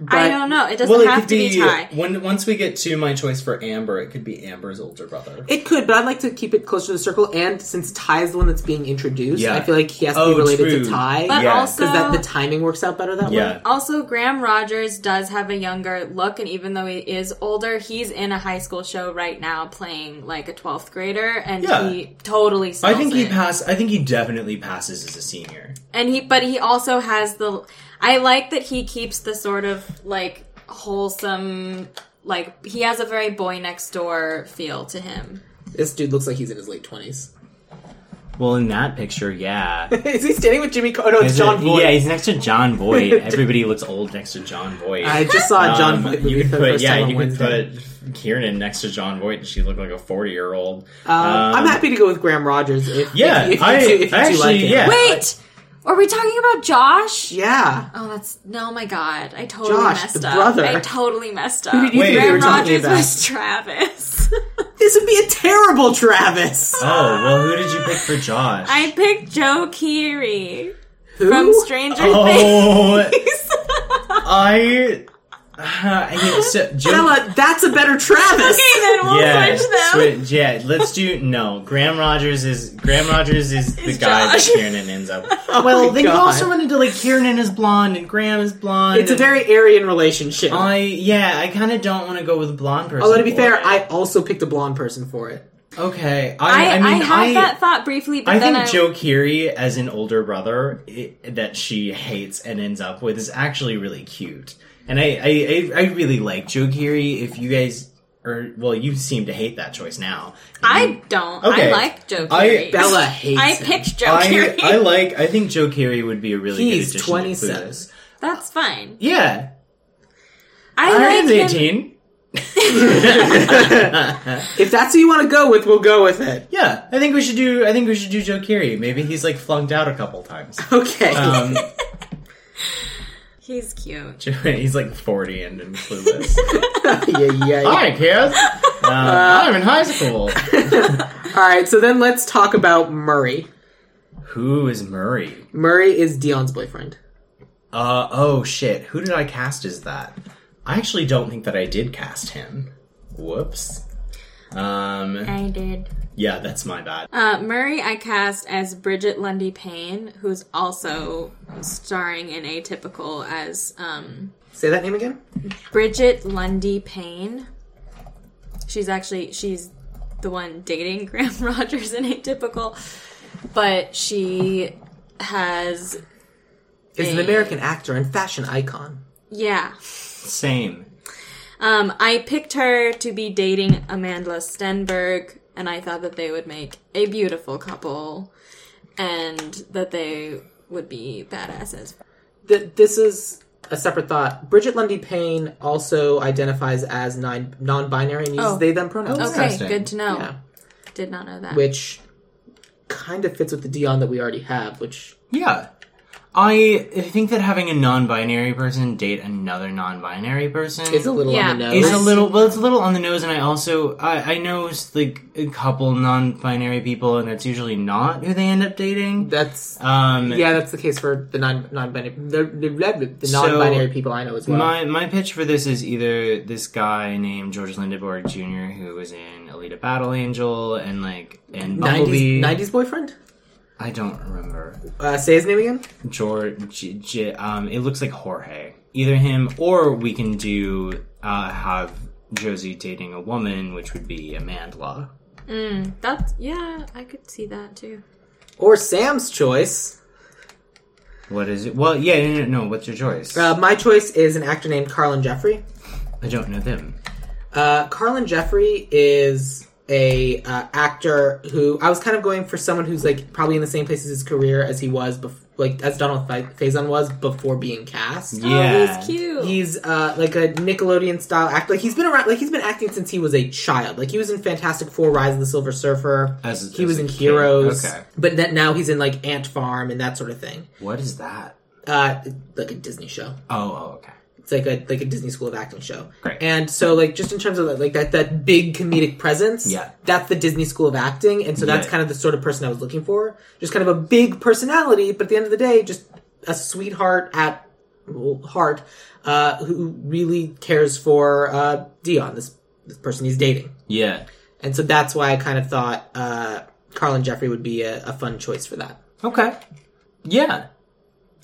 [SPEAKER 1] But
[SPEAKER 2] I don't know. It doesn't
[SPEAKER 3] well, it
[SPEAKER 2] have
[SPEAKER 3] could
[SPEAKER 2] to be,
[SPEAKER 3] be
[SPEAKER 2] Ty.
[SPEAKER 3] when once we get to my choice for Amber, it could be Amber's older brother.
[SPEAKER 1] It could, but I'd like to keep it close to the circle. And since Ty is the one that's being introduced,
[SPEAKER 3] Yeah.
[SPEAKER 1] I feel like he has to
[SPEAKER 3] Oh,
[SPEAKER 1] be related
[SPEAKER 3] true.
[SPEAKER 1] to Ty.
[SPEAKER 2] But
[SPEAKER 3] Yeah.
[SPEAKER 2] also,
[SPEAKER 1] because that the timing works out better that way.
[SPEAKER 3] Yeah,
[SPEAKER 2] also Graham Rogers does have a younger look, and even though he is older, he's in a high school show right now playing like a twelfth grader, and
[SPEAKER 3] Yeah.
[SPEAKER 2] he totally.
[SPEAKER 3] I
[SPEAKER 2] sells
[SPEAKER 3] think he
[SPEAKER 2] it.
[SPEAKER 3] pass. I think he definitely passes as a senior.
[SPEAKER 2] and he, but he also has the. I like that he keeps the sort of like wholesome, like he has a very boy next door feel to him.
[SPEAKER 1] This dude looks like he's in his late twenties.
[SPEAKER 3] Well, in that picture, yeah,
[SPEAKER 1] Is he standing with Jimmy? Car- oh no, it's John Voight.
[SPEAKER 3] Yeah, he's next to John Voight. Everybody looks old next to John Voight.
[SPEAKER 1] I just saw a John
[SPEAKER 3] Um,
[SPEAKER 1] Voight
[SPEAKER 3] you
[SPEAKER 1] movie for
[SPEAKER 3] could
[SPEAKER 1] the
[SPEAKER 3] put
[SPEAKER 1] first
[SPEAKER 3] yeah,
[SPEAKER 1] time on
[SPEAKER 3] you could
[SPEAKER 1] Wednesday.
[SPEAKER 3] put Kieran next to John Voight, and she looked like a forty year old.
[SPEAKER 1] Um, I'm happy to go with Graham Rogers. If,
[SPEAKER 3] Yeah,
[SPEAKER 1] if, if you
[SPEAKER 3] I-
[SPEAKER 1] do, if you
[SPEAKER 3] actually,
[SPEAKER 1] do like him.
[SPEAKER 3] yeah.
[SPEAKER 2] Wait, are we talking about Josh?
[SPEAKER 1] yeah.
[SPEAKER 2] Oh, that's no, my God! I totally
[SPEAKER 1] Josh,
[SPEAKER 2] messed
[SPEAKER 1] the
[SPEAKER 2] up.
[SPEAKER 1] brother.
[SPEAKER 2] I totally messed up.
[SPEAKER 1] Who did you
[SPEAKER 3] Wait.
[SPEAKER 1] think we were
[SPEAKER 2] Graham
[SPEAKER 1] talking
[SPEAKER 2] Rogers
[SPEAKER 1] about?
[SPEAKER 2] was Travis.
[SPEAKER 1] This would be a terrible Travis.
[SPEAKER 3] Oh well, who did you pick for Josh?
[SPEAKER 2] I picked Joe Keery
[SPEAKER 1] Who?
[SPEAKER 2] from Stranger
[SPEAKER 3] oh,
[SPEAKER 2] Things.
[SPEAKER 3] I. I mean, so, Joe-
[SPEAKER 1] Bella, that's a better Travis.
[SPEAKER 2] okay, then we'll
[SPEAKER 3] yeah,
[SPEAKER 2] switch them.
[SPEAKER 3] switch- yeah. Let's do no. Graham Rogers is Graham Rogers is the
[SPEAKER 2] Is
[SPEAKER 3] guy
[SPEAKER 2] Josh.
[SPEAKER 3] that Kiernan ends up.
[SPEAKER 1] Oh
[SPEAKER 3] well,
[SPEAKER 1] my
[SPEAKER 3] then you
[SPEAKER 1] God.
[SPEAKER 3] also run into like Kiernan is blonde and Graham is blonde.
[SPEAKER 1] It's a
[SPEAKER 3] and
[SPEAKER 1] very Aryan relationship.
[SPEAKER 3] I yeah. I kind of don't want to go with a blonde person.
[SPEAKER 1] Although to be
[SPEAKER 3] for
[SPEAKER 1] fair,
[SPEAKER 3] it.
[SPEAKER 1] I also picked a blonde person for it.
[SPEAKER 3] okay.
[SPEAKER 2] I,
[SPEAKER 3] I,
[SPEAKER 2] I,
[SPEAKER 3] I mean
[SPEAKER 2] had
[SPEAKER 3] I.
[SPEAKER 2] that thought briefly, but
[SPEAKER 3] I
[SPEAKER 2] then
[SPEAKER 3] think
[SPEAKER 2] I
[SPEAKER 3] Joe Keery as an older brother i that she hates and ends up with is actually really cute, and I I, I, I really like Joe Keery. If you guys or well, you seem to hate that choice now.
[SPEAKER 2] I don't.
[SPEAKER 3] Okay.
[SPEAKER 2] I like Joe
[SPEAKER 3] I-
[SPEAKER 2] Carey.
[SPEAKER 1] Bella hates
[SPEAKER 2] I
[SPEAKER 1] him.
[SPEAKER 2] picked Joe
[SPEAKER 3] I,
[SPEAKER 2] Carey.
[SPEAKER 3] I like. I think Joe Carey would be a really
[SPEAKER 1] He's
[SPEAKER 3] good addition
[SPEAKER 1] 27.
[SPEAKER 3] to Clueless.
[SPEAKER 2] That's fine.
[SPEAKER 3] Yeah,
[SPEAKER 2] I,
[SPEAKER 3] I,
[SPEAKER 2] like
[SPEAKER 3] was
[SPEAKER 2] him.
[SPEAKER 3] eighteen.
[SPEAKER 1] If that's who you want to go with, we'll go with it.
[SPEAKER 3] Yeah, I think we should do. I think we should do Joe Carey. Maybe he's like flunked out a couple times.
[SPEAKER 1] Okay.
[SPEAKER 3] Um,
[SPEAKER 2] He's cute.
[SPEAKER 3] Joe- he's like forty and, and clueless.
[SPEAKER 1] yeah, yeah, yeah.
[SPEAKER 3] Hi, kids. Um, I'm in high school.
[SPEAKER 1] All right, so then let's talk about Murray.
[SPEAKER 3] Who is Murray?
[SPEAKER 1] Murray is Dion's boyfriend.
[SPEAKER 3] Uh oh shit, who did I cast as that? I actually don't think that I did cast him. Whoops. Um
[SPEAKER 2] I did.
[SPEAKER 3] yeah, that's my bad.
[SPEAKER 2] Uh, Murray, I cast as Bridget Lundy Payne, who's also starring in Atypical as um,
[SPEAKER 1] Say that name again?
[SPEAKER 2] Bridget Lundy Payne. She's actually she's the one dating Graham Rogers in Atypical, but she has
[SPEAKER 1] Is an American actor and fashion icon.
[SPEAKER 2] yeah.
[SPEAKER 3] Same.
[SPEAKER 2] Um, I picked her to be dating Amanda Stenberg, and I thought that they would make a beautiful couple, and that they would be badasses.
[SPEAKER 1] Th- this is a separate thought. Bridget Lundy Payne also identifies as nine- non-binary and uses
[SPEAKER 2] Oh.
[SPEAKER 1] they/them pronouns.
[SPEAKER 3] Oh,
[SPEAKER 2] Okay,
[SPEAKER 3] Interesting.
[SPEAKER 2] good to know.
[SPEAKER 1] Yeah.
[SPEAKER 2] Did not know that.
[SPEAKER 1] Which kind of fits with the Dion that we already have, which
[SPEAKER 3] Yeah. I think that having a non binary person date another non binary person
[SPEAKER 1] is a little
[SPEAKER 2] Yeah.
[SPEAKER 1] on the
[SPEAKER 3] is
[SPEAKER 1] nose.
[SPEAKER 3] a little well it's a little on the nose and i also i, I know it's like a couple non-binary people and that's usually not who they end up dating
[SPEAKER 1] That's
[SPEAKER 3] um
[SPEAKER 1] yeah, that's the case for the non non-binary the, the, the
[SPEAKER 3] So,
[SPEAKER 1] non-binary people I know as well.
[SPEAKER 3] My my pitch for this is either this guy named George Lindeborg Jr. who was in Alita Battle Angel and like and
[SPEAKER 1] 90s,
[SPEAKER 3] Bumblebee.
[SPEAKER 1] 90s boyfriend?
[SPEAKER 3] I don't remember
[SPEAKER 1] Uh, say his name again.
[SPEAKER 3] George. J- J- um, it looks like Jorge. Either him or we can do uh, have Josie dating a woman, which would be Amandla.
[SPEAKER 2] Mm, That's yeah, I could see that too.
[SPEAKER 1] Or Sam's choice.
[SPEAKER 3] What is it? Well, yeah, no, no, no what's your choice?
[SPEAKER 1] Uh, my choice is an actor named Carlin Jeffrey.
[SPEAKER 3] I don't know them.
[SPEAKER 1] Uh, Carlin Jeffrey is a uh, actor who I was kind of going for someone who's like probably in the same place as his career as he was, bef- like as Donald Fa- Faison was before being cast.
[SPEAKER 3] yeah,
[SPEAKER 2] Oh, he's cute.
[SPEAKER 1] He's uh, like a Nickelodeon style actor. Like he's been around, like he's been acting since he was a child. Like he was in Fantastic Four: Rise of the Silver Surfer.
[SPEAKER 3] As-
[SPEAKER 1] he
[SPEAKER 3] as
[SPEAKER 1] was
[SPEAKER 3] a
[SPEAKER 1] in
[SPEAKER 3] kid.
[SPEAKER 1] Heroes.
[SPEAKER 3] Okay.
[SPEAKER 1] But that now he's in like Ant Farm and that sort of thing.
[SPEAKER 3] What is that?
[SPEAKER 1] Uh, like a Disney show.
[SPEAKER 3] Oh, oh, okay.
[SPEAKER 1] It's like a like a Disney School of Acting show.
[SPEAKER 3] Great.
[SPEAKER 1] And so like just in terms of like that that big comedic presence,
[SPEAKER 3] Yeah.
[SPEAKER 1] that's the Disney School of Acting, and so that's
[SPEAKER 3] Yeah.
[SPEAKER 1] kind of the sort of person I was looking for. Just kind of a big personality, but at the end of the day, just a sweetheart at well, heart uh, who really cares for uh, Dion, this this person he's dating.
[SPEAKER 3] Yeah.
[SPEAKER 1] And so that's why I kind of thought uh, Carlin Jeffrey would be a, a fun choice for that.
[SPEAKER 3] Okay. Yeah.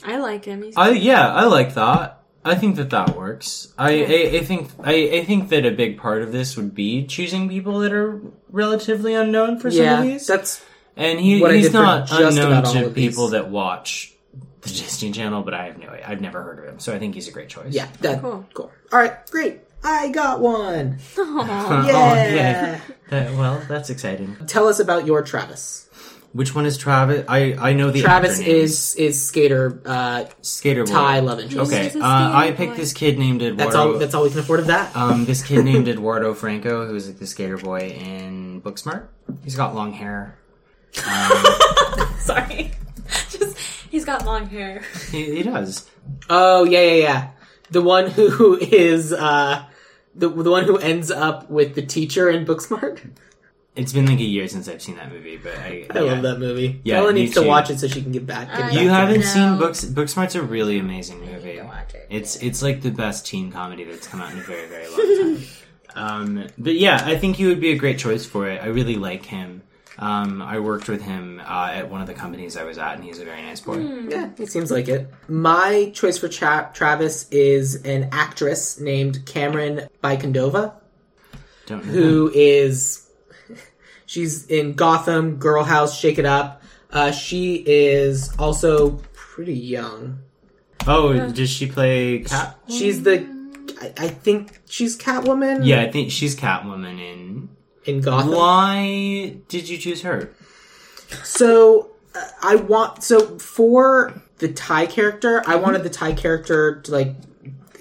[SPEAKER 2] I like him. He's
[SPEAKER 3] I yeah, I like that. I think that that works. I, I, I think I, I think that a big part of this would be choosing people that are relatively unknown for some of
[SPEAKER 1] Yeah,
[SPEAKER 3] these.
[SPEAKER 1] that's
[SPEAKER 3] And he,
[SPEAKER 1] what I
[SPEAKER 3] he's
[SPEAKER 1] did for
[SPEAKER 3] not
[SPEAKER 1] just
[SPEAKER 3] unknown
[SPEAKER 1] about all
[SPEAKER 3] to
[SPEAKER 1] of these.
[SPEAKER 3] people that watch the Disney Channel, but I have no I've never heard of him, so I think he's a great choice.
[SPEAKER 1] yeah, that cool.
[SPEAKER 2] Cool.
[SPEAKER 1] All right, great. I got one.
[SPEAKER 2] Aw.
[SPEAKER 1] Yeah.
[SPEAKER 3] Oh, That- well, that's exciting.
[SPEAKER 1] Tell us about your Travis.
[SPEAKER 3] Which one is Travis? I, I know the
[SPEAKER 1] Travis
[SPEAKER 3] actor name.
[SPEAKER 1] is is skater uh,
[SPEAKER 3] Skater Boy.
[SPEAKER 1] Ty Love Interest.
[SPEAKER 3] Okay,
[SPEAKER 2] He's a
[SPEAKER 3] uh, I
[SPEAKER 2] skater
[SPEAKER 3] picked
[SPEAKER 2] boy.
[SPEAKER 3] this kid named Eduardo.
[SPEAKER 1] That's all. That's all we can afford of that.
[SPEAKER 3] Um, this kid named Eduardo Franco, who's like the skater boy in Booksmart. He's got long hair.
[SPEAKER 2] Sorry. Just he's got long hair.
[SPEAKER 3] He, he does.
[SPEAKER 1] oh yeah, yeah, yeah. The one who is uh, the the one who ends up with the teacher in Booksmart.
[SPEAKER 3] It's been like a year since I've seen that movie, but I,
[SPEAKER 1] I
[SPEAKER 3] yeah.
[SPEAKER 1] love that movie.
[SPEAKER 3] Yeah,
[SPEAKER 1] Ella
[SPEAKER 3] me
[SPEAKER 1] needs
[SPEAKER 3] too.
[SPEAKER 1] to watch it so she can get back. Get
[SPEAKER 2] I-
[SPEAKER 1] it
[SPEAKER 3] You
[SPEAKER 1] back.
[SPEAKER 3] haven't seen
[SPEAKER 2] No.
[SPEAKER 3] Books. Booksmart's a really amazing movie.
[SPEAKER 2] watch it.
[SPEAKER 3] It's it's like the best teen comedy that's come out in a very very long time. um, but yeah, I think he would be a great choice for it. I really like him. Um, I worked with him uh, at one of the companies I was at, and he's a very nice boy.
[SPEAKER 1] Yeah, it seems like it. My choice for Tra- Travis is an actress named Cameron Bikondova.
[SPEAKER 3] Don't know him.
[SPEAKER 1] who is she's in Gotham, Girl House, Shake It Up. Uh, she is also pretty young.
[SPEAKER 3] Oh, does she play Cat?
[SPEAKER 1] She's the I, I think she's Catwoman.
[SPEAKER 3] Yeah, I think she's Catwoman in.
[SPEAKER 1] in Gotham.
[SPEAKER 3] Why did you choose her?
[SPEAKER 1] So uh, I want so for the Thai character, I wanted the Thai character to like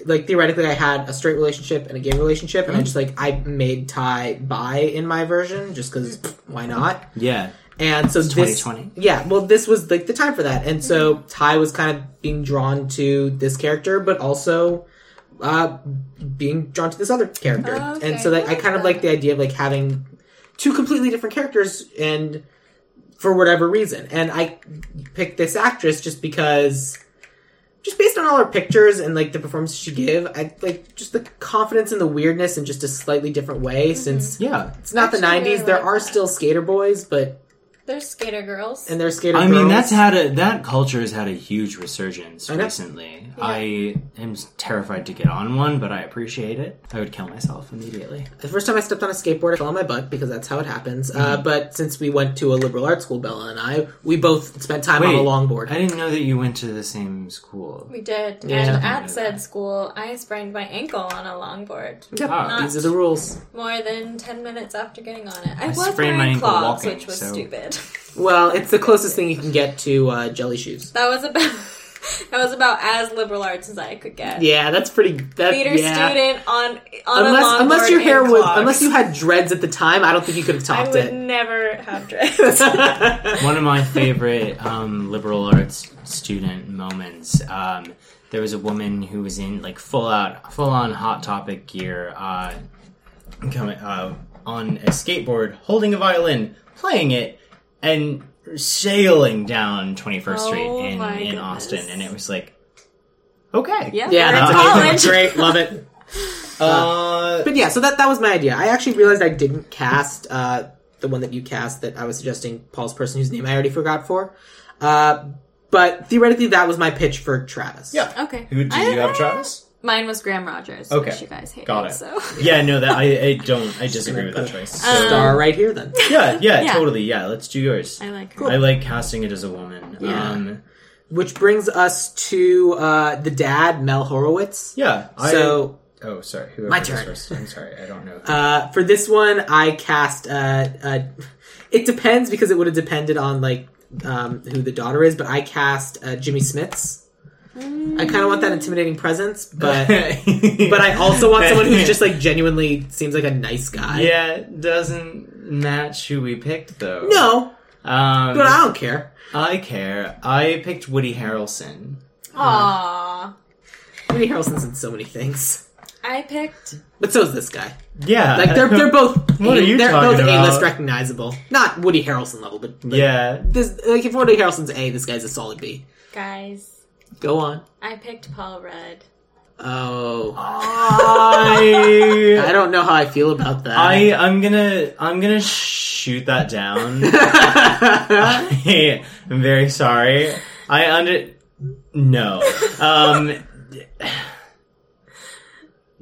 [SPEAKER 1] like theoretically I had a straight relationship and a gay relationship and I just like I made Thai bi in my version just cuz why not?
[SPEAKER 3] Yeah.
[SPEAKER 1] And so this
[SPEAKER 3] 2020.
[SPEAKER 1] yeah, well this was like the time for that. And so Ty was kind of being drawn to this character but also uh being drawn to this other character.
[SPEAKER 2] Oh, okay.
[SPEAKER 1] And so like I kind of
[SPEAKER 2] Yeah.
[SPEAKER 1] like the idea of like having two completely different characters and for whatever reason. And I picked this actress just because just based on all her pictures and like the performances she give, I like just the confidence and the weirdness in just a slightly different way since
[SPEAKER 3] Yeah.
[SPEAKER 1] it's not the
[SPEAKER 2] Mm-hmm. Actually, I
[SPEAKER 1] 90s.
[SPEAKER 2] really
[SPEAKER 1] there
[SPEAKER 2] like
[SPEAKER 1] are
[SPEAKER 2] that.
[SPEAKER 1] still skater boys, but
[SPEAKER 2] They're skater girls.
[SPEAKER 1] and they're skater
[SPEAKER 3] I mean,
[SPEAKER 1] girls.
[SPEAKER 3] that's had a that culture has had a huge resurgence
[SPEAKER 1] I know.
[SPEAKER 3] recently. I am terrified to get on one, but I appreciate it. I would kill myself immediately.
[SPEAKER 1] the first time I stepped on a skateboard, I fell on my butt because that's how it happens. Uh,
[SPEAKER 3] Mm-hmm.
[SPEAKER 1] but since we went to a liberal arts school, Bella and I, we both spent time on a
[SPEAKER 3] Wait.
[SPEAKER 1] longboard.
[SPEAKER 3] I didn't know that you went to the same school.
[SPEAKER 2] we did.
[SPEAKER 1] Yeah.
[SPEAKER 2] And at said school, I sprained my ankle on a longboard.
[SPEAKER 1] Yep,
[SPEAKER 3] Ah.
[SPEAKER 1] these are the rules.
[SPEAKER 2] More than 10 minutes after getting on it. I, was
[SPEAKER 3] sprained my
[SPEAKER 2] wearing
[SPEAKER 3] ankle
[SPEAKER 2] clogs,
[SPEAKER 3] walking,
[SPEAKER 2] which was
[SPEAKER 3] so-
[SPEAKER 2] stupid.
[SPEAKER 1] Well, it's the closest thing you can get to uh, jelly shoes.
[SPEAKER 2] That was about... That was about as liberal arts as I could get.
[SPEAKER 1] Yeah, that's pretty. That,
[SPEAKER 2] Theater
[SPEAKER 1] yeah.
[SPEAKER 2] student on on a
[SPEAKER 1] Unless,
[SPEAKER 2] longboard
[SPEAKER 1] unless your hair
[SPEAKER 2] in
[SPEAKER 1] was,
[SPEAKER 2] clogs.
[SPEAKER 1] unless you had dreads at the time, I don't think you could have
[SPEAKER 2] I
[SPEAKER 1] topped
[SPEAKER 2] would
[SPEAKER 1] it.
[SPEAKER 2] never have dressed.
[SPEAKER 3] One of my favorite um, liberal arts student moments. Um, there was a woman who was in like full out, full on hot topic gear, uh, coming uh, on a skateboard, holding a violin, playing it, and sailing down Twenty First
[SPEAKER 2] Oh
[SPEAKER 3] Street in,
[SPEAKER 2] my
[SPEAKER 3] in
[SPEAKER 2] goodness.
[SPEAKER 3] Austin, and it was like, okay, Uh,
[SPEAKER 1] yeah,
[SPEAKER 2] yeah, we're in
[SPEAKER 1] that's
[SPEAKER 3] amazing.
[SPEAKER 2] college.
[SPEAKER 1] great. Love it.
[SPEAKER 3] Uh,
[SPEAKER 1] But yeah, so that that was my idea. I actually realized I didn't cast uh, the one that you cast that I was suggesting Paul's person whose name I already forgot for. Uh, but theoretically, that was my pitch for Travis.
[SPEAKER 3] Yeah.
[SPEAKER 2] Okay.
[SPEAKER 3] who did
[SPEAKER 2] I-
[SPEAKER 3] you have, Travis?
[SPEAKER 2] Mine was Graham Rogers.
[SPEAKER 3] Okay.
[SPEAKER 2] Which you guys hate.
[SPEAKER 3] Got it.
[SPEAKER 2] So.
[SPEAKER 3] Yeah, no, that I, I don't. I disagree with that choice.
[SPEAKER 2] Um,
[SPEAKER 3] So-
[SPEAKER 1] star right here. Then
[SPEAKER 3] yeah, yeah,
[SPEAKER 2] Yeah.
[SPEAKER 3] totally. Yeah, let's do yours.
[SPEAKER 2] I like her.
[SPEAKER 3] I like casting it as a woman.
[SPEAKER 1] Yeah.
[SPEAKER 3] Um,
[SPEAKER 1] which brings us to uh, the dad, Mel Horowitz.
[SPEAKER 3] yeah. I,
[SPEAKER 1] So
[SPEAKER 3] oh, sorry. Whoever
[SPEAKER 1] My
[SPEAKER 3] was
[SPEAKER 1] turn.
[SPEAKER 3] First. I'm sorry. I don't know.
[SPEAKER 1] Uh, for this one, I cast. Uh, uh, it depends because it would have depended on like um, who the daughter is, but I cast uh, Jimmy Smits. I kind of want that intimidating presence, but but I also want someone who's just like genuinely seems like a nice guy.
[SPEAKER 3] yeah it doesn't match who we picked though.
[SPEAKER 1] No,
[SPEAKER 3] um,
[SPEAKER 1] but I don't care.
[SPEAKER 3] I care. I picked Woody Harrelson.
[SPEAKER 2] Aww.
[SPEAKER 1] Woody Harrelson's in so many things,
[SPEAKER 2] I picked.
[SPEAKER 1] but so is this guy.
[SPEAKER 3] Yeah,
[SPEAKER 1] Like they're they're both
[SPEAKER 3] What are you
[SPEAKER 1] they're
[SPEAKER 3] talking
[SPEAKER 1] both
[SPEAKER 3] about?
[SPEAKER 1] A-list recognizable. Not Woody Harrelson level, but, but
[SPEAKER 3] yeah.
[SPEAKER 1] This like if Woody Harrelson's A, this guy's a solid B.
[SPEAKER 2] Guys,
[SPEAKER 1] Go on.
[SPEAKER 2] I picked Paul Rudd.
[SPEAKER 1] Oh. I
[SPEAKER 3] I
[SPEAKER 1] don't know how I feel about that.
[SPEAKER 3] I I'm gonna I'm gonna shoot that down. I am very sorry. I under no. Um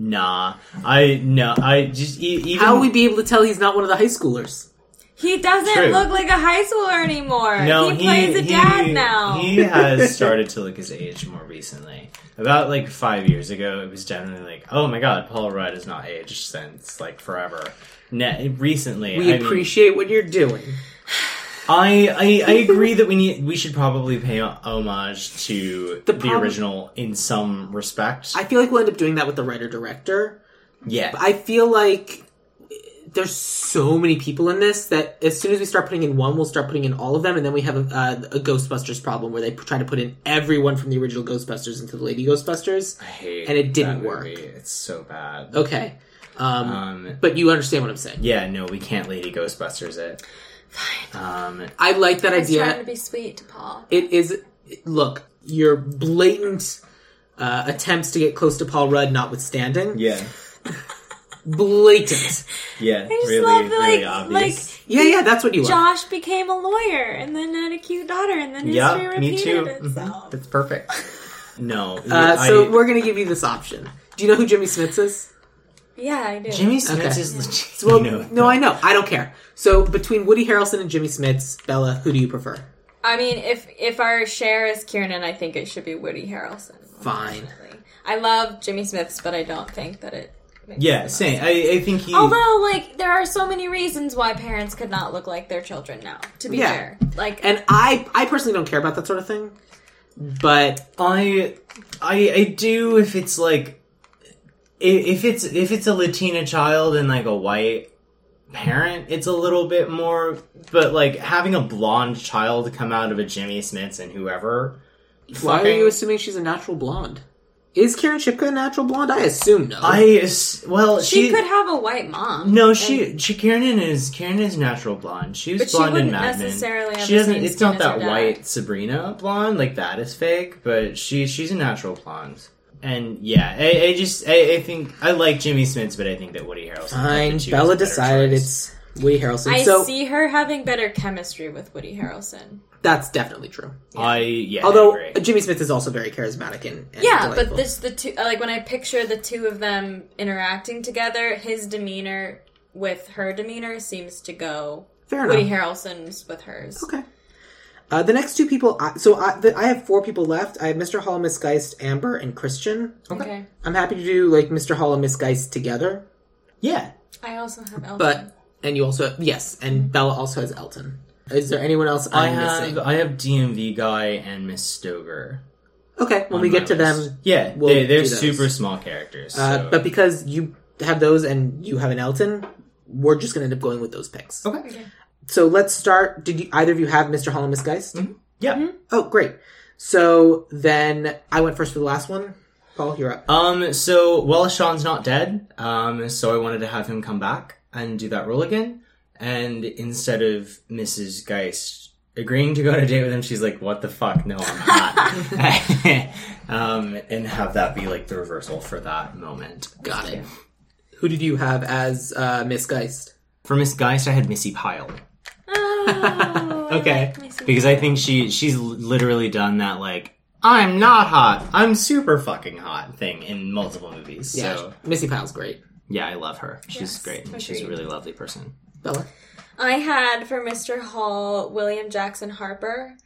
[SPEAKER 3] Nah. I no. I just e- even
[SPEAKER 1] how would we be able to tell he's not one of the high schoolers?
[SPEAKER 2] He doesn't
[SPEAKER 3] True.
[SPEAKER 2] look like a high schooler anymore.
[SPEAKER 3] no.
[SPEAKER 2] he, plays a dad
[SPEAKER 3] he-
[SPEAKER 2] now.
[SPEAKER 3] He has started to look his age more recently. About like five years ago, it was definitely like, oh my god, Paul Rudd has not aged since like forever. Ne- recently,
[SPEAKER 1] We
[SPEAKER 3] I mean-
[SPEAKER 1] appreciate what you're doing.
[SPEAKER 3] I, I I agree that we need we should probably pay homage to
[SPEAKER 1] The
[SPEAKER 3] the,
[SPEAKER 1] problem-
[SPEAKER 3] original in some respect.
[SPEAKER 1] I feel like we'll end up doing that with the writer director.
[SPEAKER 3] yeah,
[SPEAKER 1] I feel like there's so many people in this that as soon as we start putting in one, we'll start putting in all of them, and then we have a, uh, a Ghostbusters problem where they p- try to put in everyone from the original Ghostbusters into the Lady Ghostbusters.
[SPEAKER 3] I hate
[SPEAKER 1] and it didn't
[SPEAKER 3] that
[SPEAKER 1] work.
[SPEAKER 3] movie. It's so bad.
[SPEAKER 1] Okay, um,
[SPEAKER 3] Um,
[SPEAKER 1] but you understand what I'm saying.
[SPEAKER 3] yeah, no, we can't Lady Ghostbusters it. Fine. Um,
[SPEAKER 1] I like that
[SPEAKER 2] He's
[SPEAKER 1] idea.
[SPEAKER 2] trying to be sweet to Paul.
[SPEAKER 1] it is look your blatant uh, attempts to get close to paul rudd notwithstanding
[SPEAKER 3] yeah,
[SPEAKER 1] blatant
[SPEAKER 3] yeah,
[SPEAKER 2] I just
[SPEAKER 3] really,
[SPEAKER 2] love that,
[SPEAKER 3] really
[SPEAKER 2] like,
[SPEAKER 3] obvious.
[SPEAKER 1] yeah yeah that's what you want
[SPEAKER 2] Josh became a lawyer and then had a cute daughter, and then history
[SPEAKER 3] yeah, me
[SPEAKER 2] repeated
[SPEAKER 3] too. Mm-hmm.
[SPEAKER 2] itself.
[SPEAKER 3] That's perfect. No,
[SPEAKER 1] uh,
[SPEAKER 3] I-
[SPEAKER 1] so we're gonna give you this option do you know who jimmy smits is
[SPEAKER 2] Yeah, I do.
[SPEAKER 3] Jimmy Smith
[SPEAKER 1] Okay.
[SPEAKER 3] is legit.
[SPEAKER 1] well
[SPEAKER 3] you know,
[SPEAKER 1] no i know i don't care so between woody harrelson and jimmy smits bella who do you prefer
[SPEAKER 2] I mean, if if our share is Kiernan, I think it should be Woody Harrelson.
[SPEAKER 1] Fine.
[SPEAKER 2] unfortunately. I love Jimmy Smith's, but I don't think that it. Makes
[SPEAKER 3] Yeah,
[SPEAKER 2] sense.
[SPEAKER 3] same. I, I think he.
[SPEAKER 2] Although, like, there are so many reasons why parents could not look like their children now. To be
[SPEAKER 1] Yeah.
[SPEAKER 2] fair, like,
[SPEAKER 1] And I, I personally don't care about that sort of thing. But
[SPEAKER 3] I, I, I do if it's like, i- if it's if it's a Latina child and like a white parent, it's a little bit more. But like having a blonde child come out of a Jimmy Smiths and whoever,
[SPEAKER 1] why are
[SPEAKER 3] fucking-
[SPEAKER 1] you assuming she's a natural blonde? Is Karen Shipka a natural blonde? I assume no.
[SPEAKER 3] I ass- well
[SPEAKER 2] she,
[SPEAKER 3] she,
[SPEAKER 2] could have a white mom.
[SPEAKER 3] no she she Kiernan is Kiernan is natural blonde. She was
[SPEAKER 2] But she
[SPEAKER 3] blonde in
[SPEAKER 2] wouldn't
[SPEAKER 3] Mad Men.
[SPEAKER 2] necessarily have
[SPEAKER 3] she
[SPEAKER 2] the
[SPEAKER 3] doesn't.
[SPEAKER 2] same
[SPEAKER 3] It's
[SPEAKER 2] skin
[SPEAKER 3] not
[SPEAKER 2] as her
[SPEAKER 3] that
[SPEAKER 2] dad.
[SPEAKER 3] white Sabrina blonde like that is fake, but she she's a natural blonde. And yeah, I, I just I, I think I like Jimmy Smiths, but I think that Woody Harrelson. I
[SPEAKER 1] Fine.
[SPEAKER 3] think she was
[SPEAKER 1] Bella
[SPEAKER 3] a better
[SPEAKER 1] decided
[SPEAKER 3] choice.
[SPEAKER 1] it's Woody Harrelson.
[SPEAKER 2] I
[SPEAKER 1] so
[SPEAKER 2] see her having better chemistry with Woody Harrelson.
[SPEAKER 1] that's definitely true.
[SPEAKER 3] I yeah.
[SPEAKER 1] Although uh,
[SPEAKER 3] I agree.
[SPEAKER 1] Jimmy Smith is also very charismatic and, and
[SPEAKER 2] Yeah,
[SPEAKER 1] delightful.
[SPEAKER 2] but this the two like when I picture the two of them interacting together, his demeanor with her demeanor seems to go
[SPEAKER 1] fair enough.
[SPEAKER 2] Woody Harrelson's with hers.
[SPEAKER 1] Okay. Uh, the next two people, I, so I, the, I have four people left. I have Mr. Hall, Miss Geist, Amber, and Christian.
[SPEAKER 2] Okay.
[SPEAKER 1] I'm happy to do like Mr. Hall and Miss Geist together,
[SPEAKER 3] yeah,
[SPEAKER 2] I also have Elton.
[SPEAKER 1] but and you also yes, and Bella also has Elton. Is there anyone else
[SPEAKER 3] I
[SPEAKER 1] I'm
[SPEAKER 3] have
[SPEAKER 1] missing?
[SPEAKER 3] I have DMV guy and Miss Stover.
[SPEAKER 1] Okay, when
[SPEAKER 3] on
[SPEAKER 1] we
[SPEAKER 3] my
[SPEAKER 1] get to
[SPEAKER 3] list.
[SPEAKER 1] them,
[SPEAKER 3] yeah,
[SPEAKER 1] we'll
[SPEAKER 3] they, they're
[SPEAKER 1] do those.
[SPEAKER 3] super small characters.
[SPEAKER 1] uh,
[SPEAKER 3] so-
[SPEAKER 1] but because you have those and you have an Elton, we're just gonna end up going with those picks.
[SPEAKER 3] okay,
[SPEAKER 1] So let's start. Did you, either of you have Mr. Hall and Miss Geist?
[SPEAKER 3] yeah.
[SPEAKER 1] Oh, great. So then I went first for the last one. Paul, you're up.
[SPEAKER 3] Um, so well, Sean's not dead. Um, so I wanted to have him come back and do that role again. And instead of Mrs. Geist agreeing to go on a date with him, she's like, "What the fuck? No, I'm not." um, and have that be like the reversal for that moment.
[SPEAKER 1] Got it. Who did you have as uh, Miss Geist?
[SPEAKER 3] For Miss Geist, I had Missy Pyle.
[SPEAKER 2] Oh,
[SPEAKER 1] Okay.
[SPEAKER 2] Missy.
[SPEAKER 3] because I think she she's l- literally done that like I'm not hot, I'm super fucking hot thing in multiple movies.
[SPEAKER 1] Yeah,
[SPEAKER 3] So
[SPEAKER 1] Missy Pyle's great.
[SPEAKER 3] yeah, I love her. She's
[SPEAKER 2] Yes,
[SPEAKER 3] great. and She's a
[SPEAKER 2] agreed.
[SPEAKER 3] really lovely person.
[SPEAKER 1] Bella.
[SPEAKER 2] I had for Mr. Hall William Jackson Harper,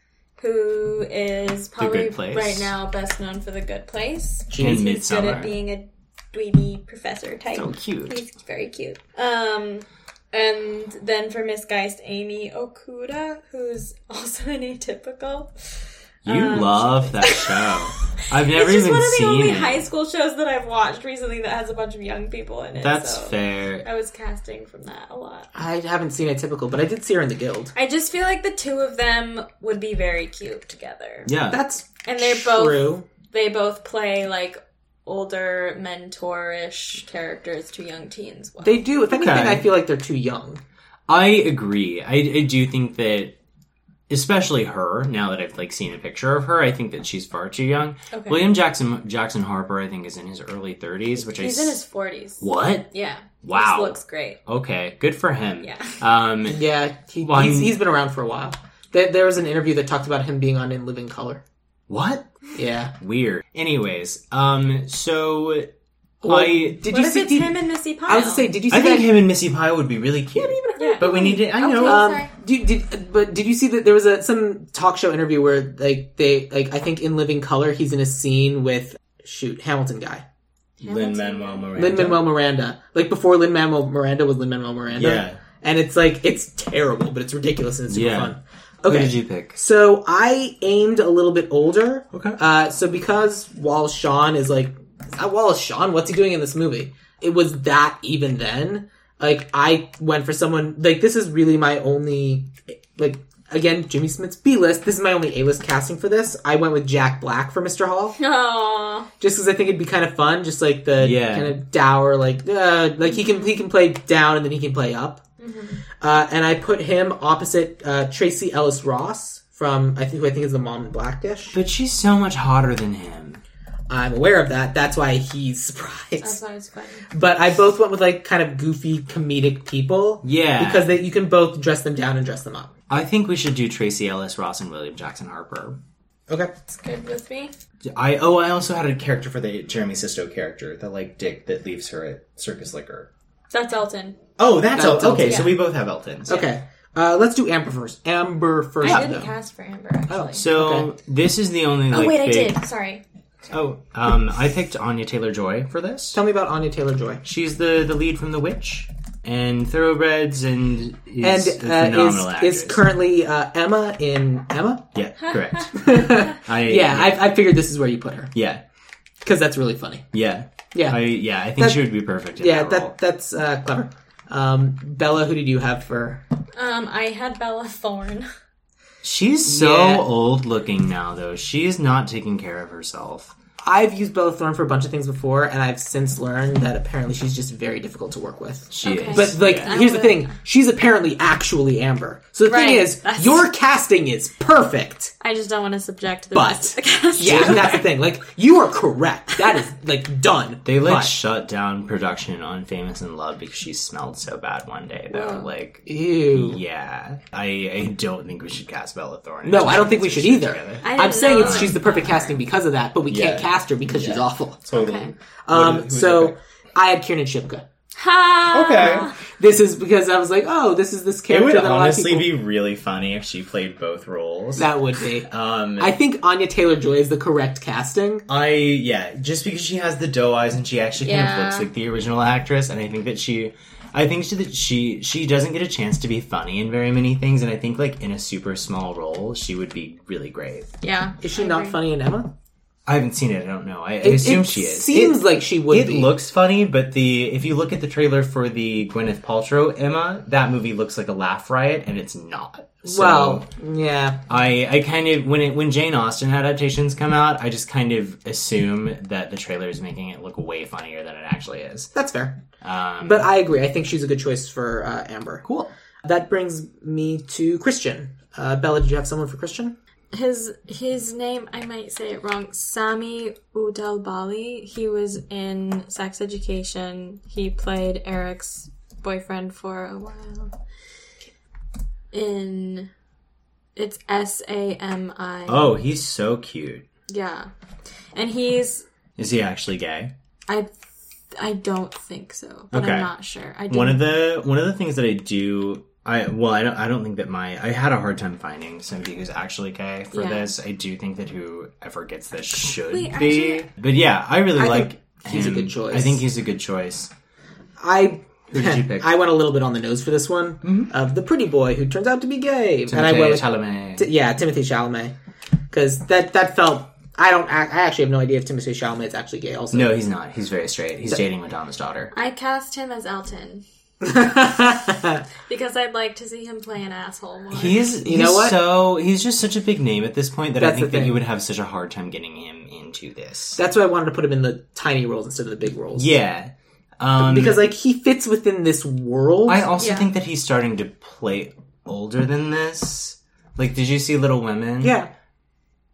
[SPEAKER 2] who is probably
[SPEAKER 3] Good Place.
[SPEAKER 2] right now best known for The Good Place.
[SPEAKER 1] She needs
[SPEAKER 3] And
[SPEAKER 2] He's good
[SPEAKER 3] Midsummer.
[SPEAKER 2] at being a dweeby professor type.
[SPEAKER 3] so cute.
[SPEAKER 2] He's very cute. Um, and then for Miss Geist, Amy Okuda, who's also an atypical.
[SPEAKER 3] You
[SPEAKER 2] Um,
[SPEAKER 3] love that show. I've never
[SPEAKER 2] it's just
[SPEAKER 3] even
[SPEAKER 2] one of the
[SPEAKER 3] seen
[SPEAKER 2] only
[SPEAKER 3] it.
[SPEAKER 2] high school shows that I've watched recently that has a bunch of young people in it.
[SPEAKER 3] That's
[SPEAKER 2] so
[SPEAKER 3] fair.
[SPEAKER 2] I was casting from that a lot.
[SPEAKER 1] I haven't seen a typical, but I did see her in the Guild.
[SPEAKER 2] I just feel like the two of them would be very cute together.
[SPEAKER 3] Yeah.
[SPEAKER 1] That's
[SPEAKER 2] And they're both
[SPEAKER 1] true.
[SPEAKER 2] they both play like older mentorish characters to young teens. Well.
[SPEAKER 1] They do. If anything,
[SPEAKER 3] Okay.
[SPEAKER 1] I feel like they're too young.
[SPEAKER 3] I agree. I, I do think that, especially her. Now that I've like seen a picture of her, I think that she's far too young.
[SPEAKER 2] Okay.
[SPEAKER 3] William Jackson Jackson Harper, I think, is in his early thirties, which
[SPEAKER 2] He's
[SPEAKER 3] I
[SPEAKER 2] in
[SPEAKER 3] s-
[SPEAKER 2] his forties.
[SPEAKER 3] what?
[SPEAKER 2] Yeah. He
[SPEAKER 3] Wow.
[SPEAKER 2] just looks great.
[SPEAKER 3] Okay, good for him.
[SPEAKER 2] Yeah.
[SPEAKER 3] Um,
[SPEAKER 1] Yeah, he,
[SPEAKER 3] Well,
[SPEAKER 1] he's,
[SPEAKER 3] I'm-
[SPEAKER 1] he's been around for a while. There, there was an interview that talked about him being on In Living Color.
[SPEAKER 3] what?
[SPEAKER 1] Yeah.
[SPEAKER 3] Weird. Anyways, um, so
[SPEAKER 1] Well,
[SPEAKER 3] I
[SPEAKER 1] did
[SPEAKER 2] what
[SPEAKER 1] you
[SPEAKER 2] if
[SPEAKER 1] see?
[SPEAKER 2] it's
[SPEAKER 1] did-
[SPEAKER 2] him and Missy Pyle?
[SPEAKER 1] I was to say, did you see
[SPEAKER 3] I think
[SPEAKER 1] that?
[SPEAKER 3] him and Missy Pyle would be really cute.
[SPEAKER 2] Yeah.
[SPEAKER 3] But we need to. I know.
[SPEAKER 2] Okay.
[SPEAKER 1] Um,
[SPEAKER 2] Sorry.
[SPEAKER 1] do, did but did you see that there was a some talk show interview where like they like I think in Living Color he's in a scene with shoot Hamilton guy
[SPEAKER 3] Lin Manuel Miranda.
[SPEAKER 1] Lin Manuel Miranda like before Lin Manuel Miranda was Lin Manuel Miranda
[SPEAKER 3] Yeah.
[SPEAKER 1] and it's like it's terrible but it's ridiculous and it's super
[SPEAKER 3] Yeah.
[SPEAKER 1] fun.
[SPEAKER 3] Who
[SPEAKER 1] Okay,
[SPEAKER 3] did you pick?
[SPEAKER 1] so I aimed a little bit older.
[SPEAKER 3] Okay.
[SPEAKER 1] Uh, so because Wallace Shawn is like, is that Wallace Shawn? What's he doing in this movie? It was that even then. Like I went for someone like this is really my only like again Jimmy Smith's B list. This is my only A list casting for this. I went with Jack Black for Mr. Hall
[SPEAKER 2] Aw.
[SPEAKER 1] just because I think it'd be kind of fun. Just like the
[SPEAKER 3] Yeah.
[SPEAKER 1] kind of dour like uh, like he can he can play down and then he can play up.
[SPEAKER 2] Mm-hmm.
[SPEAKER 1] Uh, and I put him opposite uh, Tracy Ellis Ross from I think who I think is the mom in Blackdish.
[SPEAKER 3] But she's so much hotter than him.
[SPEAKER 1] I'm aware of that. That's why he's
[SPEAKER 2] That's
[SPEAKER 1] surprised.
[SPEAKER 2] not as funny.
[SPEAKER 1] But I both went with like kind of goofy comedic people
[SPEAKER 3] Yeah.
[SPEAKER 1] because they, you can both dress them down and dress them up.
[SPEAKER 3] I think we should do Tracy Ellis Ross and William Jackson Harper.
[SPEAKER 1] Okay.
[SPEAKER 2] It's good with me.
[SPEAKER 3] I oh I also had a character for the Jeremy Sisto character, the like dick that leaves her at Circus Liquor.
[SPEAKER 2] That's Elton.
[SPEAKER 3] Oh, that's
[SPEAKER 1] Oh,
[SPEAKER 3] Elton. okay.
[SPEAKER 1] Elton.
[SPEAKER 3] So we both have Elton.
[SPEAKER 1] Okay. Uh, let's do Amber first. Amber first.
[SPEAKER 2] I didn't
[SPEAKER 1] though.
[SPEAKER 2] cast for Amber actually.
[SPEAKER 1] Oh,
[SPEAKER 3] So
[SPEAKER 1] Okay.
[SPEAKER 3] this is the only like
[SPEAKER 2] oh wait, I
[SPEAKER 3] big-
[SPEAKER 2] did. Sorry.
[SPEAKER 3] Oh, um, I picked Anya Taylor Joy for this.
[SPEAKER 1] Tell me about Anya Taylor Joy.
[SPEAKER 3] She's the the lead from The Witch and Thoroughbreds, and
[SPEAKER 1] And
[SPEAKER 3] is a
[SPEAKER 1] uh,
[SPEAKER 3] phenomenal
[SPEAKER 1] is, is
[SPEAKER 3] actress.
[SPEAKER 1] currently uh, Emma in Emma?
[SPEAKER 3] Yeah, correct.
[SPEAKER 1] yeah,
[SPEAKER 3] I
[SPEAKER 1] I, I figured this is where you put her
[SPEAKER 3] yeah
[SPEAKER 1] because that's really funny.
[SPEAKER 3] yeah
[SPEAKER 1] Yeah,
[SPEAKER 3] I yeah I think
[SPEAKER 1] That-
[SPEAKER 3] she would be perfect. In
[SPEAKER 1] yeah,
[SPEAKER 3] that, role.
[SPEAKER 1] that that's uh, clever. Um, Bella, who did you have for?
[SPEAKER 2] Um, I had Bella Thorne.
[SPEAKER 3] she's so
[SPEAKER 1] Yeah.
[SPEAKER 3] old looking now though. She's not taking care of herself.
[SPEAKER 1] I've used Bella Thorne for a bunch of things before, and I've since learned that apparently she's just very difficult to work with.
[SPEAKER 3] She
[SPEAKER 2] Okay.
[SPEAKER 3] is,
[SPEAKER 1] But like,
[SPEAKER 2] Yeah.
[SPEAKER 1] here's the thing: she's apparently actually Amber. So the thing
[SPEAKER 2] Right.
[SPEAKER 1] is,
[SPEAKER 2] That's-
[SPEAKER 1] your casting is perfect.
[SPEAKER 2] I just don't want to subject the
[SPEAKER 1] But-
[SPEAKER 2] rest of the cast.
[SPEAKER 1] Yeah, and that's the thing. Like, you are correct. That is like done.
[SPEAKER 3] They like
[SPEAKER 1] But-
[SPEAKER 3] shut down production on Famous in Love because she smelled so bad one day though.
[SPEAKER 2] Whoa.
[SPEAKER 3] Like
[SPEAKER 1] ew.
[SPEAKER 3] yeah, I, I don't think we should cast Bella Thorne.
[SPEAKER 1] No, I don't think we should either.
[SPEAKER 3] Together.
[SPEAKER 2] I
[SPEAKER 1] I'm
[SPEAKER 2] didn't
[SPEAKER 1] saying
[SPEAKER 2] know
[SPEAKER 1] it's
[SPEAKER 2] that.
[SPEAKER 1] she's the perfect casting because of that, but we can't
[SPEAKER 3] Yeah.
[SPEAKER 1] cast her because she's
[SPEAKER 3] Yeah.
[SPEAKER 1] awful.
[SPEAKER 3] Totally.
[SPEAKER 2] Okay.
[SPEAKER 1] Um, so I had Kiernan Shipka.
[SPEAKER 2] Ha!
[SPEAKER 3] Okay.
[SPEAKER 1] This is because I was like, oh, this is this
[SPEAKER 3] It
[SPEAKER 1] character
[SPEAKER 3] would
[SPEAKER 1] that a lot of
[SPEAKER 3] honestly
[SPEAKER 1] people.
[SPEAKER 3] be really funny if she played both roles.
[SPEAKER 1] That would be.
[SPEAKER 3] um,
[SPEAKER 1] I think Anya Taylor Joy is the correct casting.
[SPEAKER 3] I yeah, just because she has the doe eyes and she actually kind
[SPEAKER 2] Yeah.
[SPEAKER 3] of looks like the original actress, and I think that she, I think she, that she she doesn't get a chance to be funny in very many things, and I think like in a super small role she would be really great.
[SPEAKER 2] Yeah.
[SPEAKER 1] Is she
[SPEAKER 2] I
[SPEAKER 1] not
[SPEAKER 2] agree.
[SPEAKER 1] funny in Emma?
[SPEAKER 3] I haven't seen it. I don't know. I, I
[SPEAKER 1] It-
[SPEAKER 3] assume
[SPEAKER 1] it
[SPEAKER 3] she is.
[SPEAKER 1] Seems
[SPEAKER 3] it,
[SPEAKER 1] like she would
[SPEAKER 3] it
[SPEAKER 1] be.
[SPEAKER 3] looks funny, but the if you look at the trailer for the Gwyneth Paltrow Emma, that movie looks like a laugh riot, and it's not. So,
[SPEAKER 1] well, yeah.
[SPEAKER 3] I, I kind of when it when Jane Austen adaptations come out, I just kind of assume that the trailer is making it look way funnier than it actually is.
[SPEAKER 1] That's fair.
[SPEAKER 3] Um,
[SPEAKER 1] But I agree. I think she's a good choice for uh, Amber.
[SPEAKER 3] cool.
[SPEAKER 1] That brings me to Christian. Uh, Bella, did you have someone for Christian?
[SPEAKER 2] His his name I might say it wrong. Sami Udalbali. He was in Sex Education. He played Eric's boyfriend for a while. In it's S A M I.
[SPEAKER 3] Oh, he's so cute.
[SPEAKER 2] Yeah, and he's
[SPEAKER 3] Is he actually gay?
[SPEAKER 2] I I don't think so, but
[SPEAKER 3] Okay.
[SPEAKER 2] I'm not sure. I didn't,
[SPEAKER 3] One of the one of the things that I do I well I don't I don't think that my I had a hard time finding somebody who's actually gay for
[SPEAKER 2] Yeah.
[SPEAKER 3] this. I do think that whoever gets this should
[SPEAKER 2] Wait,
[SPEAKER 3] be.
[SPEAKER 2] actually-
[SPEAKER 3] but yeah, I really
[SPEAKER 1] I
[SPEAKER 3] like.
[SPEAKER 1] think he's a
[SPEAKER 3] him.
[SPEAKER 1] good choice.
[SPEAKER 3] I think he's a good choice.
[SPEAKER 1] I
[SPEAKER 3] Who did you pick?
[SPEAKER 1] I went a little bit on the nose for this one of the pretty boy who turns out to be gay, and I
[SPEAKER 3] Timothée
[SPEAKER 1] went with
[SPEAKER 3] Chalamet.
[SPEAKER 1] T- yeah, Timothy Chalamet. Because that that felt I don't I, I actually have no idea if Timothy Chalamet is actually gay. Also,
[SPEAKER 3] no, he's not. He's very straight. He's dating Madonna's daughter.
[SPEAKER 2] I cast him as Elton because I'd like to see him play an asshole more.
[SPEAKER 3] He's you
[SPEAKER 1] know
[SPEAKER 3] know
[SPEAKER 1] what?
[SPEAKER 3] what? So he's just such a big name at this point that
[SPEAKER 1] That's
[SPEAKER 3] I
[SPEAKER 1] the
[SPEAKER 3] think that
[SPEAKER 1] thing.
[SPEAKER 3] you would have such a hard time getting him into this.
[SPEAKER 1] that's why I wanted to put him in the tiny roles instead of the big roles.
[SPEAKER 3] yeah, um,
[SPEAKER 1] because like he fits within this world.
[SPEAKER 3] I also
[SPEAKER 2] Yeah.
[SPEAKER 3] think that he's starting to play older than this. Like, did you see Little Women?
[SPEAKER 1] yeah,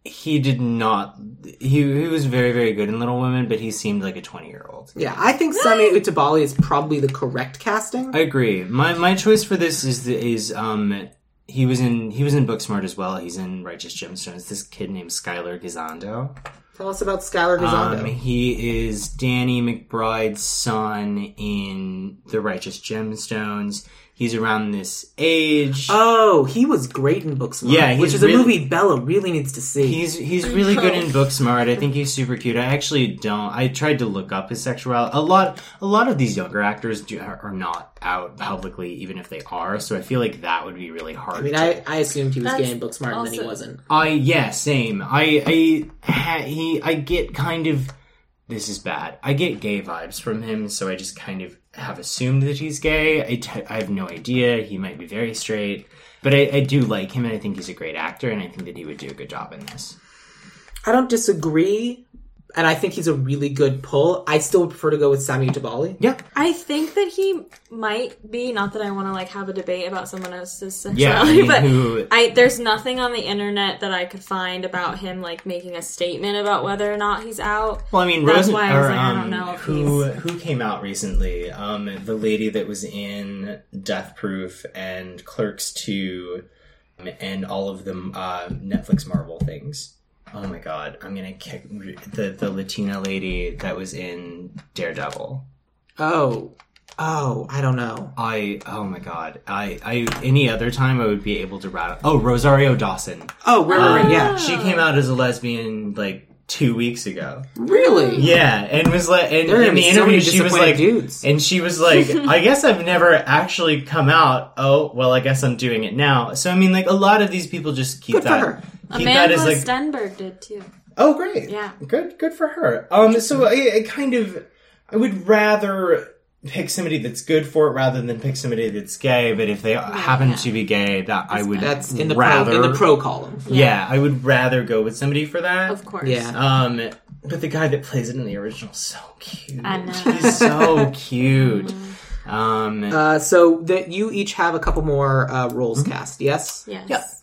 [SPEAKER 3] he did not. He he was very very good in Little Women, but he seemed like a twenty year old.
[SPEAKER 1] yeah. I think Sami Utabali is probably the correct casting.
[SPEAKER 3] I agree. My my choice for this is the, is um he was in he was in Booksmart as well. He's in Righteous Gemstones. This kid named Skylar Gisondo.
[SPEAKER 1] Tell us about Skylar Gisondo.
[SPEAKER 3] Um, he is Danny McBride's son in The Righteous Gemstones. He's around this age.
[SPEAKER 1] oh, he was great in Booksmart.
[SPEAKER 3] Yeah,
[SPEAKER 1] which
[SPEAKER 3] he's
[SPEAKER 1] is a
[SPEAKER 3] really-
[SPEAKER 1] movie Bella really needs to see.
[SPEAKER 3] He's he's really good in Booksmart. I think he's super cute. I actually don't. I tried to look up his sexuality. A lot a lot of these younger actors do, are are not out publicly, even if they are. So I feel like that would be really hard.
[SPEAKER 1] I mean,
[SPEAKER 3] to
[SPEAKER 1] I, I assumed he was
[SPEAKER 2] That's
[SPEAKER 1] gay in Booksmart, and then he
[SPEAKER 2] also-
[SPEAKER 1] wasn't.
[SPEAKER 3] I yeah, same. I I ha, he I get kind of this is bad. I get gay vibes from him, so I just kind of have assumed that he's gay. I, t- I have no idea. He might be very straight, but I, I do like him, and I think he's a great actor, and I think that he would do a good job in this.
[SPEAKER 1] I don't disagree, and I think he's a really good pull. I still would prefer to go with Sami Utabali.
[SPEAKER 3] Yeah,
[SPEAKER 2] I think that he might be. Not that I want to like have a debate about someone else's
[SPEAKER 3] yeah. I
[SPEAKER 2] sexuality,
[SPEAKER 3] mean, who-
[SPEAKER 2] but I there's nothing on the internet that I could find about him like making a statement about whether or not he's out.
[SPEAKER 3] well, I mean,
[SPEAKER 2] That's
[SPEAKER 3] Rosen-
[SPEAKER 2] why I was
[SPEAKER 3] or,
[SPEAKER 2] like, I don't
[SPEAKER 3] um,
[SPEAKER 2] know if
[SPEAKER 3] who who came out recently. Um, the lady that was in Death Proof and Clerks Two, um, and all of the uh, Netflix Marvel things. Oh my god, I'm gonna kick the the Latina lady that was in Daredevil.
[SPEAKER 1] Oh, oh, I don't know.
[SPEAKER 3] I oh my god, I I any other time I would be able to rattle. Oh, Rosario Dawson.
[SPEAKER 2] Ah.
[SPEAKER 1] Oh, right, right, right, yeah.
[SPEAKER 3] She came out as a lesbian like two weeks ago.
[SPEAKER 1] Really?
[SPEAKER 3] Yeah, and was like, and
[SPEAKER 1] There are
[SPEAKER 3] in
[SPEAKER 1] gonna be
[SPEAKER 3] the
[SPEAKER 1] so
[SPEAKER 3] interview
[SPEAKER 1] many
[SPEAKER 3] she was
[SPEAKER 1] disappointed
[SPEAKER 3] like,
[SPEAKER 1] dudes.
[SPEAKER 3] and she was like, I guess I've never actually come out. Oh, well, I guess I'm doing it now. So I mean, like a lot of these people just keep
[SPEAKER 1] Good for
[SPEAKER 3] that.
[SPEAKER 1] her.
[SPEAKER 3] Keep that
[SPEAKER 4] Amanda
[SPEAKER 3] as like,
[SPEAKER 4] Stenberg did too.
[SPEAKER 3] oh great,
[SPEAKER 4] Yeah.
[SPEAKER 3] good, good for her. Um, so I, I kind of, I would rather pick somebody that's good for it rather than pick somebody that's gay. But if they happen
[SPEAKER 4] yeah.
[SPEAKER 3] to be gay, that I would
[SPEAKER 1] That's in the
[SPEAKER 3] rather,
[SPEAKER 1] pro, in the pro column.
[SPEAKER 3] Yeah, I would rather go with somebody for that.
[SPEAKER 4] Of course.
[SPEAKER 1] Yeah.
[SPEAKER 3] Um, but the guy that plays it in the original is so cute.
[SPEAKER 4] I know. Mm-hmm.
[SPEAKER 3] He's so cute. Um,
[SPEAKER 1] Uh, so that you each have a couple more uh, roles cast. Yes.
[SPEAKER 4] Yes.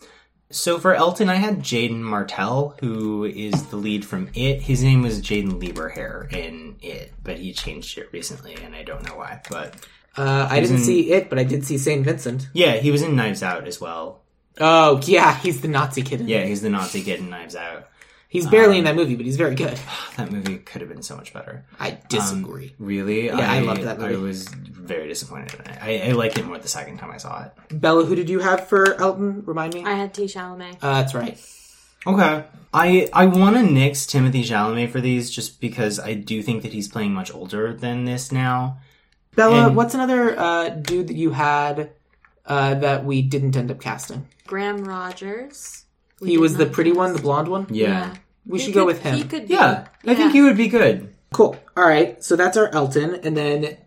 [SPEAKER 3] so for Elton, I had Jaden Martell, who is the lead from It. His name was Jaden Lieberhair in It, but he changed it recently, and I don't know why. But
[SPEAKER 1] Uh, I didn't see it, but I did see Saint Vincent.
[SPEAKER 3] yeah, he was in Knives Out as well.
[SPEAKER 1] Oh yeah, Um, he's the Nazi kid. in it.
[SPEAKER 3] Yeah, he's the Nazi kid in Knives Out.
[SPEAKER 1] He's barely in that movie, but he's very good.
[SPEAKER 3] That movie could have been so much better. Um,
[SPEAKER 1] I disagree.
[SPEAKER 3] Really?
[SPEAKER 1] Yeah, I loved that movie.
[SPEAKER 3] I was very disappointed in it. I, I liked it more the second time I saw it.
[SPEAKER 1] Bella, who did you have for Elton? Remind me.
[SPEAKER 4] I had T. Chalamet.
[SPEAKER 1] uh, that's right.
[SPEAKER 3] Okay. I I want to nix Timothy Chalamet for these just because I do think that he's playing much older than this now.
[SPEAKER 1] Bella,
[SPEAKER 3] And-
[SPEAKER 1] what's another uh, dude that you had uh, that we didn't end up casting?
[SPEAKER 4] Graham Rogers. We
[SPEAKER 1] He
[SPEAKER 4] did
[SPEAKER 1] was the
[SPEAKER 4] not
[SPEAKER 1] pretty
[SPEAKER 4] cast.
[SPEAKER 1] one, the blonde one.
[SPEAKER 3] Yeah.
[SPEAKER 1] We
[SPEAKER 4] He
[SPEAKER 1] should
[SPEAKER 4] could-
[SPEAKER 1] go with him.
[SPEAKER 4] He could. be-
[SPEAKER 3] Yeah. I think
[SPEAKER 4] Yeah.
[SPEAKER 3] he would be good.
[SPEAKER 1] Cool. All right. So that's our Elton, and then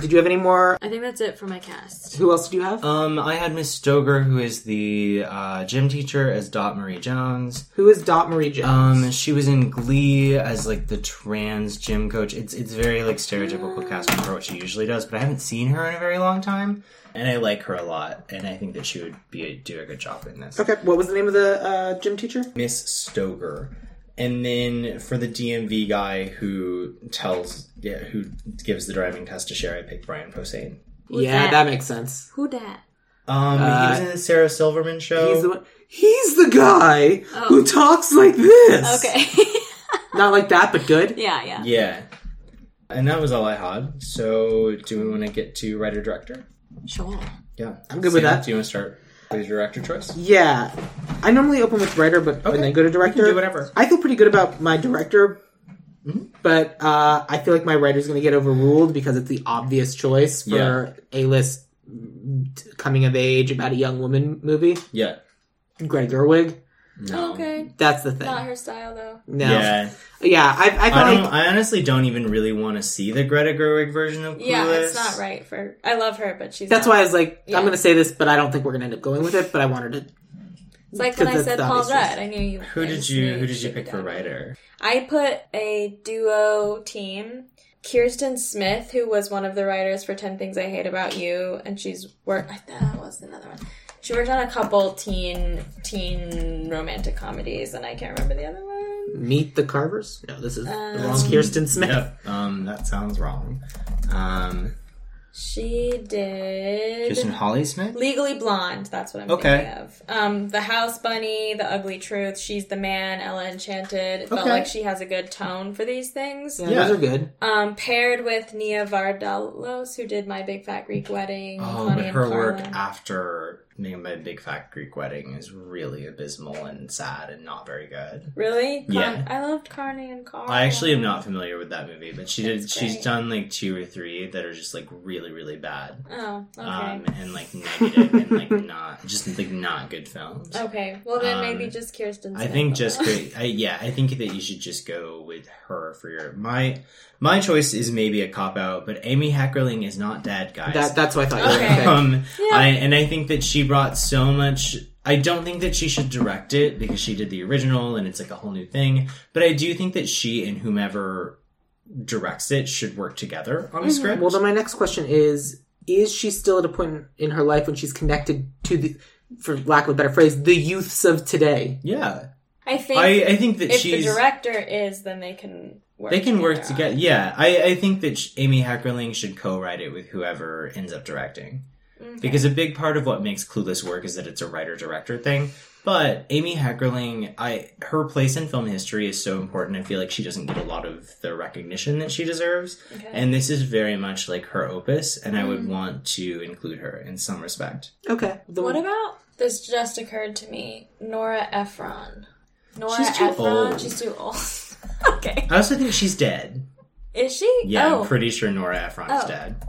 [SPEAKER 1] did you have any more?
[SPEAKER 4] I think that's it for my cast.
[SPEAKER 1] Who else did you have?
[SPEAKER 3] Um, I had Miss Stoger, who is the uh, gym teacher, as Dot Marie Jones.
[SPEAKER 1] Who is Dot Marie Jones?
[SPEAKER 3] Um, she was in Glee as like the trans gym coach. It's it's very like stereotypical casting for what she usually does, but I haven't seen her in a very long time, and I like her a lot, and I think that she would be do a good job in this.
[SPEAKER 1] okay. What was the name of the uh, gym teacher?
[SPEAKER 3] Miss Stoger. And then for the DMV guy who tells, yeah, who gives the driving test to Sherry, I picked Brian Posehn.
[SPEAKER 4] Who's
[SPEAKER 1] yeah, that?
[SPEAKER 4] that?
[SPEAKER 1] makes sense.
[SPEAKER 4] Who dat?
[SPEAKER 3] Um, he was in the Sarah Silverman show.
[SPEAKER 1] Uh, He's the one. He's the guy who talks like this.
[SPEAKER 4] Oh. Okay.
[SPEAKER 1] Not like that, but good.
[SPEAKER 4] yeah. Yeah.
[SPEAKER 3] yeah. And that was all I had. So do we want to get to writer director?
[SPEAKER 4] Sure.
[SPEAKER 3] Yeah, I'm
[SPEAKER 1] good with that.
[SPEAKER 3] Do you want to start with your director choice?
[SPEAKER 1] Yeah. I normally open with writer, but
[SPEAKER 3] Okay.
[SPEAKER 1] and then go to director.
[SPEAKER 3] You can do whatever.
[SPEAKER 1] I feel pretty good about my director,
[SPEAKER 3] Mm-hmm.
[SPEAKER 1] but uh, I feel like my writer's going to get overruled because it's the obvious choice for a list coming of age about a young woman movie.
[SPEAKER 3] Yeah.
[SPEAKER 1] Greg Gerwig.
[SPEAKER 3] No.
[SPEAKER 2] Okay.
[SPEAKER 1] That's the thing.
[SPEAKER 2] Not her style though.
[SPEAKER 1] no.
[SPEAKER 3] Yeah,
[SPEAKER 1] Yeah, I, I
[SPEAKER 3] I
[SPEAKER 1] feel
[SPEAKER 3] don't.
[SPEAKER 1] like
[SPEAKER 3] I honestly don't even really want to see the Greta Gerwig version of Clueless.
[SPEAKER 2] Yeah, it's not right for. I love her, but she's.
[SPEAKER 1] that's
[SPEAKER 2] not-
[SPEAKER 1] why I was like,
[SPEAKER 2] Yeah.
[SPEAKER 1] I'm going to say this, but I don't think we're going to end up going with it. But I wanted to.
[SPEAKER 2] It's like
[SPEAKER 1] 'cause
[SPEAKER 2] when I
[SPEAKER 1] that's
[SPEAKER 2] said
[SPEAKER 1] the
[SPEAKER 2] Paul
[SPEAKER 1] obvious choice.
[SPEAKER 2] Rudd. I knew you.
[SPEAKER 3] Who
[SPEAKER 2] I
[SPEAKER 3] did
[SPEAKER 2] just
[SPEAKER 3] you?
[SPEAKER 2] knew
[SPEAKER 3] Who did you
[SPEAKER 2] should be
[SPEAKER 3] pick for
[SPEAKER 2] done.
[SPEAKER 3] writer?
[SPEAKER 2] I put a duo team. Kirsten Smith, who was one of the writers for Ten Things I Hate About You, and she's worked. I thought that was another one. She worked on a couple teen teen romantic comedies, and I can't remember the other one.
[SPEAKER 1] Meet the Carvers? No, this is the wrong
[SPEAKER 2] That's-
[SPEAKER 1] Kirsten Smith.
[SPEAKER 3] Yep. Um, that sounds wrong. Um,
[SPEAKER 2] She did
[SPEAKER 3] Kristen Holly Smith.
[SPEAKER 2] Legally Blonde. That's what I'm
[SPEAKER 3] Okay.
[SPEAKER 2] thinking of. Um, the House Bunny, The Ugly Truth, She's the Man, Ella Enchanted. It felt
[SPEAKER 3] Okay.
[SPEAKER 2] like she has a good tone for these things.
[SPEAKER 1] Yeah,
[SPEAKER 3] Yeah.
[SPEAKER 1] those are good.
[SPEAKER 2] Um, paired with Nia Vardalos, who did My Big Fat Greek Wedding.
[SPEAKER 3] Oh,
[SPEAKER 2] Connie
[SPEAKER 3] but
[SPEAKER 2] and
[SPEAKER 3] her work
[SPEAKER 2] Carlin.
[SPEAKER 3] after making my big fat Greek wedding is really abysmal and sad and not very good.
[SPEAKER 2] Really? Con-
[SPEAKER 3] Yeah.
[SPEAKER 2] I loved Carney and Carl.
[SPEAKER 3] I actually am not familiar with that movie, but she did.
[SPEAKER 2] That's
[SPEAKER 3] She's
[SPEAKER 2] great.
[SPEAKER 3] done like two or three that are just like really, really bad,
[SPEAKER 2] Oh, okay.
[SPEAKER 3] um, and like negative and like not just like not good films.
[SPEAKER 2] okay. Well, then maybe
[SPEAKER 3] um,
[SPEAKER 2] just Kirsten.
[SPEAKER 3] I
[SPEAKER 2] Smith
[SPEAKER 3] think
[SPEAKER 2] will
[SPEAKER 3] just
[SPEAKER 2] know.
[SPEAKER 3] go, I, yeah, I think that you should just go with her for your my my choice is maybe a cop out, but Amy Heckerling is not dead, guys.
[SPEAKER 1] That, that's what I thought. you were gonna
[SPEAKER 2] Okay.
[SPEAKER 1] pick.
[SPEAKER 3] um,
[SPEAKER 2] Yeah.
[SPEAKER 3] I and I think that she brought so much. I don't think that she should direct it because she did the original and it's like a whole new thing. But I do think that she and whomever directs it should work together on a
[SPEAKER 2] Mm-hmm.
[SPEAKER 3] script.
[SPEAKER 1] Well, then my next question is: Is she still at a point in her life when she's connected to the, for lack of a better phrase, the youths of today?
[SPEAKER 3] yeah,
[SPEAKER 2] I think
[SPEAKER 3] I, I think that
[SPEAKER 2] if the
[SPEAKER 3] she's
[SPEAKER 2] director is, then they can work.
[SPEAKER 3] they can work
[SPEAKER 2] on it.
[SPEAKER 3] together. Yeah, I, I think that sh- Amy Heckerling should co-write it with whoever ends up directing.
[SPEAKER 2] Mm-hmm.
[SPEAKER 3] Because a big part of what makes Clueless work is that it's a writer-director thing. But Amy Heckerling, I her place in film history is so important. I feel like she doesn't get a lot of the recognition that she deserves,
[SPEAKER 2] Okay. Mm-hmm.
[SPEAKER 3] and this is very much like her opus. And I would want to include her in some respect.
[SPEAKER 1] Okay. The-
[SPEAKER 2] What about this? Just occurred to me, Nora Ephron. Nora
[SPEAKER 3] She's too
[SPEAKER 2] Ephron.
[SPEAKER 3] old.
[SPEAKER 2] She's too old. okay.
[SPEAKER 3] I also think she's dead.
[SPEAKER 2] Is she?
[SPEAKER 3] Yeah,
[SPEAKER 2] Oh,
[SPEAKER 3] I'm pretty sure Nora Ephron's
[SPEAKER 2] Oh.
[SPEAKER 3] dead.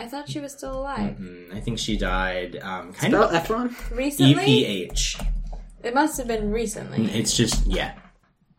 [SPEAKER 2] I thought she was still alive.
[SPEAKER 3] Mm, I think she died um, kind
[SPEAKER 1] Spell
[SPEAKER 3] of
[SPEAKER 1] Efron.
[SPEAKER 2] Recently?
[SPEAKER 3] E P H.
[SPEAKER 2] It must have been recently.
[SPEAKER 3] It's just yeah.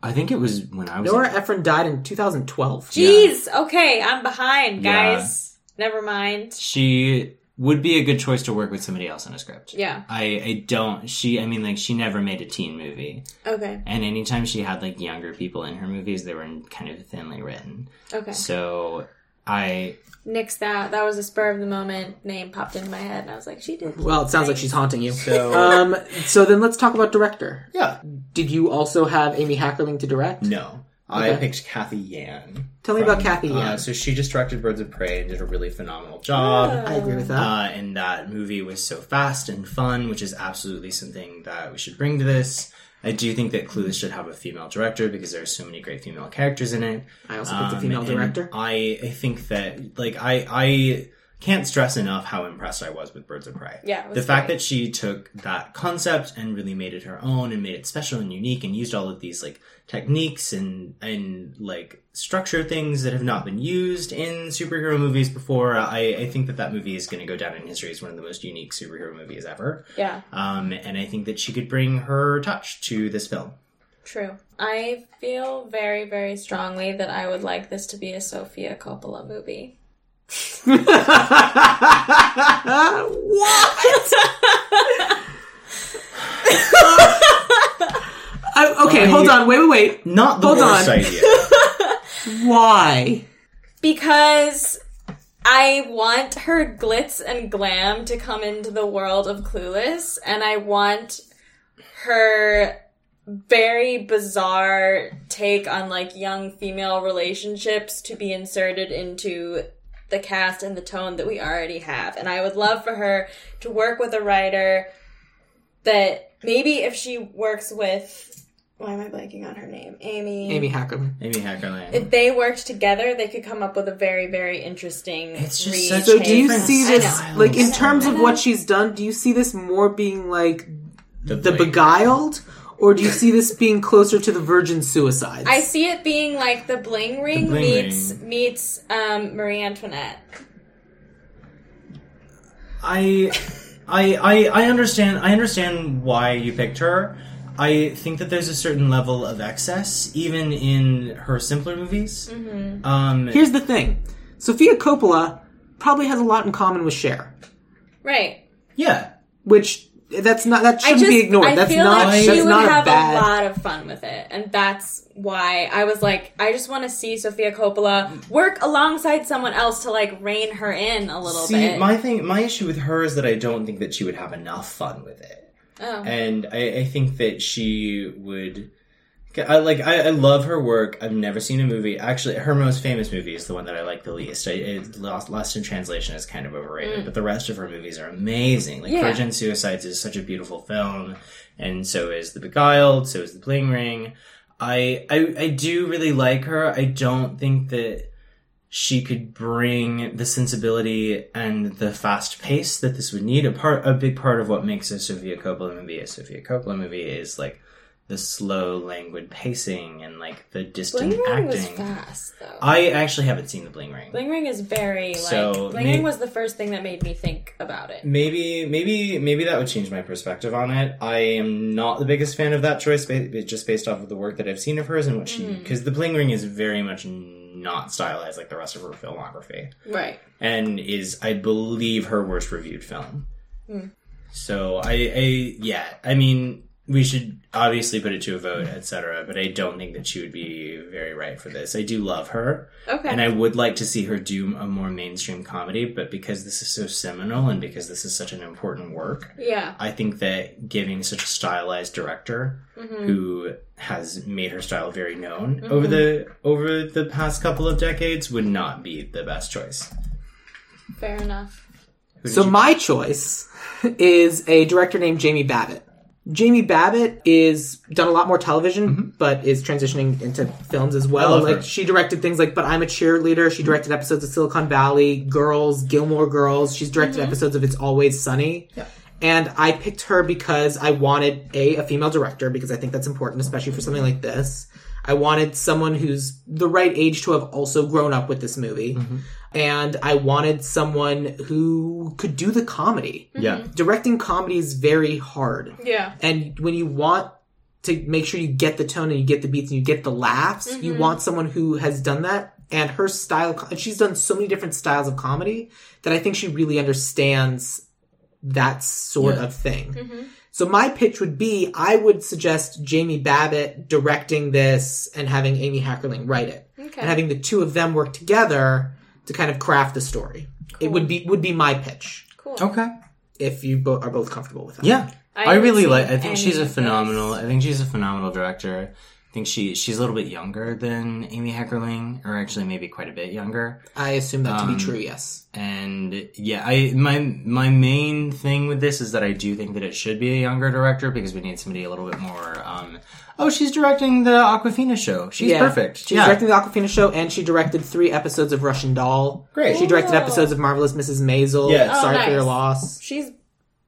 [SPEAKER 3] I think it was when I was
[SPEAKER 1] Nora Ephron died in 2012.
[SPEAKER 2] Jeez. Okay, I'm behind,
[SPEAKER 3] Yeah.
[SPEAKER 2] guys. Never mind.
[SPEAKER 3] she would be a good choice to work with somebody else on a script.
[SPEAKER 2] Yeah.
[SPEAKER 3] I, I don't she I mean like she never made a teen movie.
[SPEAKER 2] Okay.
[SPEAKER 3] And anytime she had like younger people in her movies, they were kind of thinly written.
[SPEAKER 2] Okay.
[SPEAKER 3] So I
[SPEAKER 2] Nix that. That was a spur of the moment name popped into my head, and I was like, she did.
[SPEAKER 1] Well, it sounds like she's haunting you.
[SPEAKER 3] So-
[SPEAKER 1] um, so then let's talk about director.
[SPEAKER 3] Yeah.
[SPEAKER 1] Did you also have Amy Hackerling to direct?
[SPEAKER 3] No. I
[SPEAKER 1] Okay.
[SPEAKER 3] picked Kathy Yan.
[SPEAKER 1] Tell me about Kathy
[SPEAKER 3] Uh,
[SPEAKER 1] Yan.
[SPEAKER 3] so she just directed Birds of Prey and did a really phenomenal job.
[SPEAKER 1] I agree with that.
[SPEAKER 3] Uh, and that movie was so fast and fun, which is absolutely something that we should bring to this. I do think that Clueless should have a female director because there are so many great female characters in it.
[SPEAKER 1] I also picked a
[SPEAKER 3] Um,
[SPEAKER 1] female
[SPEAKER 3] and
[SPEAKER 1] director.
[SPEAKER 3] I, I think that like I I can't stress enough how impressed I was with Birds of Prey.
[SPEAKER 2] Yeah, it was
[SPEAKER 3] the fact
[SPEAKER 2] great.
[SPEAKER 3] that she took that concept and really made it her own and made it special and unique and used all of these like techniques and and like structure things that have not been used in superhero movies before. I, I think that that movie is going to go down in history as one of the most unique superhero movies ever.
[SPEAKER 2] Yeah.
[SPEAKER 3] Um, and I think that she could bring her touch to this film.
[SPEAKER 2] True. I feel very, very strongly that I would like this to be a Sofia Coppola movie.
[SPEAKER 1] Uh, what? I- Uh, okay, hold on. Wait, wait, wait.
[SPEAKER 3] Not the
[SPEAKER 1] Hold
[SPEAKER 3] worst
[SPEAKER 1] on.
[SPEAKER 3] idea.
[SPEAKER 1] Why?
[SPEAKER 2] because I want her glitz and glam to come into the world of Clueless, and I want her very bizarre take on like young female relationships to be inserted into the cast and the tone that we already have. And I would love for her to work with a writer that maybe if she works with why am I blanking on her name?
[SPEAKER 1] Amy Hackerling.
[SPEAKER 3] Amy Hackerland.
[SPEAKER 2] if they worked together, they could come up with a very, very interesting.
[SPEAKER 3] It's just
[SPEAKER 2] read
[SPEAKER 3] such
[SPEAKER 1] So do you
[SPEAKER 2] change.
[SPEAKER 3] Different
[SPEAKER 1] see this
[SPEAKER 3] styles.
[SPEAKER 1] like in
[SPEAKER 3] I
[SPEAKER 1] terms of
[SPEAKER 2] know.
[SPEAKER 1] what she's done? Do you see this more being like the
[SPEAKER 3] Blade.
[SPEAKER 1] beguiled, or do you see this being closer to the Virgin Suicides?
[SPEAKER 2] I see it being like the bling ring
[SPEAKER 3] bling
[SPEAKER 2] meets
[SPEAKER 3] ring.
[SPEAKER 2] meets um, Marie Antoinette.
[SPEAKER 3] I, I, I, I understand. I understand why you picked her. I think that there's a certain level of excess, even in her simpler movies. Mm-hmm. Um,
[SPEAKER 1] Here's the thing: Sophia Coppola probably has a lot in common with Cher,
[SPEAKER 2] Right.
[SPEAKER 3] yeah,
[SPEAKER 1] which that's not that
[SPEAKER 2] I
[SPEAKER 1] shouldn't
[SPEAKER 2] just
[SPEAKER 1] be ignored.
[SPEAKER 2] I
[SPEAKER 1] that's
[SPEAKER 2] feel
[SPEAKER 1] not
[SPEAKER 2] like she
[SPEAKER 1] that's
[SPEAKER 2] would
[SPEAKER 1] not a
[SPEAKER 2] have
[SPEAKER 1] bad.
[SPEAKER 2] a lot of fun with it, and that's why I was like, I just want to see Sofia Coppola work alongside someone else to like rein her in a little
[SPEAKER 3] See,
[SPEAKER 2] bit.
[SPEAKER 3] my thing, my issue with her is that I don't think that she would have enough fun with it,
[SPEAKER 2] oh.
[SPEAKER 3] and I, I think that she would. I like. I, I love her work. I've never seen a movie. Actually, her most famous movie is the one that I like the least. I, it, Lost, Lost in Translation is kind of overrated, but the rest of her movies are amazing. Like
[SPEAKER 2] Mm. Yeah.
[SPEAKER 3] Virgin Suicides is such a beautiful film, and so is The Beguiled. So is The Bling Ring. I, I I do really like her. I don't think that she could bring the sensibility and the fast pace that this would need. A part, a big part of what makes a Sofia Coppola movie a Sofia Coppola movie is like the slow, languid pacing and like the distant
[SPEAKER 2] Bling ring was
[SPEAKER 3] acting.
[SPEAKER 2] fast though.
[SPEAKER 3] I actually haven't seen the Bling Ring.
[SPEAKER 2] Bling Ring is very like
[SPEAKER 3] So,
[SPEAKER 2] Bling
[SPEAKER 3] may-
[SPEAKER 2] Ring was the first thing that made me think about it.
[SPEAKER 3] Maybe, maybe, maybe that would change my perspective on it. I am not the biggest fan of that choice, ba- ba- just based off of the work that I've seen of hers and what she,
[SPEAKER 2] Mm.
[SPEAKER 3] because the Bling Ring is very much not stylized like the rest of her filmography.
[SPEAKER 2] Right.
[SPEAKER 3] and is I believe her worst reviewed film. So I, I yeah, I mean we should obviously put it to a vote, etc. But I don't think that she would be very right for this. I do love her,
[SPEAKER 2] Okay.
[SPEAKER 3] and I would like to see her do a more mainstream comedy. But because this is so seminal, and because this is such an important work,
[SPEAKER 2] yeah.
[SPEAKER 3] I think that giving such a stylized director who has made her style very known over the over the past couple of decades would not be the best choice.
[SPEAKER 2] Fair enough.
[SPEAKER 3] Who did
[SPEAKER 1] So
[SPEAKER 3] you-
[SPEAKER 1] my choice is a director named Jamie Babbitt. Jamie Babbitt is done a lot more television, but is transitioning into films as well.
[SPEAKER 3] Mm-hmm. I love
[SPEAKER 1] like
[SPEAKER 3] her.
[SPEAKER 1] she directed things like "But I'm a Cheerleader." She directed episodes of Silicon Valley, Girls, Gilmore Girls. She's directed episodes of It's Always Sunny. And I picked her because I wanted a a female director because I think that's important, especially for something like this. I wanted someone who's the right age to have also grown up with this movie. And I wanted someone who could do the comedy.
[SPEAKER 3] Yeah.
[SPEAKER 1] Directing comedy is very hard.
[SPEAKER 2] Yeah.
[SPEAKER 1] And when you want to make sure you get the tone and you get the beats and you get the laughs, you want someone who has done that. And her style, and she's done so many different styles of comedy that I think she really understands that sort
[SPEAKER 3] Yeah.
[SPEAKER 1] of thing. So my pitch would be I would suggest Jamie Babbitt directing this and having Amy Hackerling write it.
[SPEAKER 2] Okay.
[SPEAKER 1] And having the two of them work together to kind of craft the story. It would be would be my pitch
[SPEAKER 2] Cool.
[SPEAKER 3] Okay.
[SPEAKER 1] if you bo- are both comfortable with that.
[SPEAKER 3] Yeah.
[SPEAKER 2] I
[SPEAKER 3] I,
[SPEAKER 2] haven't
[SPEAKER 3] really
[SPEAKER 2] seen
[SPEAKER 3] like. I think
[SPEAKER 2] any
[SPEAKER 3] she's a
[SPEAKER 2] of those.
[SPEAKER 3] phenomenal. I think she's a phenomenal director. I think she she's a little bit younger than Amy Heckerling, or actually maybe quite a bit younger.
[SPEAKER 1] I assume that to
[SPEAKER 3] Um,
[SPEAKER 1] be true, yes.
[SPEAKER 3] And yeah, I my my main thing with this is that I do think that it should be a younger director because we need somebody a little bit more. Um, oh, she's directing the Aquafina show. She's perfect.
[SPEAKER 1] She's
[SPEAKER 3] yeah.
[SPEAKER 1] directing the Aquafina show, and she directed three episodes of Russian Doll.
[SPEAKER 3] Great.
[SPEAKER 1] She directed
[SPEAKER 2] Cool.
[SPEAKER 1] episodes of Marvelous Mrs. Maisel.
[SPEAKER 3] Yeah.
[SPEAKER 2] Oh,
[SPEAKER 1] Sorry for
[SPEAKER 2] nice.
[SPEAKER 1] your loss.
[SPEAKER 2] She's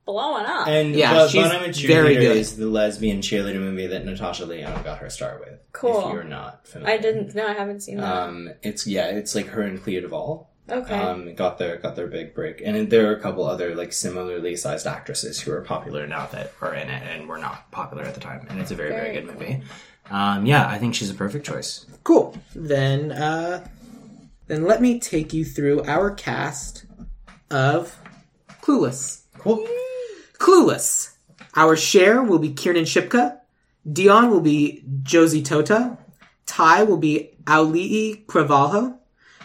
[SPEAKER 2] blowing up.
[SPEAKER 3] And
[SPEAKER 1] Yeah,
[SPEAKER 3] Bo-
[SPEAKER 1] she's
[SPEAKER 3] Bonham and
[SPEAKER 1] very
[SPEAKER 3] Cheerleader
[SPEAKER 1] good.
[SPEAKER 3] is the lesbian cheerleader movie that Natasha Leon got her start with.
[SPEAKER 2] Cool.
[SPEAKER 3] If you're not familiar,
[SPEAKER 2] I didn't. No, I haven't seen that.
[SPEAKER 3] Um, it's yeah, it's like her and Clea Duvall.
[SPEAKER 2] okay.
[SPEAKER 3] Um, got their got their big break, and then there are a couple other like similarly sized actresses who are popular now that are in it and were not popular at the time, and it's a very very,
[SPEAKER 2] Very
[SPEAKER 3] good movie. Um, yeah, I think she's a perfect choice.
[SPEAKER 1] Cool. Then, uh, then let me take you through our cast of Clueless.
[SPEAKER 3] Cool.
[SPEAKER 1] Clueless. Our share will be Kiernan Shipka. Dion will be Josie Tota. Ty will be Aulii Cravalho.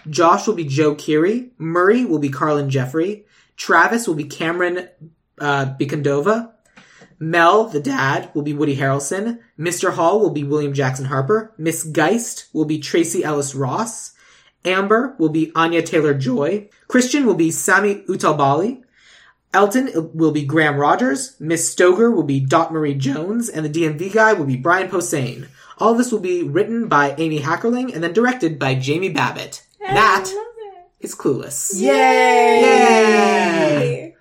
[SPEAKER 1] Josh will be Joe Keery. Murray will be Carlin Jeffrey. Travis will be Cameron uh, Bikondova. Mel, the dad, will be Woody Harrelson. Mr. Hall will be William Jackson Harper. Miss Geist will be Tracy Ellis Ross. Amber will be Anya Taylor Joy. Christian will be Sami Utalbali. Elton will be Graham Rogers, Miss Stoger will be Dot Marie Jones, and the DMV guy will be Brian Posehn. All this will be written by Amy Hackerling and then directed by Jamie Babbitt.
[SPEAKER 2] Oh, I
[SPEAKER 1] That
[SPEAKER 2] love it.
[SPEAKER 1] is Clueless.
[SPEAKER 3] Yay!
[SPEAKER 2] Hey.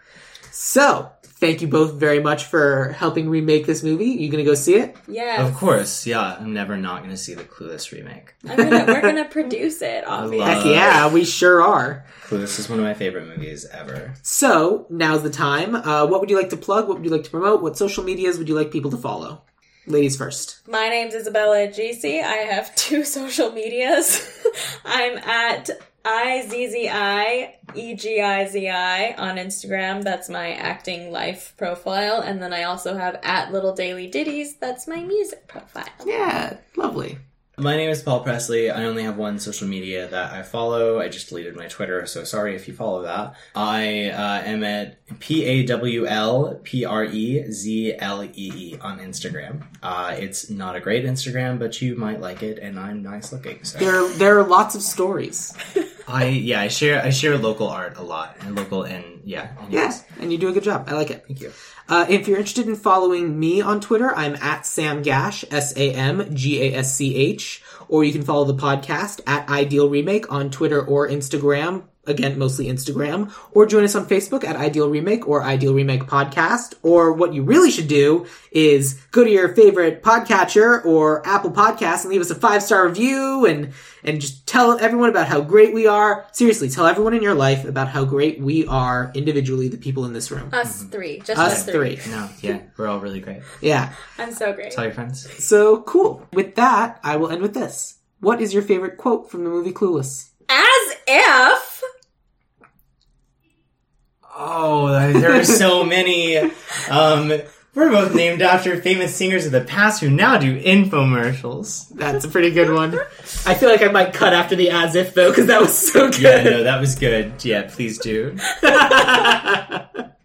[SPEAKER 1] So, thank you both very much for helping remake this movie. You gonna go see it?
[SPEAKER 2] Yes.
[SPEAKER 3] Of course, yeah. I'm never not going to see the Clueless remake.
[SPEAKER 2] I'm gonna, we're gonna produce it,
[SPEAKER 3] love-
[SPEAKER 2] obviously.
[SPEAKER 1] Heck yeah, we sure are.
[SPEAKER 3] Clueless is one of my favorite movies ever.
[SPEAKER 1] So, now's the time. Uh, what would you like to plug? What would you like to promote? What social medias would you like people to follow? Ladies first.
[SPEAKER 2] My name's Isabella GC. I have two social medias. I'm at E I-Z-Z-I-E-G-I-Z-I on Instagram. That's my acting life profile. And then I also have at Little Daily Ditties. That's my music profile.
[SPEAKER 1] Yeah, lovely.
[SPEAKER 3] My name is Paul Presley. I only have one social media that I follow. I just deleted my Twitter, so sorry if you follow that. I uh, am at P A W L P R E Z L E E on Instagram. Uh, it's not a great Instagram, but you might like it, and I'm nice looking. So
[SPEAKER 1] There, there are lots of stories.
[SPEAKER 3] I yeah, I share I share local art a lot, and local and yeah, and
[SPEAKER 1] Yes, and you do a good job. I like it.
[SPEAKER 3] Thank you.
[SPEAKER 1] Uh, if you're interested in following me on Twitter, I'm at Sam Gash, S A M G A S C H, or you can follow the podcast at Ideal Remake on Twitter or Instagram. Again, mostly Instagram, or join us on Facebook at Ideal Remake or Ideal Remake Podcast. Or what you really should do is go to your favorite podcatcher or Apple Podcast and leave us a five star review and and just tell everyone about how great we are. Seriously, tell everyone in your life about how great we are individually, the people in this room.
[SPEAKER 2] Us three. Just
[SPEAKER 1] Mm-hmm. Us
[SPEAKER 2] us,
[SPEAKER 1] three.
[SPEAKER 3] No, yeah, we're all really great.
[SPEAKER 1] Yeah.
[SPEAKER 2] I'm so great.
[SPEAKER 3] Tell your friends.
[SPEAKER 1] So cool. With that, I will end with this. What is your favorite quote from the movie Clueless?
[SPEAKER 2] As if
[SPEAKER 3] Oh, there are so many. Um, we're both named after famous singers of the past who now do infomercials.
[SPEAKER 1] That's a pretty good one. I feel like I might cut after the as if though, because that was so
[SPEAKER 3] Yeah,
[SPEAKER 1] good.
[SPEAKER 3] no, that was good. Yeah, please do.